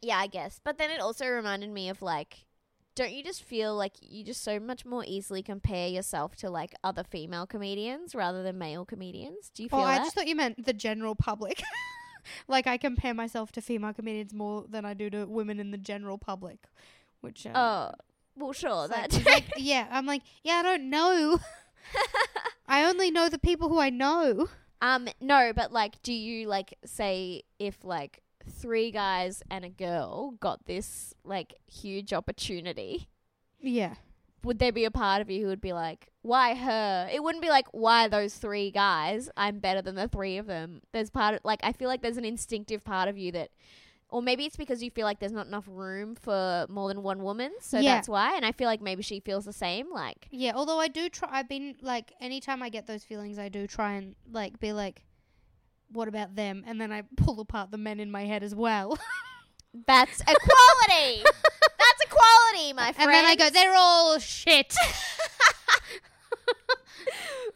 Speaker 1: yeah, I guess. But then it also reminded me of like, don't you just feel like you just so much more easily compare yourself to like other female comedians rather than male comedians? Do you feel
Speaker 2: oh, I
Speaker 1: that?
Speaker 2: just thought you meant the general public. like I compare myself to female comedians more than I do to women in the general public, which uh,
Speaker 1: oh, well, sure.
Speaker 2: it's like-
Speaker 1: That
Speaker 2: it's like, yeah, I'm like yeah, I don't know. I only know the people who I know.
Speaker 1: Um, no, but like, do you like say if like three guys and a girl got this like huge opportunity,
Speaker 2: Yeah,
Speaker 1: would there be a part of you who would be like, why her? It wouldn't be like, why those three guys? I'm better than the three of them. There's part of like, I feel like there's an instinctive part of you that. Or maybe it's because you feel like there's not enough room for more than one woman, so
Speaker 2: Yeah.
Speaker 1: that's why. And I feel like maybe she feels the same. Like,
Speaker 2: yeah. Although I do try, I've been like, anytime I get those feelings, I do try and like be like, what about them? And then I pull apart the men in my head as well.
Speaker 1: that's equality. that's equality, my friend.
Speaker 2: And then I go, they're all shit.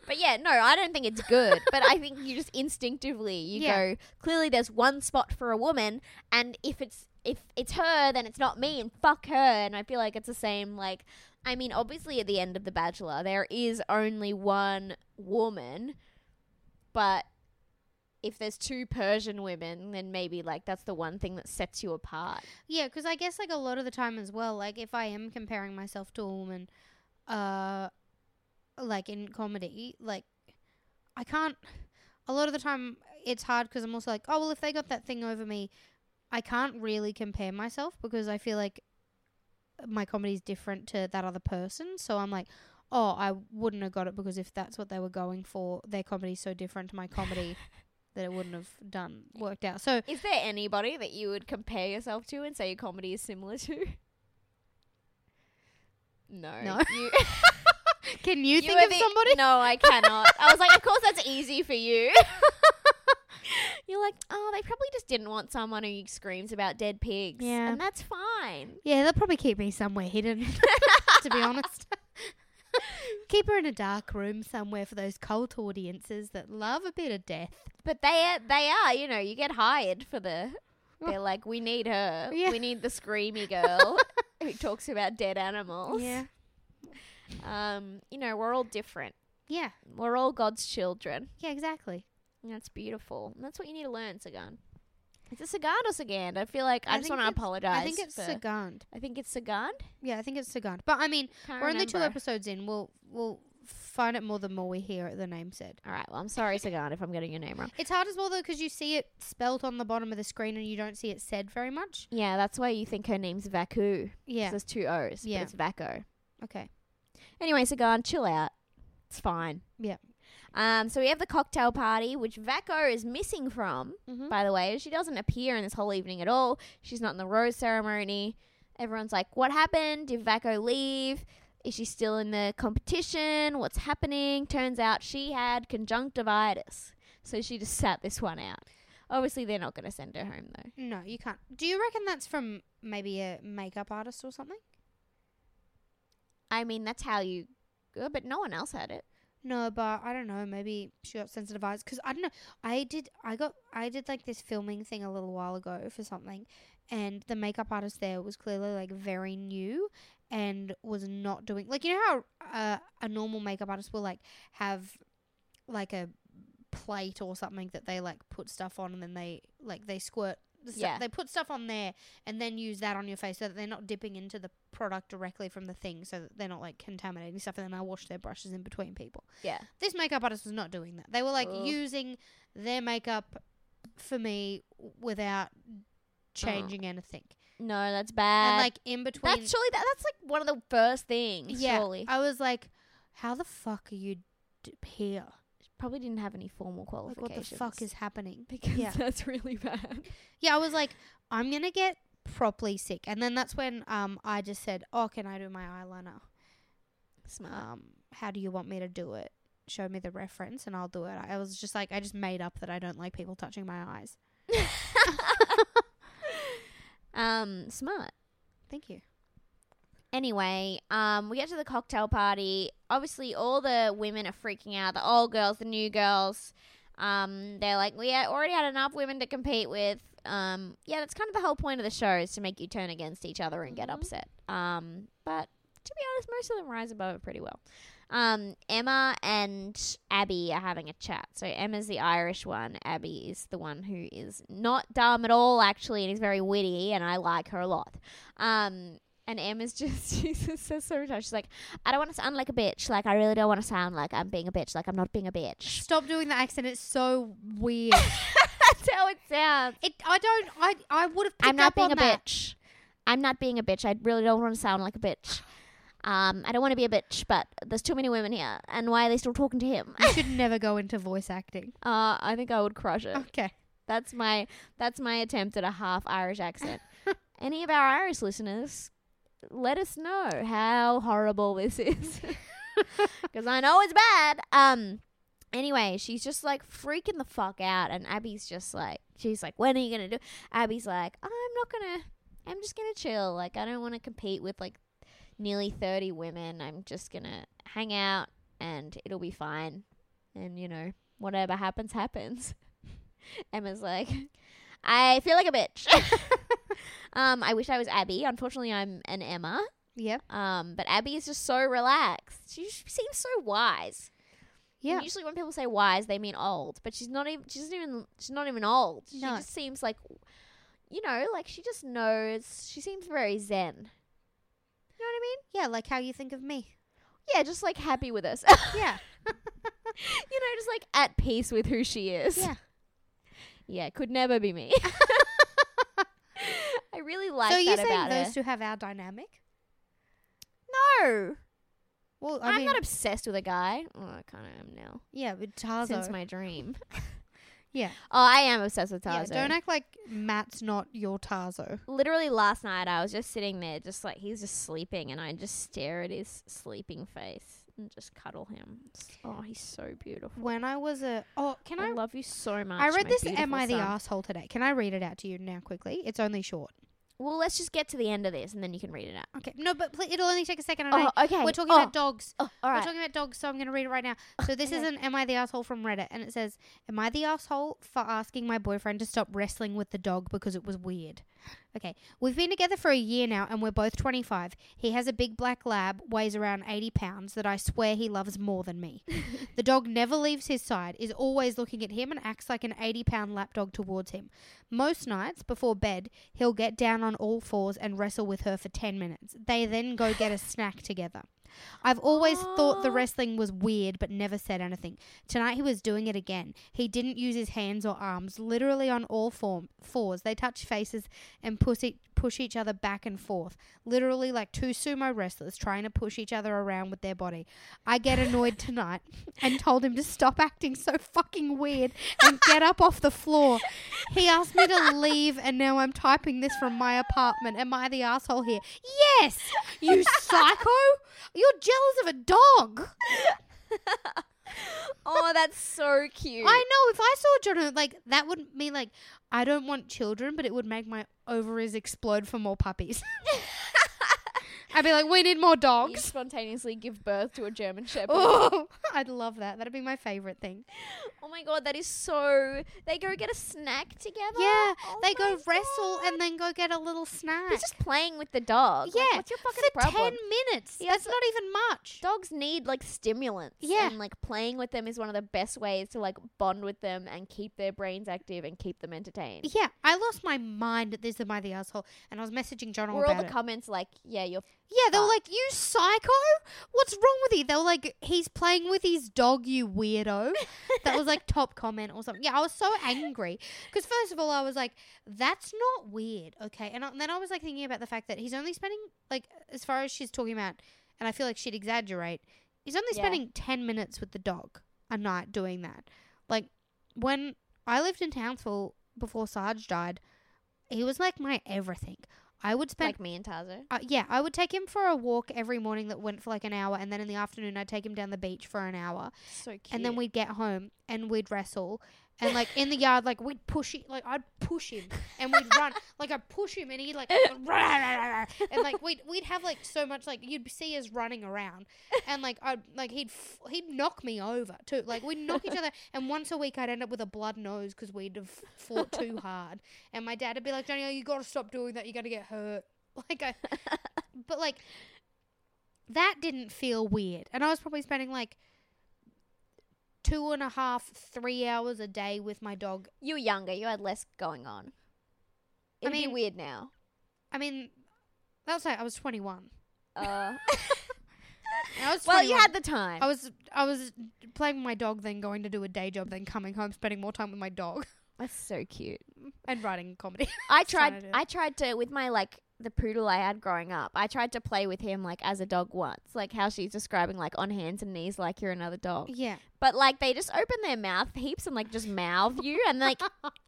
Speaker 1: But yeah, no, I don't think it's good. but I think you just instinctively you
Speaker 2: Yeah.
Speaker 1: go, clearly there's one spot for a woman and if it's if it's her then it's not me and fuck her and I feel like it's the same like I mean, obviously at the end of The Bachelor there is only one woman but if there's two Persian women, then maybe like that's the one thing that sets you apart.
Speaker 2: Yeah, because I guess like a lot of the time as well, like if I am comparing myself to a woman, uh, like in comedy, like I can't. A lot of the time, it's hard because I'm also like, oh well, if they got that thing over me, I can't really compare myself because I feel like my comedy is different to that other person. So I'm like, oh, I wouldn't have got it because if that's what they were going for, their comedy's so different to my comedy that it wouldn't have done worked out. So
Speaker 1: Is there anybody that you would compare yourself to and say your comedy is similar to? No.
Speaker 2: No.
Speaker 1: You-
Speaker 2: can you, think
Speaker 1: were
Speaker 2: of
Speaker 1: the-
Speaker 2: somebody?
Speaker 1: No, I cannot. I was like, of course that's easy for you. You're like, oh, they probably just didn't want someone who screams about dead pigs.
Speaker 2: Yeah.
Speaker 1: And that's fine.
Speaker 2: Yeah, they'll probably keep me somewhere hidden, to be honest. keep her in a dark room somewhere for those cult audiences that love a bit of death.
Speaker 1: But they are, they are, you know, you get hired for the. They're like, we need her.
Speaker 2: Yeah.
Speaker 1: We need the screamy girl who talks about dead animals. Um, you know, we're all different.
Speaker 2: Yeah,
Speaker 1: We're all God's children.
Speaker 2: yeah, exactly.
Speaker 1: And that's beautiful. And that's what you need to learn, Sagan. Is it Sagan or Sagan? I feel like I, just
Speaker 2: think
Speaker 1: want to
Speaker 2: it's-
Speaker 1: apologize.
Speaker 2: I think it's
Speaker 1: for-
Speaker 2: Sagand.
Speaker 1: I think it's Sagan.
Speaker 2: Yeah, I think it's Sagand. But I mean,
Speaker 1: Can't
Speaker 2: we're only two
Speaker 1: remember.
Speaker 2: episodes in. We'll we'll find it more the more we hear it, the name said.
Speaker 1: All right. Well, I'm sorry, Sagan, if I'm getting your name wrong.
Speaker 2: It's hard as well though because you see it spelt on the bottom of the screen and you don't see it said very much.
Speaker 1: Yeah, that's why you think her name's Vaku. 'cause
Speaker 2: Yeah.
Speaker 1: There's two O's.
Speaker 2: Yeah.
Speaker 1: But it's Vaco.
Speaker 2: Okay.
Speaker 1: Anyway, Sagan, chill out. It's fine.
Speaker 2: Yeah.
Speaker 1: Um, so we have the cocktail party, which Vaco is missing from,
Speaker 2: Mhm.
Speaker 1: by the way. She doesn't appear in this whole evening at all. She's not in the rose ceremony. Everyone's like, what happened? Did Vaco leave? Is she still in the competition? What's happening? Turns out she had conjunctivitis. So she just sat this one out. Obviously, they're not going to send her home, though.
Speaker 2: No, you can't. Do you reckon that's from maybe a makeup artist or something?
Speaker 1: I mean, that's how you go, but no one else had it.
Speaker 2: No, but I don't know. Maybe she got sensitive eyes. 'Cause I don't know. I did. I got. I did like this filming thing a little while ago for something, and the makeup artist there was clearly like very new, and was not doing like you know how uh, a normal makeup artist will like have like a plate or something that they like put stuff on and then they like they squirt. the stuff-
Speaker 1: Yeah.
Speaker 2: They put stuff on there and then use that on your face so that they're not dipping into the product directly from the thing so that they're not like contaminating stuff and then I wash their brushes in between people
Speaker 1: Yeah.
Speaker 2: this makeup artist was not doing that. They were like
Speaker 1: Oh.
Speaker 2: using their makeup for me without changing anything.
Speaker 1: No, that's bad.
Speaker 2: And like in between,
Speaker 1: that's surely that, that's like one of the first things.
Speaker 2: yeah,
Speaker 1: Surely.
Speaker 2: I was like, how the fuck are you d- here?
Speaker 1: probably didn't have any formal
Speaker 2: Like,
Speaker 1: qualifications.
Speaker 2: what the fuck is happening?
Speaker 1: because
Speaker 2: Yeah.
Speaker 1: that's really bad.
Speaker 2: Yeah, I was like, I'm gonna get properly sick, and then that's when um I just said, "Oh, can I do my eyeliner?
Speaker 1: Smart.
Speaker 2: Um, how do you want me to do it? Show me the reference, and I'll do it." I was just like, I just made up that I don't like people touching my eyes.
Speaker 1: um, smart.
Speaker 2: Thank you.
Speaker 1: Anyway, um, we get to the cocktail party. Obviously, all the women are freaking out. The old girls, the new girls. Um, they're like, we had- already had enough women to compete with. Um, yeah, that's kind of the whole point of the show is to make you turn against each other and get
Speaker 2: Mhm.
Speaker 1: upset. Um, but to be honest, most of them rise above it pretty well. Um, Emma and Abby are having a chat. So Emma's the Irish one. Abby is the one who is not dumb at all, actually, and is very witty, and I like her a lot. Um, and Emma's just she says so much. She's like, I don't want to sound like a bitch. Like I really don't want to sound like I'm being a bitch. Like I'm not being a bitch.
Speaker 2: Stop doing the accent. It's so weird.
Speaker 1: That's how it sounds.
Speaker 2: it. I don't. I. I would have.
Speaker 1: I'm not being a
Speaker 2: that.
Speaker 1: bitch. I'm not being a bitch. I really don't want to sound like a bitch. Um, I don't want to be a bitch, but there's too many women here, and why are they still talking to him?
Speaker 2: You should never go into voice acting.
Speaker 1: Uh, I think I would crush it.
Speaker 2: Okay.
Speaker 1: That's my that's my attempt at a half Irish accent. Any of our Irish listeners, let us know how horrible this is. Cuz I know it's bad. Um anyway, she's just like freaking the fuck out and Abby's just like she's like when are you going to do? Abby's like I'm not going to I'm just going to chill. Like I don't want to compete with like nearly 30 women. I'm just going to hang out and it'll be fine. And you know, whatever happens happens. Emma's like, I feel like a bitch. um, I wish I was Abby. Unfortunately, I'm an Emma.
Speaker 2: Yep.
Speaker 1: Um, but Abby is just so relaxed. She just seems so wise. And
Speaker 2: Yeah.
Speaker 1: Usually, when people say wise, they mean old. But she's not even. She doesn't even. She's not even old. She
Speaker 2: No.
Speaker 1: just seems like, you know, like she just knows. She seems very zen. You know what I mean?
Speaker 2: Yeah. Like how you think of me.
Speaker 1: Yeah, just like happy with us.
Speaker 2: Yeah.
Speaker 1: you know, just like at peace with who she is.
Speaker 2: Yeah.
Speaker 1: Yeah, could never be me. I really like
Speaker 2: so you
Speaker 1: that
Speaker 2: saying
Speaker 1: about
Speaker 2: those
Speaker 1: her.
Speaker 2: two have our dynamic?
Speaker 1: no,
Speaker 2: Well, I
Speaker 1: I am
Speaker 2: mean,
Speaker 1: not obsessed with a guy. Oh, I kind of am now.
Speaker 2: yeah, with Tarzo.
Speaker 1: Since my dream.
Speaker 2: yeah.
Speaker 1: Oh, I am obsessed with
Speaker 2: yeah,
Speaker 1: Tarzan.
Speaker 2: don't act like Matt's not your Tarzo.
Speaker 1: Literally last night, I was just sitting there, just like he's just sleeping, and I just stare at his sleeping face and just cuddle him. S- Oh, he's so beautiful.
Speaker 2: When I was a oh, can
Speaker 1: I
Speaker 2: I?
Speaker 1: love you so much.
Speaker 2: I read
Speaker 1: my
Speaker 2: this.
Speaker 1: beautiful
Speaker 2: Am I the
Speaker 1: son.
Speaker 2: asshole today? Can I read it out to you now quickly? It's only short.
Speaker 1: Well, let's just get to the end of this, and then you can read it out.
Speaker 2: Okay, no, but pl- it'll only take a second. I know.
Speaker 1: Oh, okay.
Speaker 2: We're talking
Speaker 1: Oh,
Speaker 2: about dogs.
Speaker 1: Oh, all
Speaker 2: We're
Speaker 1: right.
Speaker 2: talking about dogs, so I'm going to read it right now. So this
Speaker 1: okay.
Speaker 2: is an "Am I the asshole?" from Reddit, and it says, "Am I the asshole for asking my boyfriend to stop wrestling with the dog because it was weird?" Okay, we've been together for a year now, and we're both 25. He has a big black lab, weighs around 80 pounds, that I swear he loves more than me. the dog never leaves his side, is always looking at him, and acts like an 80 pound lap dog towards him. Most nights, before bed, he'll get down on all fours and wrestle with her for 10 minutes. They then go get a snack together. I've always thought the
Speaker 1: Aw.
Speaker 2: wrestling was weird, but never said anything. Tonight he was doing it again. He didn't use his hands or arms, literally on all form, fours. They touch faces and push, e- push each other back and forth, literally like two sumo wrestlers trying to push each other around with their body. I get annoyed tonight and told him to stop acting so fucking weird and get up off the floor. He asked me to leave, and now I'm typing this from my apartment. Am I the asshole here? Yes, you psycho. You're jealous of a dog.
Speaker 1: oh, that's so cute.
Speaker 2: I know. If I saw children, like that would mean like I don't want children, but it would make my ovaries explode for more puppies. I'd be like, we need more
Speaker 1: You
Speaker 2: dogs.
Speaker 1: spontaneously give birth to a German Shepherd.
Speaker 2: Oh, I'd love that. That'd be my favorite thing.
Speaker 1: Oh my god, that is so. They go get a snack together.
Speaker 2: Yeah,
Speaker 1: Oh
Speaker 2: they
Speaker 1: my
Speaker 2: go wrestle
Speaker 1: God.
Speaker 2: and then go get a little snack.
Speaker 1: He's just playing with the dog. Yeah.
Speaker 2: yeah,
Speaker 1: what's your fucking
Speaker 2: for
Speaker 1: problem?
Speaker 2: ten minutes.
Speaker 1: Yeah,
Speaker 2: That's not even much.
Speaker 1: Dogs need like stimulants.
Speaker 2: Yeah.
Speaker 1: And like playing with them is one of the best ways to like bond with them and keep their brains active and keep them entertained.
Speaker 2: Yeah, I lost my mind at this. Am I the asshole? And I was messaging John all
Speaker 1: Were all
Speaker 2: about
Speaker 1: the
Speaker 2: it.
Speaker 1: comments like, yeah, you're.
Speaker 2: Yeah, they were
Speaker 1: Fuck.
Speaker 2: like, "You psycho! What's wrong with you?" They were like, "He's playing with his dog, you weirdo." that was like top comment or something. Yeah, I was so angry because first of all, I was like, "That's not weird, okay?" And, I, then I was like thinking about the fact that he's only spending like, as far as she's talking about, and I feel like she'd exaggerate. He's only
Speaker 1: Yeah.
Speaker 2: spending ten minutes with the dog. a night doing that. Like when I lived in Townsville before Sarge died, he was like my everything. I would spend
Speaker 1: like me and Tazo.
Speaker 2: uh, yeah, I would take him for a walk every morning that went for like an hour, and then in the afternoon I'd take him down the beach for an hour,
Speaker 1: So cute.
Speaker 2: and then we'd get home and we'd wrestle, and like in the yard, like we'd push it, like I'd push him and we'd run, like I'd push him and he'd like, and like we'd we'd have like so much like you'd see us running around, and like I'd like he'd f- he'd knock me over too, like we'd knock each other, and once a week I'd end up with a blood nose because we'd have fought too hard, and my dad'd be like, Johnny, oh, you gotta stop doing that, you're gonna get hurt, like I but like that didn't feel weird and i was probably spending like two and a half three hours a day with my dog
Speaker 1: you were younger. You had less going on.
Speaker 2: I
Speaker 1: It'd
Speaker 2: mean-
Speaker 1: be weird now.
Speaker 2: i mean that was like i was 21
Speaker 1: Uh,
Speaker 2: I was
Speaker 1: well, you
Speaker 2: 21.
Speaker 1: had the time.
Speaker 2: i was i was playing with my dog then going to do a day job then coming home spending more time with my dog
Speaker 1: That's so cute.
Speaker 2: and writing comedy
Speaker 1: I
Speaker 2: That's what I
Speaker 1: tried.
Speaker 2: did.
Speaker 1: I tried to with my like the poodle I had growing up. I tried to play with him like as a dog once, like how she's describing like on hands and knees, like you're another dog.
Speaker 2: yeah
Speaker 1: But like they just open their mouth heaps and like just mouth you, and like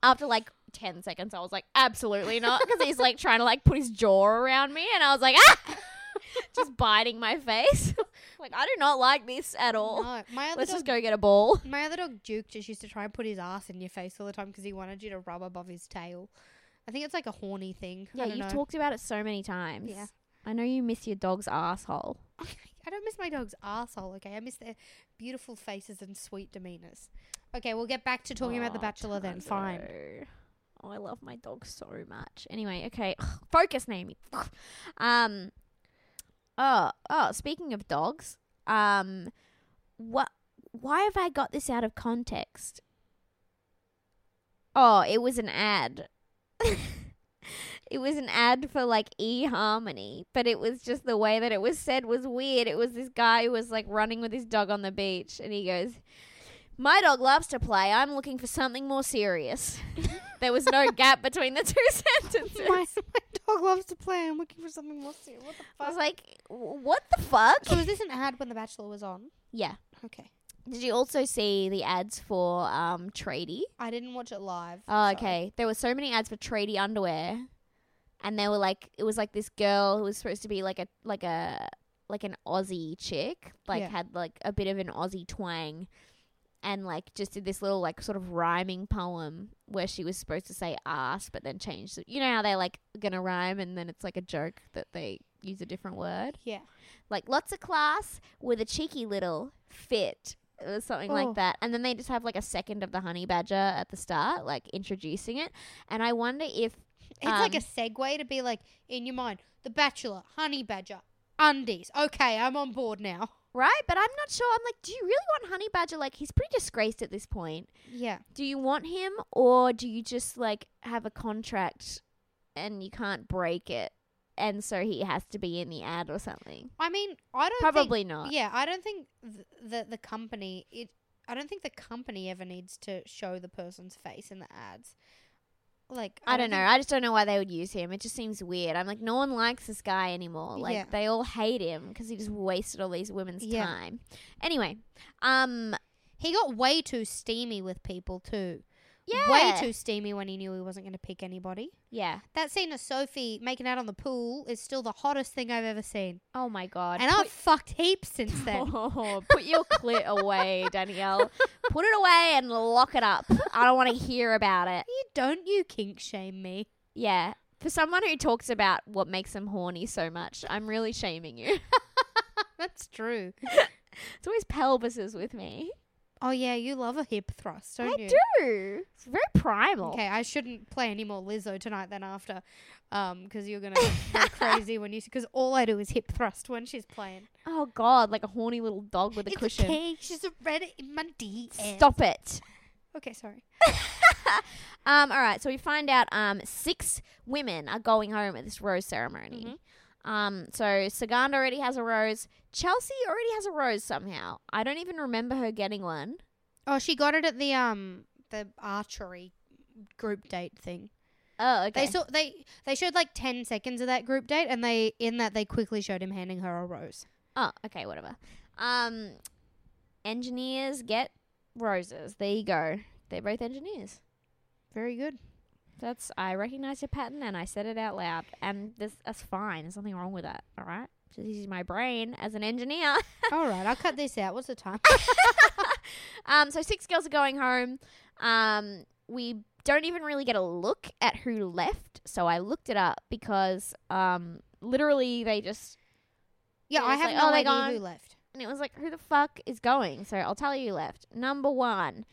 Speaker 1: after like ten seconds, I was like, absolutely not, because he's like trying to like put his jaw around me, and I was like, ah, just biting my face. like I do not like this at all.
Speaker 2: no, my other
Speaker 1: Let's
Speaker 2: dog
Speaker 1: just go get a ball.
Speaker 2: my other dog Duke just used to try and put his ass in your face all the time because he wanted you to rub above his tail. I think it's like a horny thing. I
Speaker 1: Yeah,
Speaker 2: don't
Speaker 1: you've
Speaker 2: know.
Speaker 1: talked about it so many times.
Speaker 2: Yeah.
Speaker 1: I know you miss your dog's asshole.
Speaker 2: I don't miss my dog's asshole, okay? I miss their beautiful faces and sweet demeanors. Okay, we'll get back to talking about The
Speaker 1: Oh,
Speaker 2: Bachelor then. Fine.
Speaker 1: Tazo. Oh, I love my dog so much. Anyway, okay, focus, Naomi. um, oh, oh. Speaking of dogs, um, what? Why have I got this out of context? Oh, it was an ad. it was an ad for like eHarmony, but it was just the way that it was said was weird. It was this guy who was like running with his dog on the beach, and he goes, my dog loves to play. I'm looking for something more serious. there was no gap between the two sentences.
Speaker 2: My, my dog loves to play. I'm looking for something more serious. What the
Speaker 1: I was
Speaker 2: fuck?
Speaker 1: like, "W- what the fuck?
Speaker 2: so, was this an ad when The Bachelor was on?
Speaker 1: yeah.
Speaker 2: Okay.
Speaker 1: Did you also see the ads for um Tradie?
Speaker 2: I didn't watch it live.
Speaker 1: Oh,
Speaker 2: so-
Speaker 1: okay. There were so many ads for Tradie underwear, and they were like, it was like this girl who was supposed to be like a like a like an Aussie chick, like
Speaker 2: Yeah.
Speaker 1: had like a bit of an Aussie twang, and like just did this little like sort of rhyming poem where she was supposed to say ass, but then changed. It. You know how they're like gonna rhyme, and then it's like a joke that they use a different word.
Speaker 2: Yeah.
Speaker 1: Like lots of class with a cheeky little fit or something
Speaker 2: Oh.
Speaker 1: like that. And then they just have like a second of the honey badger at the start, like introducing it. And I wonder if
Speaker 2: It's like a
Speaker 1: Um,
Speaker 2: segue to be like, in your mind, The Bachelor, Honey Badger, Undies. Okay, I'm on board now.
Speaker 1: right, but I'm not sure. I'm like, do you really want honey badger? Like he's pretty disgraced at this point.
Speaker 2: Yeah.
Speaker 1: Do you want him or do you just like have a contract and you can't break it? And so he has to be in the ad or something.
Speaker 2: I mean, I don't think-
Speaker 1: Probably not.
Speaker 2: Yeah, I don't think th- the the company it. I don't think the company ever needs to show the person's face in the ads. Like
Speaker 1: I don't know. I just don't know why they would use him. It just seems weird. I'm like, no one likes this guy anymore. Like,
Speaker 2: Yeah.
Speaker 1: they all hate him because he just wasted all these women's
Speaker 2: Yeah.
Speaker 1: time. Anyway, um,
Speaker 2: think- he got way too steamy with people too.
Speaker 1: yeah,
Speaker 2: way too steamy when he knew he wasn't going to pick anybody.
Speaker 1: yeah.
Speaker 2: That scene of Sophie making out on the pool is still the hottest thing I've ever seen,
Speaker 1: Oh my god.
Speaker 2: and I've fucked heaps since then.
Speaker 1: Oh, put your clit away, Danielle. Put it away and lock it up. I don't want to hear about it.
Speaker 2: You don't you kink shame me?
Speaker 1: Yeah. For someone who talks about what makes them horny so much, I'm really shaming you.
Speaker 2: That's true.
Speaker 1: It's always pelvises with me.
Speaker 2: Oh yeah, you love a hip thrust, don't you?
Speaker 1: I do. It's very primal.
Speaker 2: Okay, I shouldn't play any more Lizzo tonight than after, um, because you're gonna go crazy when you because all I do is hip thrust when she's playing.
Speaker 1: Oh god, like a horny little dog with a
Speaker 2: it's
Speaker 1: cushion.
Speaker 2: okay. She's a red in my DM.
Speaker 1: Stop it.
Speaker 2: Okay, sorry.
Speaker 1: Um, all right, so we find out um six women are going home at this rose ceremony. Um, so Saganda already has a rose. Chelsea already has a rose somehow. I don't even remember her getting one.
Speaker 2: Oh, she got it at the um the archery group date thing.
Speaker 1: Oh, okay.
Speaker 2: They saw they they showed like ten seconds of that group date, and they in that they quickly showed him handing her a rose.
Speaker 1: oh, okay, whatever. Um, engineers get Roses. There you go. They're both engineers.
Speaker 2: Very good.
Speaker 1: That's I recognize your pattern and I said it out loud. And this that's fine. There's nothing wrong with that. All right. Just using my brain as an engineer.
Speaker 2: All right, I'll cut this out. What's the time?
Speaker 1: um, so six girls are going home. Um, we don't even really get a look at who left. So I looked it up because um, literally they just
Speaker 2: Yeah,
Speaker 1: Yeah,
Speaker 2: I
Speaker 1: it's
Speaker 2: have
Speaker 1: like,
Speaker 2: no
Speaker 1: oh, they're
Speaker 2: idea
Speaker 1: gone.
Speaker 2: who left.
Speaker 1: and it was like who the fuck is going? So I'll tell you who left. Number one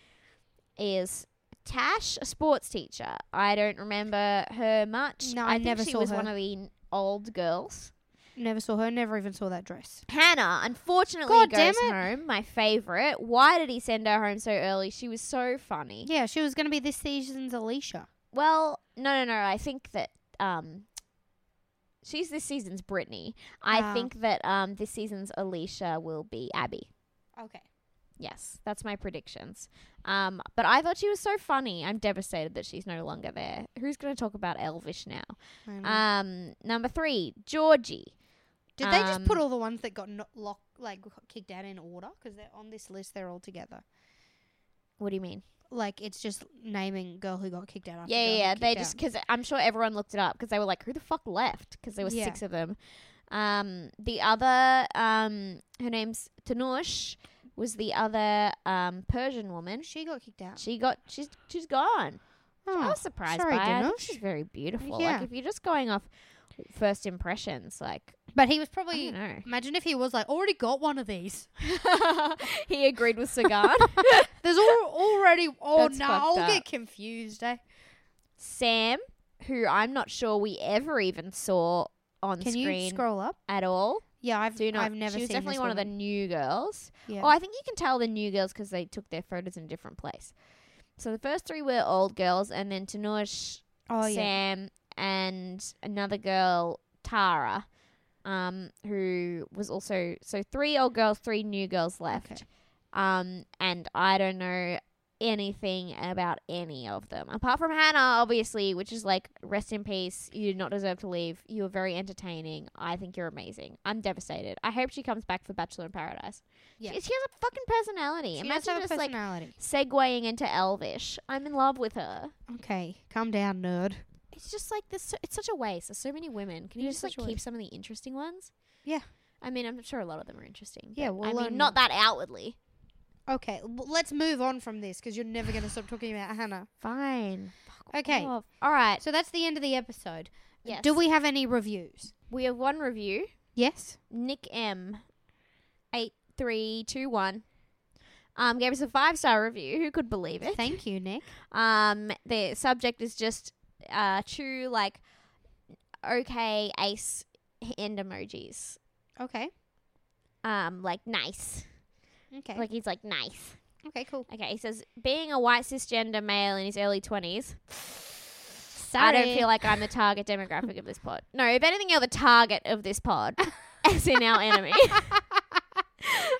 Speaker 1: is Tash, a sports teacher. I don't remember her much.
Speaker 2: No, I
Speaker 1: think
Speaker 2: never
Speaker 1: she
Speaker 2: saw
Speaker 1: was
Speaker 2: her.
Speaker 1: one of the n- old girls.
Speaker 2: Never saw her. Never even saw that dress.
Speaker 1: Hannah, unfortunately,
Speaker 2: God damn
Speaker 1: goes
Speaker 2: it.
Speaker 1: home. My favorite. Why did he send her home so early? She was so funny.
Speaker 2: Yeah, she was going to be this season's Alicia.
Speaker 1: Well, no, no, no. I think that um, she's this season's Brittany. I
Speaker 2: Ah.
Speaker 1: think that um, this season's Alicia will be Abby.
Speaker 2: Okay.
Speaker 1: Yes, that's my predictions. Um, but I thought she was so funny. I'm devastated that she's no longer there. Who's going to talk about Elvish now?
Speaker 2: Mm.
Speaker 1: Um, number three, Georgie.
Speaker 2: Did they just put
Speaker 1: um,
Speaker 2: all the ones that got no- locked, like kicked out in order? Because they're on this list. They're all together.
Speaker 1: What do you mean?
Speaker 2: Like it's just naming girl who got kicked out. After
Speaker 1: Yeah,
Speaker 2: girl
Speaker 1: yeah,
Speaker 2: who
Speaker 1: yeah.
Speaker 2: kicked
Speaker 1: They just
Speaker 2: out.
Speaker 1: because I'm sure everyone looked it up because they were like, "Who the fuck left?" Because there were
Speaker 2: Yeah.
Speaker 1: six of them. Um, the other, um, her name's Tanush, was the other um Persian woman.
Speaker 2: she got kicked out.
Speaker 1: She got she's she's gone. I
Speaker 2: Oh,
Speaker 1: was surprised
Speaker 2: sorry,
Speaker 1: by it. I think
Speaker 2: Tanush.
Speaker 1: she's very beautiful. Like
Speaker 2: Yeah.
Speaker 1: if you're just going off first impressions, like
Speaker 2: but he was
Speaker 1: I don't
Speaker 2: probably.
Speaker 1: know.
Speaker 2: Imagine if he was like already got one of these.
Speaker 1: he agreed with Sagan.
Speaker 2: There's al- already. Oh no,
Speaker 1: That's
Speaker 2: I'll
Speaker 1: fucked up.
Speaker 2: get confused. Eh?
Speaker 1: Sam, who I'm not sure we ever even saw on
Speaker 2: Can
Speaker 1: screen
Speaker 2: you scroll up?
Speaker 1: at all.
Speaker 2: Yeah, I've
Speaker 1: Do you not.
Speaker 2: I've never
Speaker 1: she was
Speaker 2: seen
Speaker 1: definitely
Speaker 2: this
Speaker 1: one of the
Speaker 2: woman.
Speaker 1: new girls.
Speaker 2: Yeah.
Speaker 1: Oh, I think you can tell the new girls because they took their photos in a different place. So the first three were old girls, and then Tanush,
Speaker 2: oh yeah.
Speaker 1: Sam, and another girl, Tara, um, who was also so three old girls, three new girls left.
Speaker 2: Okay.
Speaker 1: Um, and I don't know anything about any of them apart from Hannah, obviously, which is like rest in peace. You did not deserve to leave. You were very entertaining. I think you're amazing. I'm devastated. I hope she comes back for Bachelor in Paradise.
Speaker 2: Yeah.
Speaker 1: She, she has a fucking personality.
Speaker 2: She does
Speaker 1: Imagine
Speaker 2: have a
Speaker 1: just like
Speaker 2: personality.
Speaker 1: segueing into Elvish. I'm in love with her.
Speaker 2: okay, calm down, nerd.
Speaker 1: It's just like this. It's such a waste. There's so many women. Can you
Speaker 2: It is
Speaker 1: just like
Speaker 2: such a
Speaker 1: keep
Speaker 2: waste.
Speaker 1: some of the interesting ones?
Speaker 2: Yeah.
Speaker 1: I mean, I'm sure a lot of them are interesting.
Speaker 2: Yeah,
Speaker 1: but
Speaker 2: we'll um,
Speaker 1: I mean,
Speaker 2: learn
Speaker 1: not that outwardly.
Speaker 2: Okay, w- let's move on from this because you're never going to stop talking about Hannah.
Speaker 1: Fine.
Speaker 2: Okay,
Speaker 1: All right.
Speaker 2: so that's the end of the episode.
Speaker 1: Yes.
Speaker 2: Do we have any reviews?
Speaker 1: We have one review.
Speaker 2: Yes.
Speaker 1: Nick M, eight three two one, um, gave us a five star review. Who could believe it?
Speaker 2: Thank you, Nick.
Speaker 1: Um, the subject is just uh, true like okay ace end emojis.
Speaker 2: Okay.
Speaker 1: Um, like nice.
Speaker 2: Okay.
Speaker 1: Like he's like nice.
Speaker 2: okay. Cool.
Speaker 1: Okay, he says being a white cisgender male in his early twenties. I
Speaker 2: Sorry.
Speaker 1: don't feel like I'm the target demographic of this pod. No, if anything, you're the target of this pod, as in our enemy.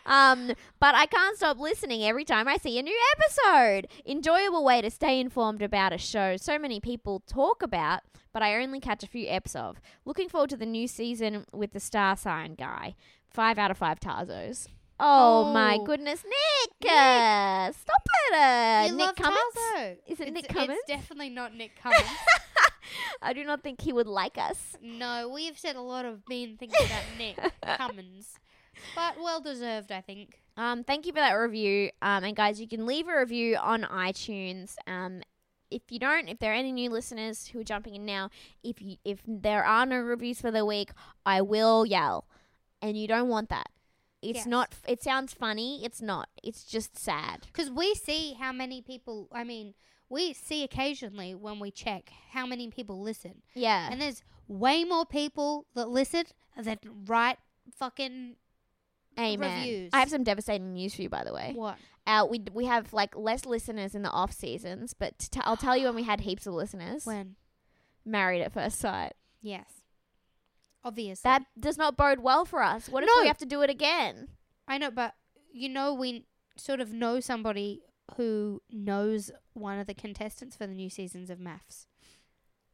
Speaker 1: um, but I can't stop listening every time I see a new episode. Enjoyable way to stay informed about a show so many people talk about, but I only catch a few eps of. Looking forward to the new season with the star sign guy. Five out of five Tarzos. Oh, my
Speaker 2: Oh.
Speaker 1: goodness, Nick! Uh, stop it, uh,
Speaker 2: You
Speaker 1: Nick
Speaker 2: love
Speaker 1: Cummins.
Speaker 2: Talzo.
Speaker 1: Is it
Speaker 2: It's-
Speaker 1: Nick Cummins?
Speaker 2: It's definitely not Nick Cummins.
Speaker 1: I do not think he would like us.
Speaker 2: no, we have said a lot of mean things about Nick Cummins, but well deserved, I think.
Speaker 1: Um, thank you for that review. Um, and guys, you can leave a review on iTunes. Um, if you don't, if there are any new listeners who are jumping in now, if you, if there are no reviews for the week, I will yell, and you don't want that. It's
Speaker 2: Yes.
Speaker 1: not. It sounds funny. It's not. It's just sad.
Speaker 2: Because we see how many people. I mean, we see occasionally when we check how many people listen.
Speaker 1: Yeah.
Speaker 2: And there's way more people that listen than write fucking
Speaker 1: Amen.
Speaker 2: reviews.
Speaker 1: I have some devastating news for you, by the way.
Speaker 2: what?
Speaker 1: Uh, we we have like less listeners in the off seasons, but t- I'll tell you when we had heaps of listeners.
Speaker 2: When?
Speaker 1: Married at first sight.
Speaker 2: Yes. Obviously.
Speaker 1: That does not bode well for us. What if
Speaker 2: No.
Speaker 1: we have to do it again?
Speaker 2: I know, but you know, we sort of know somebody who knows one of the contestants for the new seasons of Maths.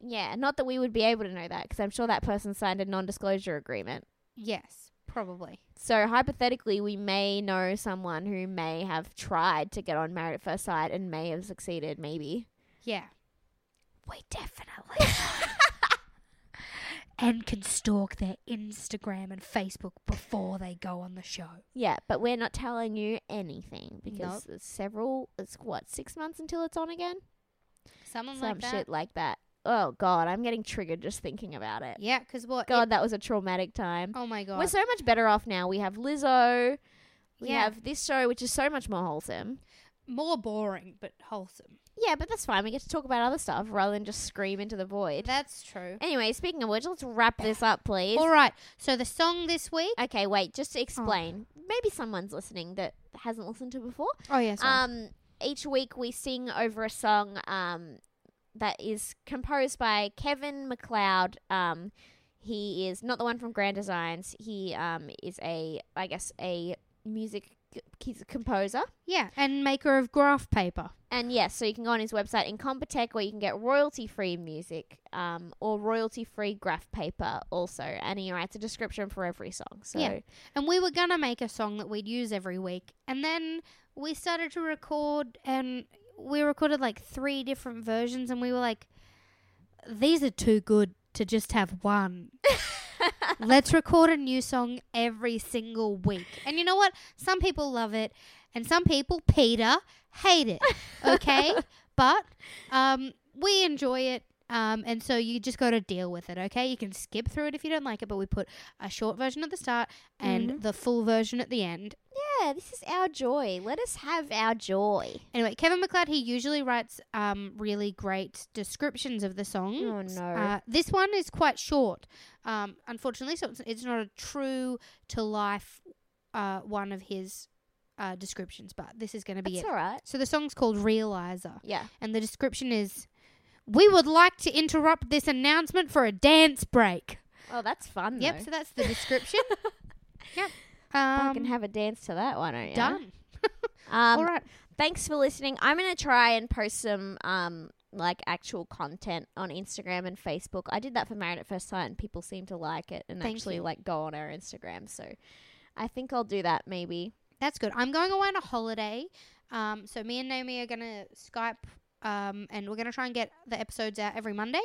Speaker 1: Yeah, not that we would be able to know that because I'm sure that person signed a non disclosure agreement.
Speaker 2: Yes. Probably.
Speaker 1: So hypothetically, we may know someone who may have tried to get on Married at First Sight and may have succeeded. Maybe
Speaker 2: Yeah.
Speaker 1: we definitely.
Speaker 2: And can stalk their Instagram and Facebook before they go on the show.
Speaker 1: yeah, but we're not telling you anything
Speaker 2: Nope.
Speaker 1: because it's several. It's what six months until it's on again.
Speaker 2: Someone
Speaker 1: Some
Speaker 2: like that.
Speaker 1: shit like that. Oh God, I'm getting triggered just thinking about it.
Speaker 2: Yeah, because what?
Speaker 1: God, that was a traumatic time.
Speaker 2: oh my God.
Speaker 1: We're so much better off now. We have Lizzo. We
Speaker 2: Yeah.
Speaker 1: have this show, which is so much more wholesome.
Speaker 2: More boring, but wholesome.
Speaker 1: Yeah, but that's fine. We get to talk about other stuff rather than just scream into the void.
Speaker 2: That's true.
Speaker 1: Anyway, speaking of which, let's wrap this up, please.
Speaker 2: All right. So the song this week.
Speaker 1: Okay, wait, just to explain. Maybe someone's listening that hasn't listened to before.
Speaker 2: Oh yes.
Speaker 1: Um, each week we sing over a song um, that is composed by Kevin McLeod. Um, he is not the one from Grand Designs. He um, is a, I guess, a music he's a composer.
Speaker 2: yeah, and maker of graph paper.
Speaker 1: And yes, so you can go on his website Incompetech where you can get royalty free music um, or royalty free graph paper also. And he writes a description for every song. So
Speaker 2: Yeah. And we were gonna make a song that we'd use every week, and then we started to record, and we recorded like three different versions, and we were like, "These are too good to just have one." Let's record a new song every single week. And you know what? Some people love it, and some people, Peter, hate it. Okay, but um, we enjoy it. Um, and so you just got to deal with it, okay? You can skip through it if you don't like it, but we put a short version at the start and
Speaker 1: Mm-hmm.
Speaker 2: the full version at the end.
Speaker 1: yeah, this is our joy. Let us have our joy.
Speaker 2: Anyway, Kevin McLeod, he usually writes um, really great descriptions of the songs.
Speaker 1: Oh, no.
Speaker 2: Uh, this one is quite short, um, unfortunately, so it's, it's not a true to life uh, one of his uh, descriptions, but this is going to be
Speaker 1: That's
Speaker 2: it.
Speaker 1: all right.
Speaker 2: So the song's called Realizer.
Speaker 1: Yeah.
Speaker 2: and the description is we would like to interrupt this announcement for a dance break
Speaker 1: Oh, that's fun.
Speaker 2: yep
Speaker 1: though.
Speaker 2: so that's the description yep
Speaker 1: I
Speaker 2: um,
Speaker 1: can have a dance to that, why don't you?
Speaker 2: done
Speaker 1: Um,
Speaker 2: all right
Speaker 1: Thanks for listening. I'm gonna try and post some um like actual content on Instagram and Facebook. I did that for Married at First Sight, and people seem to like it and
Speaker 2: Thank
Speaker 1: actually
Speaker 2: you.
Speaker 1: like go on our Instagram. So I think I'll do that maybe.
Speaker 2: that's good i'm going away on a holiday um, so me and naomi are going to skype um, and we're going to try and get the episodes out every monday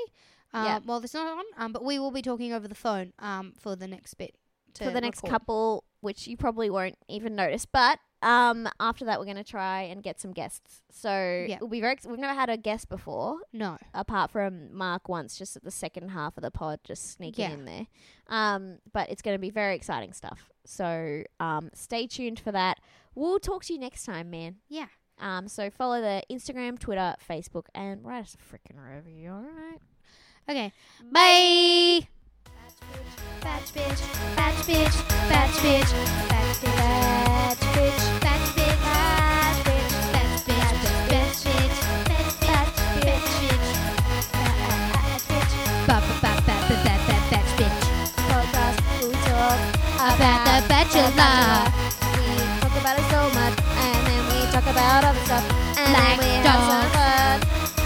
Speaker 2: um,
Speaker 1: Yeah.
Speaker 2: well this is not on um, but we will be talking over the phone um, for the next bit to
Speaker 1: for the next
Speaker 2: record.
Speaker 1: couple, which you probably won't even notice. But um, after that, we're going to try and get some guests. So it'll be very. ex- We've never had a guest before,
Speaker 2: no
Speaker 1: apart from Mark once, just at the second half of the pod, just sneaking
Speaker 2: Yeah.
Speaker 1: in there. Um, but it's going to be very exciting stuff. So um, stay tuned for that. We'll talk to you next time, man.
Speaker 2: yeah
Speaker 1: Um, so follow the Instagram, Twitter, Facebook, and write us a freaking review. All right.
Speaker 2: okay bye.
Speaker 3: Fat bitch, fat bitch, fat bitch, fat bitch, fat bitch, fat bitch, fat bitch, fat bitch, fat bitch, fat bitch, fat bitch,
Speaker 2: Ba- ba- ba- ba- ba- ba- ba- batch bitch.
Speaker 3: podcast we talk
Speaker 2: About the bachelor.
Speaker 3: We talk about it so much, and then we talk about other stuff, and then
Speaker 2: Like
Speaker 3: we have some
Speaker 2: dogs.
Speaker 3: fun.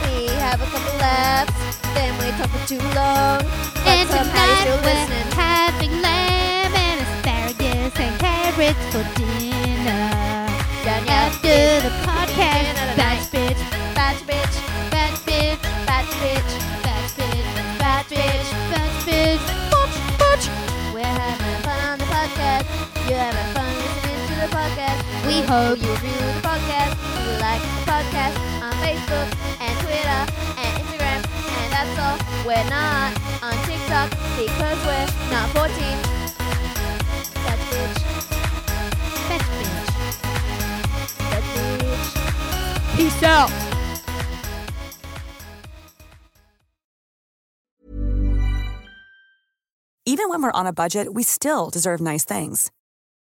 Speaker 3: We have a couple laughs, then we talk for too long, but
Speaker 2: And
Speaker 3: somehow you're
Speaker 2: tonight
Speaker 3: still listening.
Speaker 2: we're having lamb and asparagus and carrots for dinner.
Speaker 3: Done
Speaker 2: After the podcast, batch bitch,
Speaker 3: Bad bitch, bad bitch, bad bitch, bad bitch, bad bitch, bad bitch, butch, butch. We're having fun on the podcast. You're having fun listening to the podcast.
Speaker 2: We hope
Speaker 3: you review the podcast. You like the podcast on Facebook and Twitter and Instagram. And that's all. We're not on TikTok because we're not 14. Bad bitch,
Speaker 2: batch bitch.
Speaker 3: bad bitch.
Speaker 2: Peace out.
Speaker 4: Even when we're on a budget, we still deserve nice things.